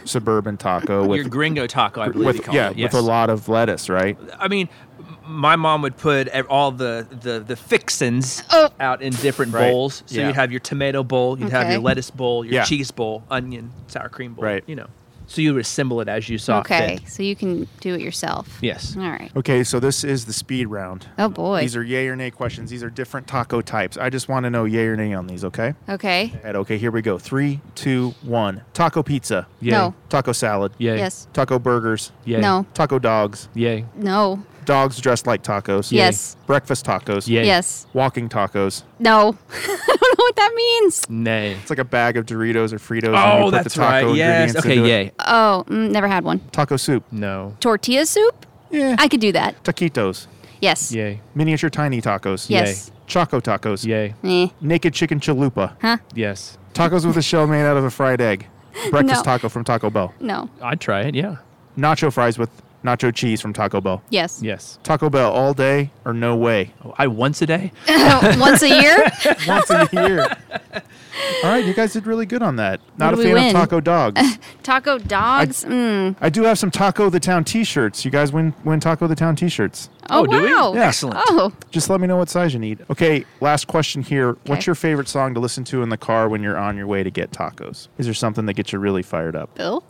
[SPEAKER 1] suburban taco
[SPEAKER 4] your
[SPEAKER 1] with,
[SPEAKER 4] gringo taco, I believe you
[SPEAKER 1] with
[SPEAKER 4] call
[SPEAKER 1] yeah,
[SPEAKER 4] it. Yes.
[SPEAKER 1] with a lot of lettuce, right?
[SPEAKER 4] I mean, m- my mom would put ev- all the the the fixins
[SPEAKER 3] Oh.
[SPEAKER 4] out in different
[SPEAKER 1] Right.
[SPEAKER 4] bowls. So
[SPEAKER 1] Yeah.
[SPEAKER 4] you'd have your tomato bowl, you'd have your
[SPEAKER 3] Okay.
[SPEAKER 4] lettuce bowl, your
[SPEAKER 1] Yeah.
[SPEAKER 4] cheese bowl, onion, sour cream bowl.
[SPEAKER 1] Right.
[SPEAKER 4] You know. So you assemble it as you saw
[SPEAKER 3] okay,
[SPEAKER 4] fit.
[SPEAKER 3] so you can do it yourself.
[SPEAKER 4] Yes.
[SPEAKER 3] All right.
[SPEAKER 1] Okay, so this is the speed round.
[SPEAKER 3] Oh boy.
[SPEAKER 1] These are yay or nay questions. These are different taco types. I just want to know yay or nay on these, okay?
[SPEAKER 3] okay.
[SPEAKER 1] Right, okay, here we go. Three, two, one. Taco pizza.
[SPEAKER 3] Yay. No.
[SPEAKER 1] Taco salad.
[SPEAKER 4] Yay.
[SPEAKER 3] Yes.
[SPEAKER 1] Taco burgers.
[SPEAKER 4] Yay.
[SPEAKER 3] No.
[SPEAKER 1] Taco dogs.
[SPEAKER 4] Yay.
[SPEAKER 3] No.
[SPEAKER 1] Dogs dressed like tacos.
[SPEAKER 3] Yay. Yes.
[SPEAKER 1] Breakfast tacos.
[SPEAKER 4] Yay.
[SPEAKER 3] Yes.
[SPEAKER 1] Walking tacos.
[SPEAKER 3] No. I don't know what that means.
[SPEAKER 4] Nay.
[SPEAKER 1] It's like a bag of Doritos or Fritos. and you
[SPEAKER 4] Oh,
[SPEAKER 1] put
[SPEAKER 4] that's
[SPEAKER 1] the taco
[SPEAKER 4] right. Yes.
[SPEAKER 1] ingredients
[SPEAKER 4] Okay.
[SPEAKER 1] into it.
[SPEAKER 4] Yay.
[SPEAKER 3] Oh, mm, never had one.
[SPEAKER 1] Taco soup.
[SPEAKER 4] No.
[SPEAKER 3] Tortilla soup?
[SPEAKER 1] Yeah.
[SPEAKER 3] I could do that.
[SPEAKER 1] Taquitos.
[SPEAKER 3] Yes.
[SPEAKER 4] Yay.
[SPEAKER 1] Miniature tiny tacos.
[SPEAKER 3] Yes.
[SPEAKER 1] Choco tacos.
[SPEAKER 4] Yay.
[SPEAKER 3] Eh.
[SPEAKER 1] Naked chicken chalupa.
[SPEAKER 3] Huh?
[SPEAKER 4] Yes.
[SPEAKER 1] Tacos with a shell made out of a fried egg. Breakfast
[SPEAKER 3] No.
[SPEAKER 1] taco from Taco Bell.
[SPEAKER 3] No.
[SPEAKER 4] I'd try it. Yeah.
[SPEAKER 1] Nacho fries with nacho cheese from Taco Bell.
[SPEAKER 3] Yes.
[SPEAKER 4] Yes.
[SPEAKER 1] Taco Bell all day or no way.
[SPEAKER 4] Oh, I once a day.
[SPEAKER 3] Oh, Once a year?
[SPEAKER 1] Once a year. All right, you guys did really good on that. Not a
[SPEAKER 3] did we
[SPEAKER 1] fan of
[SPEAKER 3] win?
[SPEAKER 1] taco dogs.
[SPEAKER 3] Taco dogs? mm.
[SPEAKER 1] I do have some Taco the Town t-shirts. You guys win win Taco the Town t-shirts.
[SPEAKER 3] Oh,
[SPEAKER 4] Oh, do we?
[SPEAKER 3] wow.
[SPEAKER 1] Yeah.
[SPEAKER 4] Excellent.
[SPEAKER 3] Oh.
[SPEAKER 1] Just let me know what size you need. Okay, last question here. What's
[SPEAKER 3] Okay.
[SPEAKER 1] your favorite song to listen to in the car when you're on your way to get tacos? Is there something that gets you really fired up?
[SPEAKER 3] Bill?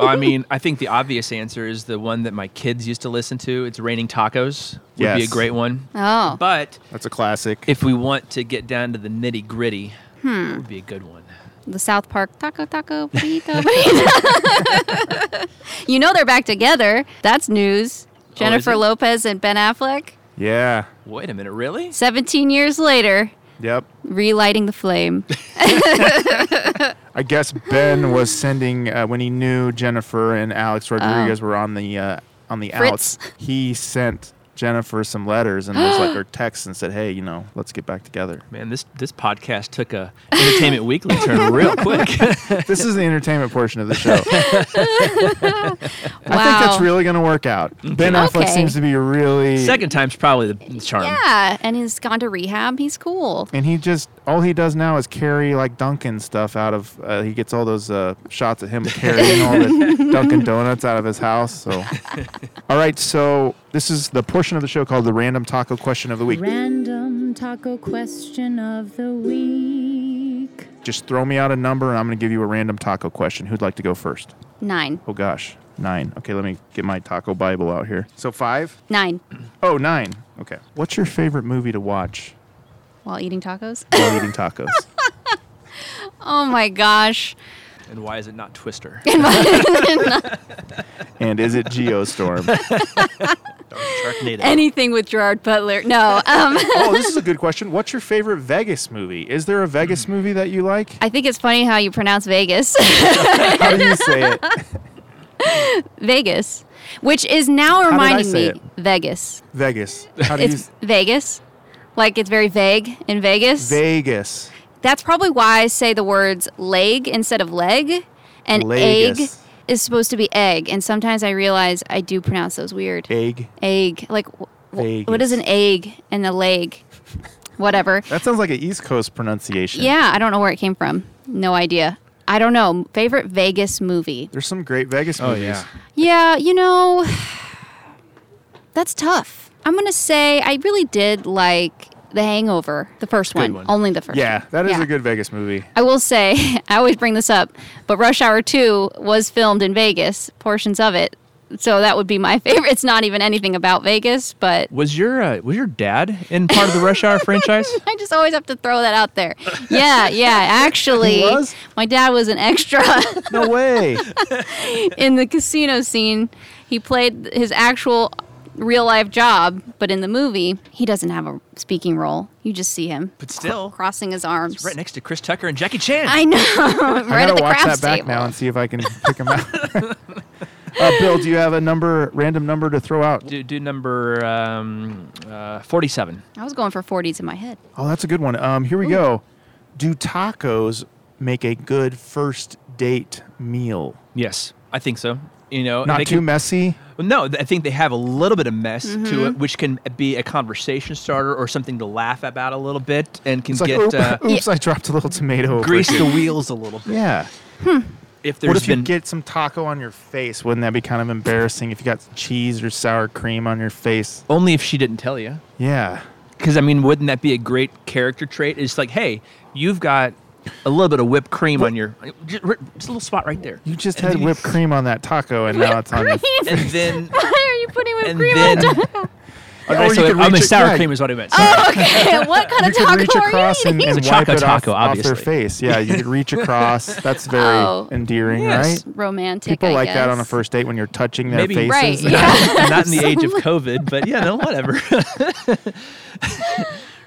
[SPEAKER 4] I mean, I think the obvious answer is the one that my kids used to listen to. It's Raining Tacos. Would be a
[SPEAKER 1] Yes.
[SPEAKER 4] great one.
[SPEAKER 3] Oh.
[SPEAKER 4] But
[SPEAKER 1] That's a classic.
[SPEAKER 4] if we want to get down to the nitty gritty,
[SPEAKER 3] Hmm.
[SPEAKER 4] it would be a good one.
[SPEAKER 3] The South Park taco taco burrito. burrito. you know they're back together. That's news. Jennifer
[SPEAKER 4] it?
[SPEAKER 3] Lopez and Ben Affleck.
[SPEAKER 1] yeah.
[SPEAKER 4] Wait a minute, really?
[SPEAKER 3] 17 years later,
[SPEAKER 1] Yep.
[SPEAKER 3] relighting the flame.
[SPEAKER 1] I guess Ben was sending uh, when he knew Jennifer and Alex Rodriguez were on the uh, on the
[SPEAKER 3] Oh. Fritz.
[SPEAKER 1] outs. He sent Jennifer some letters and was like her texts and said, "Hey, you know, let's get back together."
[SPEAKER 4] Man, this this podcast took a Entertainment Weekly turn real quick.
[SPEAKER 1] This is the entertainment portion of the show.
[SPEAKER 3] Wow.
[SPEAKER 1] I think that's really going to work out. Ben Affleck
[SPEAKER 3] Okay.
[SPEAKER 1] seems to be really
[SPEAKER 4] Second time's probably the charm.
[SPEAKER 3] Yeah, and he's gone to rehab. He's cool.
[SPEAKER 1] and he just all he does now is carry like Dunkin' stuff out of. Uh, he gets all those uh, shots of him carrying all the Dunkin' donuts out of his house. So, all right. So this is the portion of the show called the random taco question of the week.
[SPEAKER 11] Random taco question of the week.
[SPEAKER 1] Just throw me out a number, and I'm going to give you a random taco question. Who'd like to go first?
[SPEAKER 3] Nine.
[SPEAKER 1] Oh gosh, nine. Okay, let me get my taco Bible out here. So five.
[SPEAKER 3] Nine.
[SPEAKER 1] Oh, nine. Okay. What's your favorite movie to watch
[SPEAKER 3] While eating tacos?
[SPEAKER 1] while eating tacos?
[SPEAKER 3] Oh my gosh.
[SPEAKER 4] And why is it not Twister?
[SPEAKER 1] and is it Geostorm?
[SPEAKER 4] Sharknado.
[SPEAKER 3] Anything with Gerard Butler. No. Um,
[SPEAKER 1] oh, this is a good question. What's your favorite Vegas movie? Is there a Vegas
[SPEAKER 3] Hmm.
[SPEAKER 1] movie that you like?
[SPEAKER 3] I think it's funny how you pronounce Vegas.
[SPEAKER 1] How do you say it?
[SPEAKER 3] Vegas, which is now
[SPEAKER 1] did I
[SPEAKER 3] reminding me
[SPEAKER 1] say it?
[SPEAKER 3] Vegas.
[SPEAKER 1] Vegas. How do you
[SPEAKER 3] it's Vegas. Like it's very vague in Vegas.
[SPEAKER 1] Vegas?
[SPEAKER 3] That's probably why I say the words leg instead of leg. And egg
[SPEAKER 1] Legus.
[SPEAKER 3] is supposed to be egg. And sometimes I realize I do pronounce those weird.
[SPEAKER 1] Egg.
[SPEAKER 3] egg. Like, wh- wh- what
[SPEAKER 1] Vegas.
[SPEAKER 3] is an egg and a leg? Whatever.
[SPEAKER 1] That sounds like an East Coast pronunciation.
[SPEAKER 3] Yeah, I don't know where it came from. No idea. I don't know. Favorite Vegas movie?
[SPEAKER 1] There's some great Vegas
[SPEAKER 4] Oh,
[SPEAKER 1] movies.
[SPEAKER 4] yeah.
[SPEAKER 3] Yeah, you know, that's tough. I'm going to say I really did like The Hangover, the first one,
[SPEAKER 4] one.
[SPEAKER 3] only the first
[SPEAKER 1] Yeah,
[SPEAKER 3] one.
[SPEAKER 1] that is
[SPEAKER 3] Yeah.
[SPEAKER 1] a good Vegas movie.
[SPEAKER 3] I will say, I always bring this up, but Rush Hour 2 was filmed in Vegas, portions of it. So that would be my favorite. It's not even anything about Vegas, but
[SPEAKER 4] Was your uh, was your dad in part of the Rush Hour franchise?
[SPEAKER 3] I just always have to throw that out there. Yeah, yeah. Actually,
[SPEAKER 1] He was?
[SPEAKER 3] my dad was an extra
[SPEAKER 1] No way.
[SPEAKER 3] in the casino scene. He played his actual real life job, but in the movie, he doesn't have a speaking role. You just see him
[SPEAKER 4] But still,
[SPEAKER 3] crossing his arms.
[SPEAKER 4] right next to Chris Tucker and Jackie Chan.
[SPEAKER 3] I know,
[SPEAKER 1] I
[SPEAKER 3] right
[SPEAKER 1] gotta
[SPEAKER 3] at the
[SPEAKER 1] watch
[SPEAKER 3] craft
[SPEAKER 1] that back
[SPEAKER 3] table.
[SPEAKER 1] now and see if I can pick them out. uh, Bill, do you have a number, random number to throw out?
[SPEAKER 4] do, do number um, uh, 47.
[SPEAKER 3] I was going for 40s in my head.
[SPEAKER 1] Oh, that's a good one. Um, here we go. Do tacos make a good first date meal?
[SPEAKER 4] Yes, I think so. You know,
[SPEAKER 1] Not
[SPEAKER 4] they
[SPEAKER 1] too
[SPEAKER 4] can-
[SPEAKER 1] messy.
[SPEAKER 4] Well, No, th- I think they have a little bit of mess
[SPEAKER 3] Mm-hmm.
[SPEAKER 4] to it, which can be a conversation starter or something to laugh about a little bit, and can
[SPEAKER 1] It's like,
[SPEAKER 4] get
[SPEAKER 1] oop-
[SPEAKER 4] uh,
[SPEAKER 1] oops, I dropped a little tomato. over
[SPEAKER 4] grease
[SPEAKER 1] here."
[SPEAKER 4] the wheels a little bit.
[SPEAKER 1] Yeah.
[SPEAKER 4] If
[SPEAKER 1] what
[SPEAKER 4] there's
[SPEAKER 1] if
[SPEAKER 4] been
[SPEAKER 1] you get some taco on your face? Wouldn't that be kind of embarrassing if you got cheese or sour cream on your face?
[SPEAKER 4] only if she didn't tell you,
[SPEAKER 1] Yeah.
[SPEAKER 4] because I mean, wouldn't that be a great character trait? It's like, hey, you've got a little bit of whipped cream on your just, just a little spot right there.
[SPEAKER 1] You just
[SPEAKER 4] And
[SPEAKER 1] had
[SPEAKER 4] then
[SPEAKER 1] whipped cream on that taco, and now it's on your.
[SPEAKER 4] And then
[SPEAKER 3] Why are you putting whipped
[SPEAKER 4] and
[SPEAKER 3] cream
[SPEAKER 4] then.
[SPEAKER 3] on top?
[SPEAKER 1] Or
[SPEAKER 4] Okay,
[SPEAKER 1] you
[SPEAKER 4] so
[SPEAKER 1] could
[SPEAKER 4] it- I
[SPEAKER 1] reach
[SPEAKER 4] mean,
[SPEAKER 1] it-
[SPEAKER 4] sour
[SPEAKER 1] yeah.
[SPEAKER 4] cream is what I meant. Sorry.
[SPEAKER 3] Oh, okay. What kind of
[SPEAKER 1] you could
[SPEAKER 3] taco
[SPEAKER 1] reach
[SPEAKER 3] are
[SPEAKER 1] across
[SPEAKER 3] you
[SPEAKER 1] and,
[SPEAKER 3] eating?
[SPEAKER 1] and
[SPEAKER 4] It's a
[SPEAKER 1] wipe
[SPEAKER 4] choco
[SPEAKER 1] it off,
[SPEAKER 4] taco,
[SPEAKER 1] off their
[SPEAKER 4] obviously.
[SPEAKER 1] face. Yeah, you could reach across. That's very
[SPEAKER 3] Oh,
[SPEAKER 1] endearing,
[SPEAKER 3] yes,
[SPEAKER 1] right?
[SPEAKER 3] romantic,
[SPEAKER 1] People
[SPEAKER 3] I
[SPEAKER 1] like that on a
[SPEAKER 3] guess.
[SPEAKER 1] first date when you're touching their
[SPEAKER 4] Maybe
[SPEAKER 1] faces.
[SPEAKER 3] Right, yeah.
[SPEAKER 4] not in the age of COVID, but yeah, no, whatever.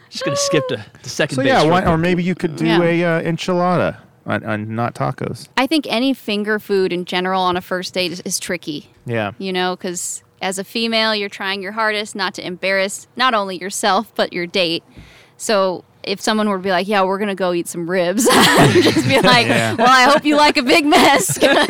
[SPEAKER 4] Just gonna skip to the second
[SPEAKER 1] So
[SPEAKER 4] base.
[SPEAKER 1] yeah,
[SPEAKER 4] real
[SPEAKER 1] why,
[SPEAKER 4] quick.
[SPEAKER 1] or maybe you could do
[SPEAKER 3] Yeah.
[SPEAKER 1] a uh, enchilada on, on not tacos.
[SPEAKER 3] I think any finger food in general on a first date is, is tricky.
[SPEAKER 1] Yeah.
[SPEAKER 3] You know, because as a female, you're trying your hardest not to embarrass not only yourself, but your date. So if someone were to be like, yeah, we're going to go eat some ribs, I'd just be like,
[SPEAKER 1] Yeah.
[SPEAKER 3] well, I hope you like a big mess. 'cause-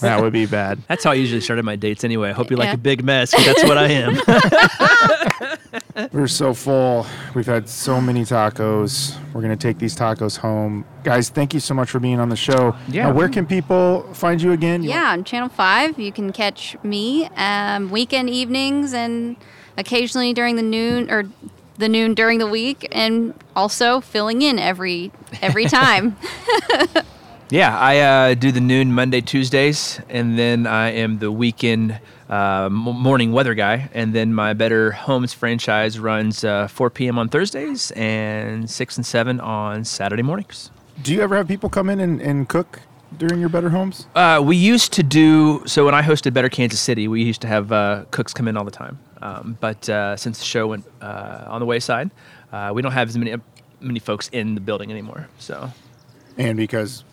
[SPEAKER 1] That would be bad.
[SPEAKER 4] That's how I usually started my dates anyway. I hope you like
[SPEAKER 3] Yeah.
[SPEAKER 4] a big mess. 'cause That's what I am.
[SPEAKER 1] We're so full. We've had so many tacos. We're gonna take these tacos home, guys. Thank you so much for being on the show.
[SPEAKER 4] Yeah.
[SPEAKER 1] Now, where can people find you again? You
[SPEAKER 3] yeah, on Channel 5, you can catch me um, weekend evenings and occasionally during the noon or the noon during the week and also filling in every every time.
[SPEAKER 4] Yeah, I uh, do the noon Monday, Tuesdays, and then I am the weekend uh, m- morning weather guy. And then my Better Homes franchise runs uh, 4 p.m. on Thursdays and 6 and 7 on Saturday mornings.
[SPEAKER 1] Do you ever have people come in and, and cook during your better homes?
[SPEAKER 4] Uh, we used to do so when I hosted Better Kansas City. We used to have uh, cooks come in all the time, um, but uh, since the show went uh, on the wayside, uh, we don't have as many many folks in the building anymore. So
[SPEAKER 1] And because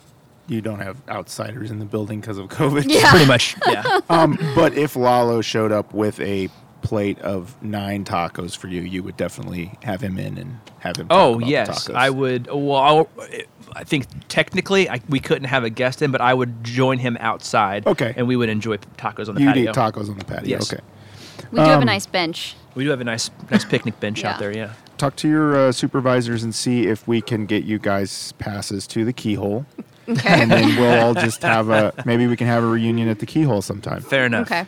[SPEAKER 1] you don't have outsiders in the building because of COVID.
[SPEAKER 3] Yeah.
[SPEAKER 4] pretty much, yeah.
[SPEAKER 1] um, but if Lalo showed up with a plate of nine tacos for you, you would definitely have him in and have him. talk
[SPEAKER 4] Oh
[SPEAKER 1] about the
[SPEAKER 4] yes,
[SPEAKER 1] tacos.
[SPEAKER 4] I would. Well, I'll, I think technically I, we couldn't have a guest in, but I would join him outside.
[SPEAKER 1] Okay.
[SPEAKER 4] and we would enjoy tacos on the
[SPEAKER 1] You'd
[SPEAKER 4] patio.
[SPEAKER 1] eat tacos on the patio.
[SPEAKER 4] Yes.
[SPEAKER 1] Okay.
[SPEAKER 3] We do have a
[SPEAKER 1] Um,
[SPEAKER 3] nice bench.
[SPEAKER 4] We do have a nice nice picnic bench out
[SPEAKER 3] Yeah.
[SPEAKER 4] there. Yeah.
[SPEAKER 1] Talk to your uh, supervisors and see if we can get you guys passes to the keyhole, and then we'll all just have a maybe we can have a reunion at the keyhole sometime.
[SPEAKER 4] Fair enough.
[SPEAKER 3] Okay.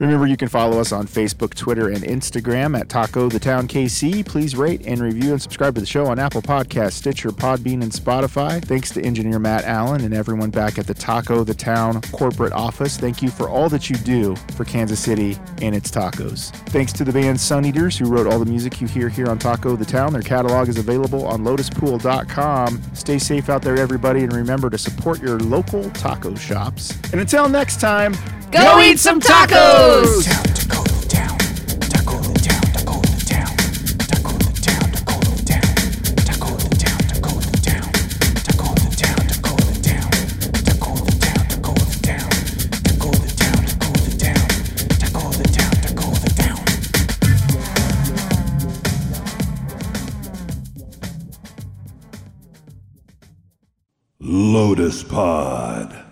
[SPEAKER 1] Remember, you can follow us on Facebook, Twitter, and Instagram at Taco the Town KC. Please rate and review and subscribe to the show on Apple Podcasts, Stitcher, Podbean, and Spotify. Thanks to engineer Matt Allen and everyone back at the Taco the Town corporate office. Thank you for all that you do for Kansas City and its tacos. Thanks to the band Sun Eaters who wrote all the music you hear here on Taco the Town. Their catalog is available on lotuspool.com. Stay safe out there, everybody, and remember to support your local taco shops. And until next time,
[SPEAKER 3] Go, eat some tacos!
[SPEAKER 13] Lotus Pod.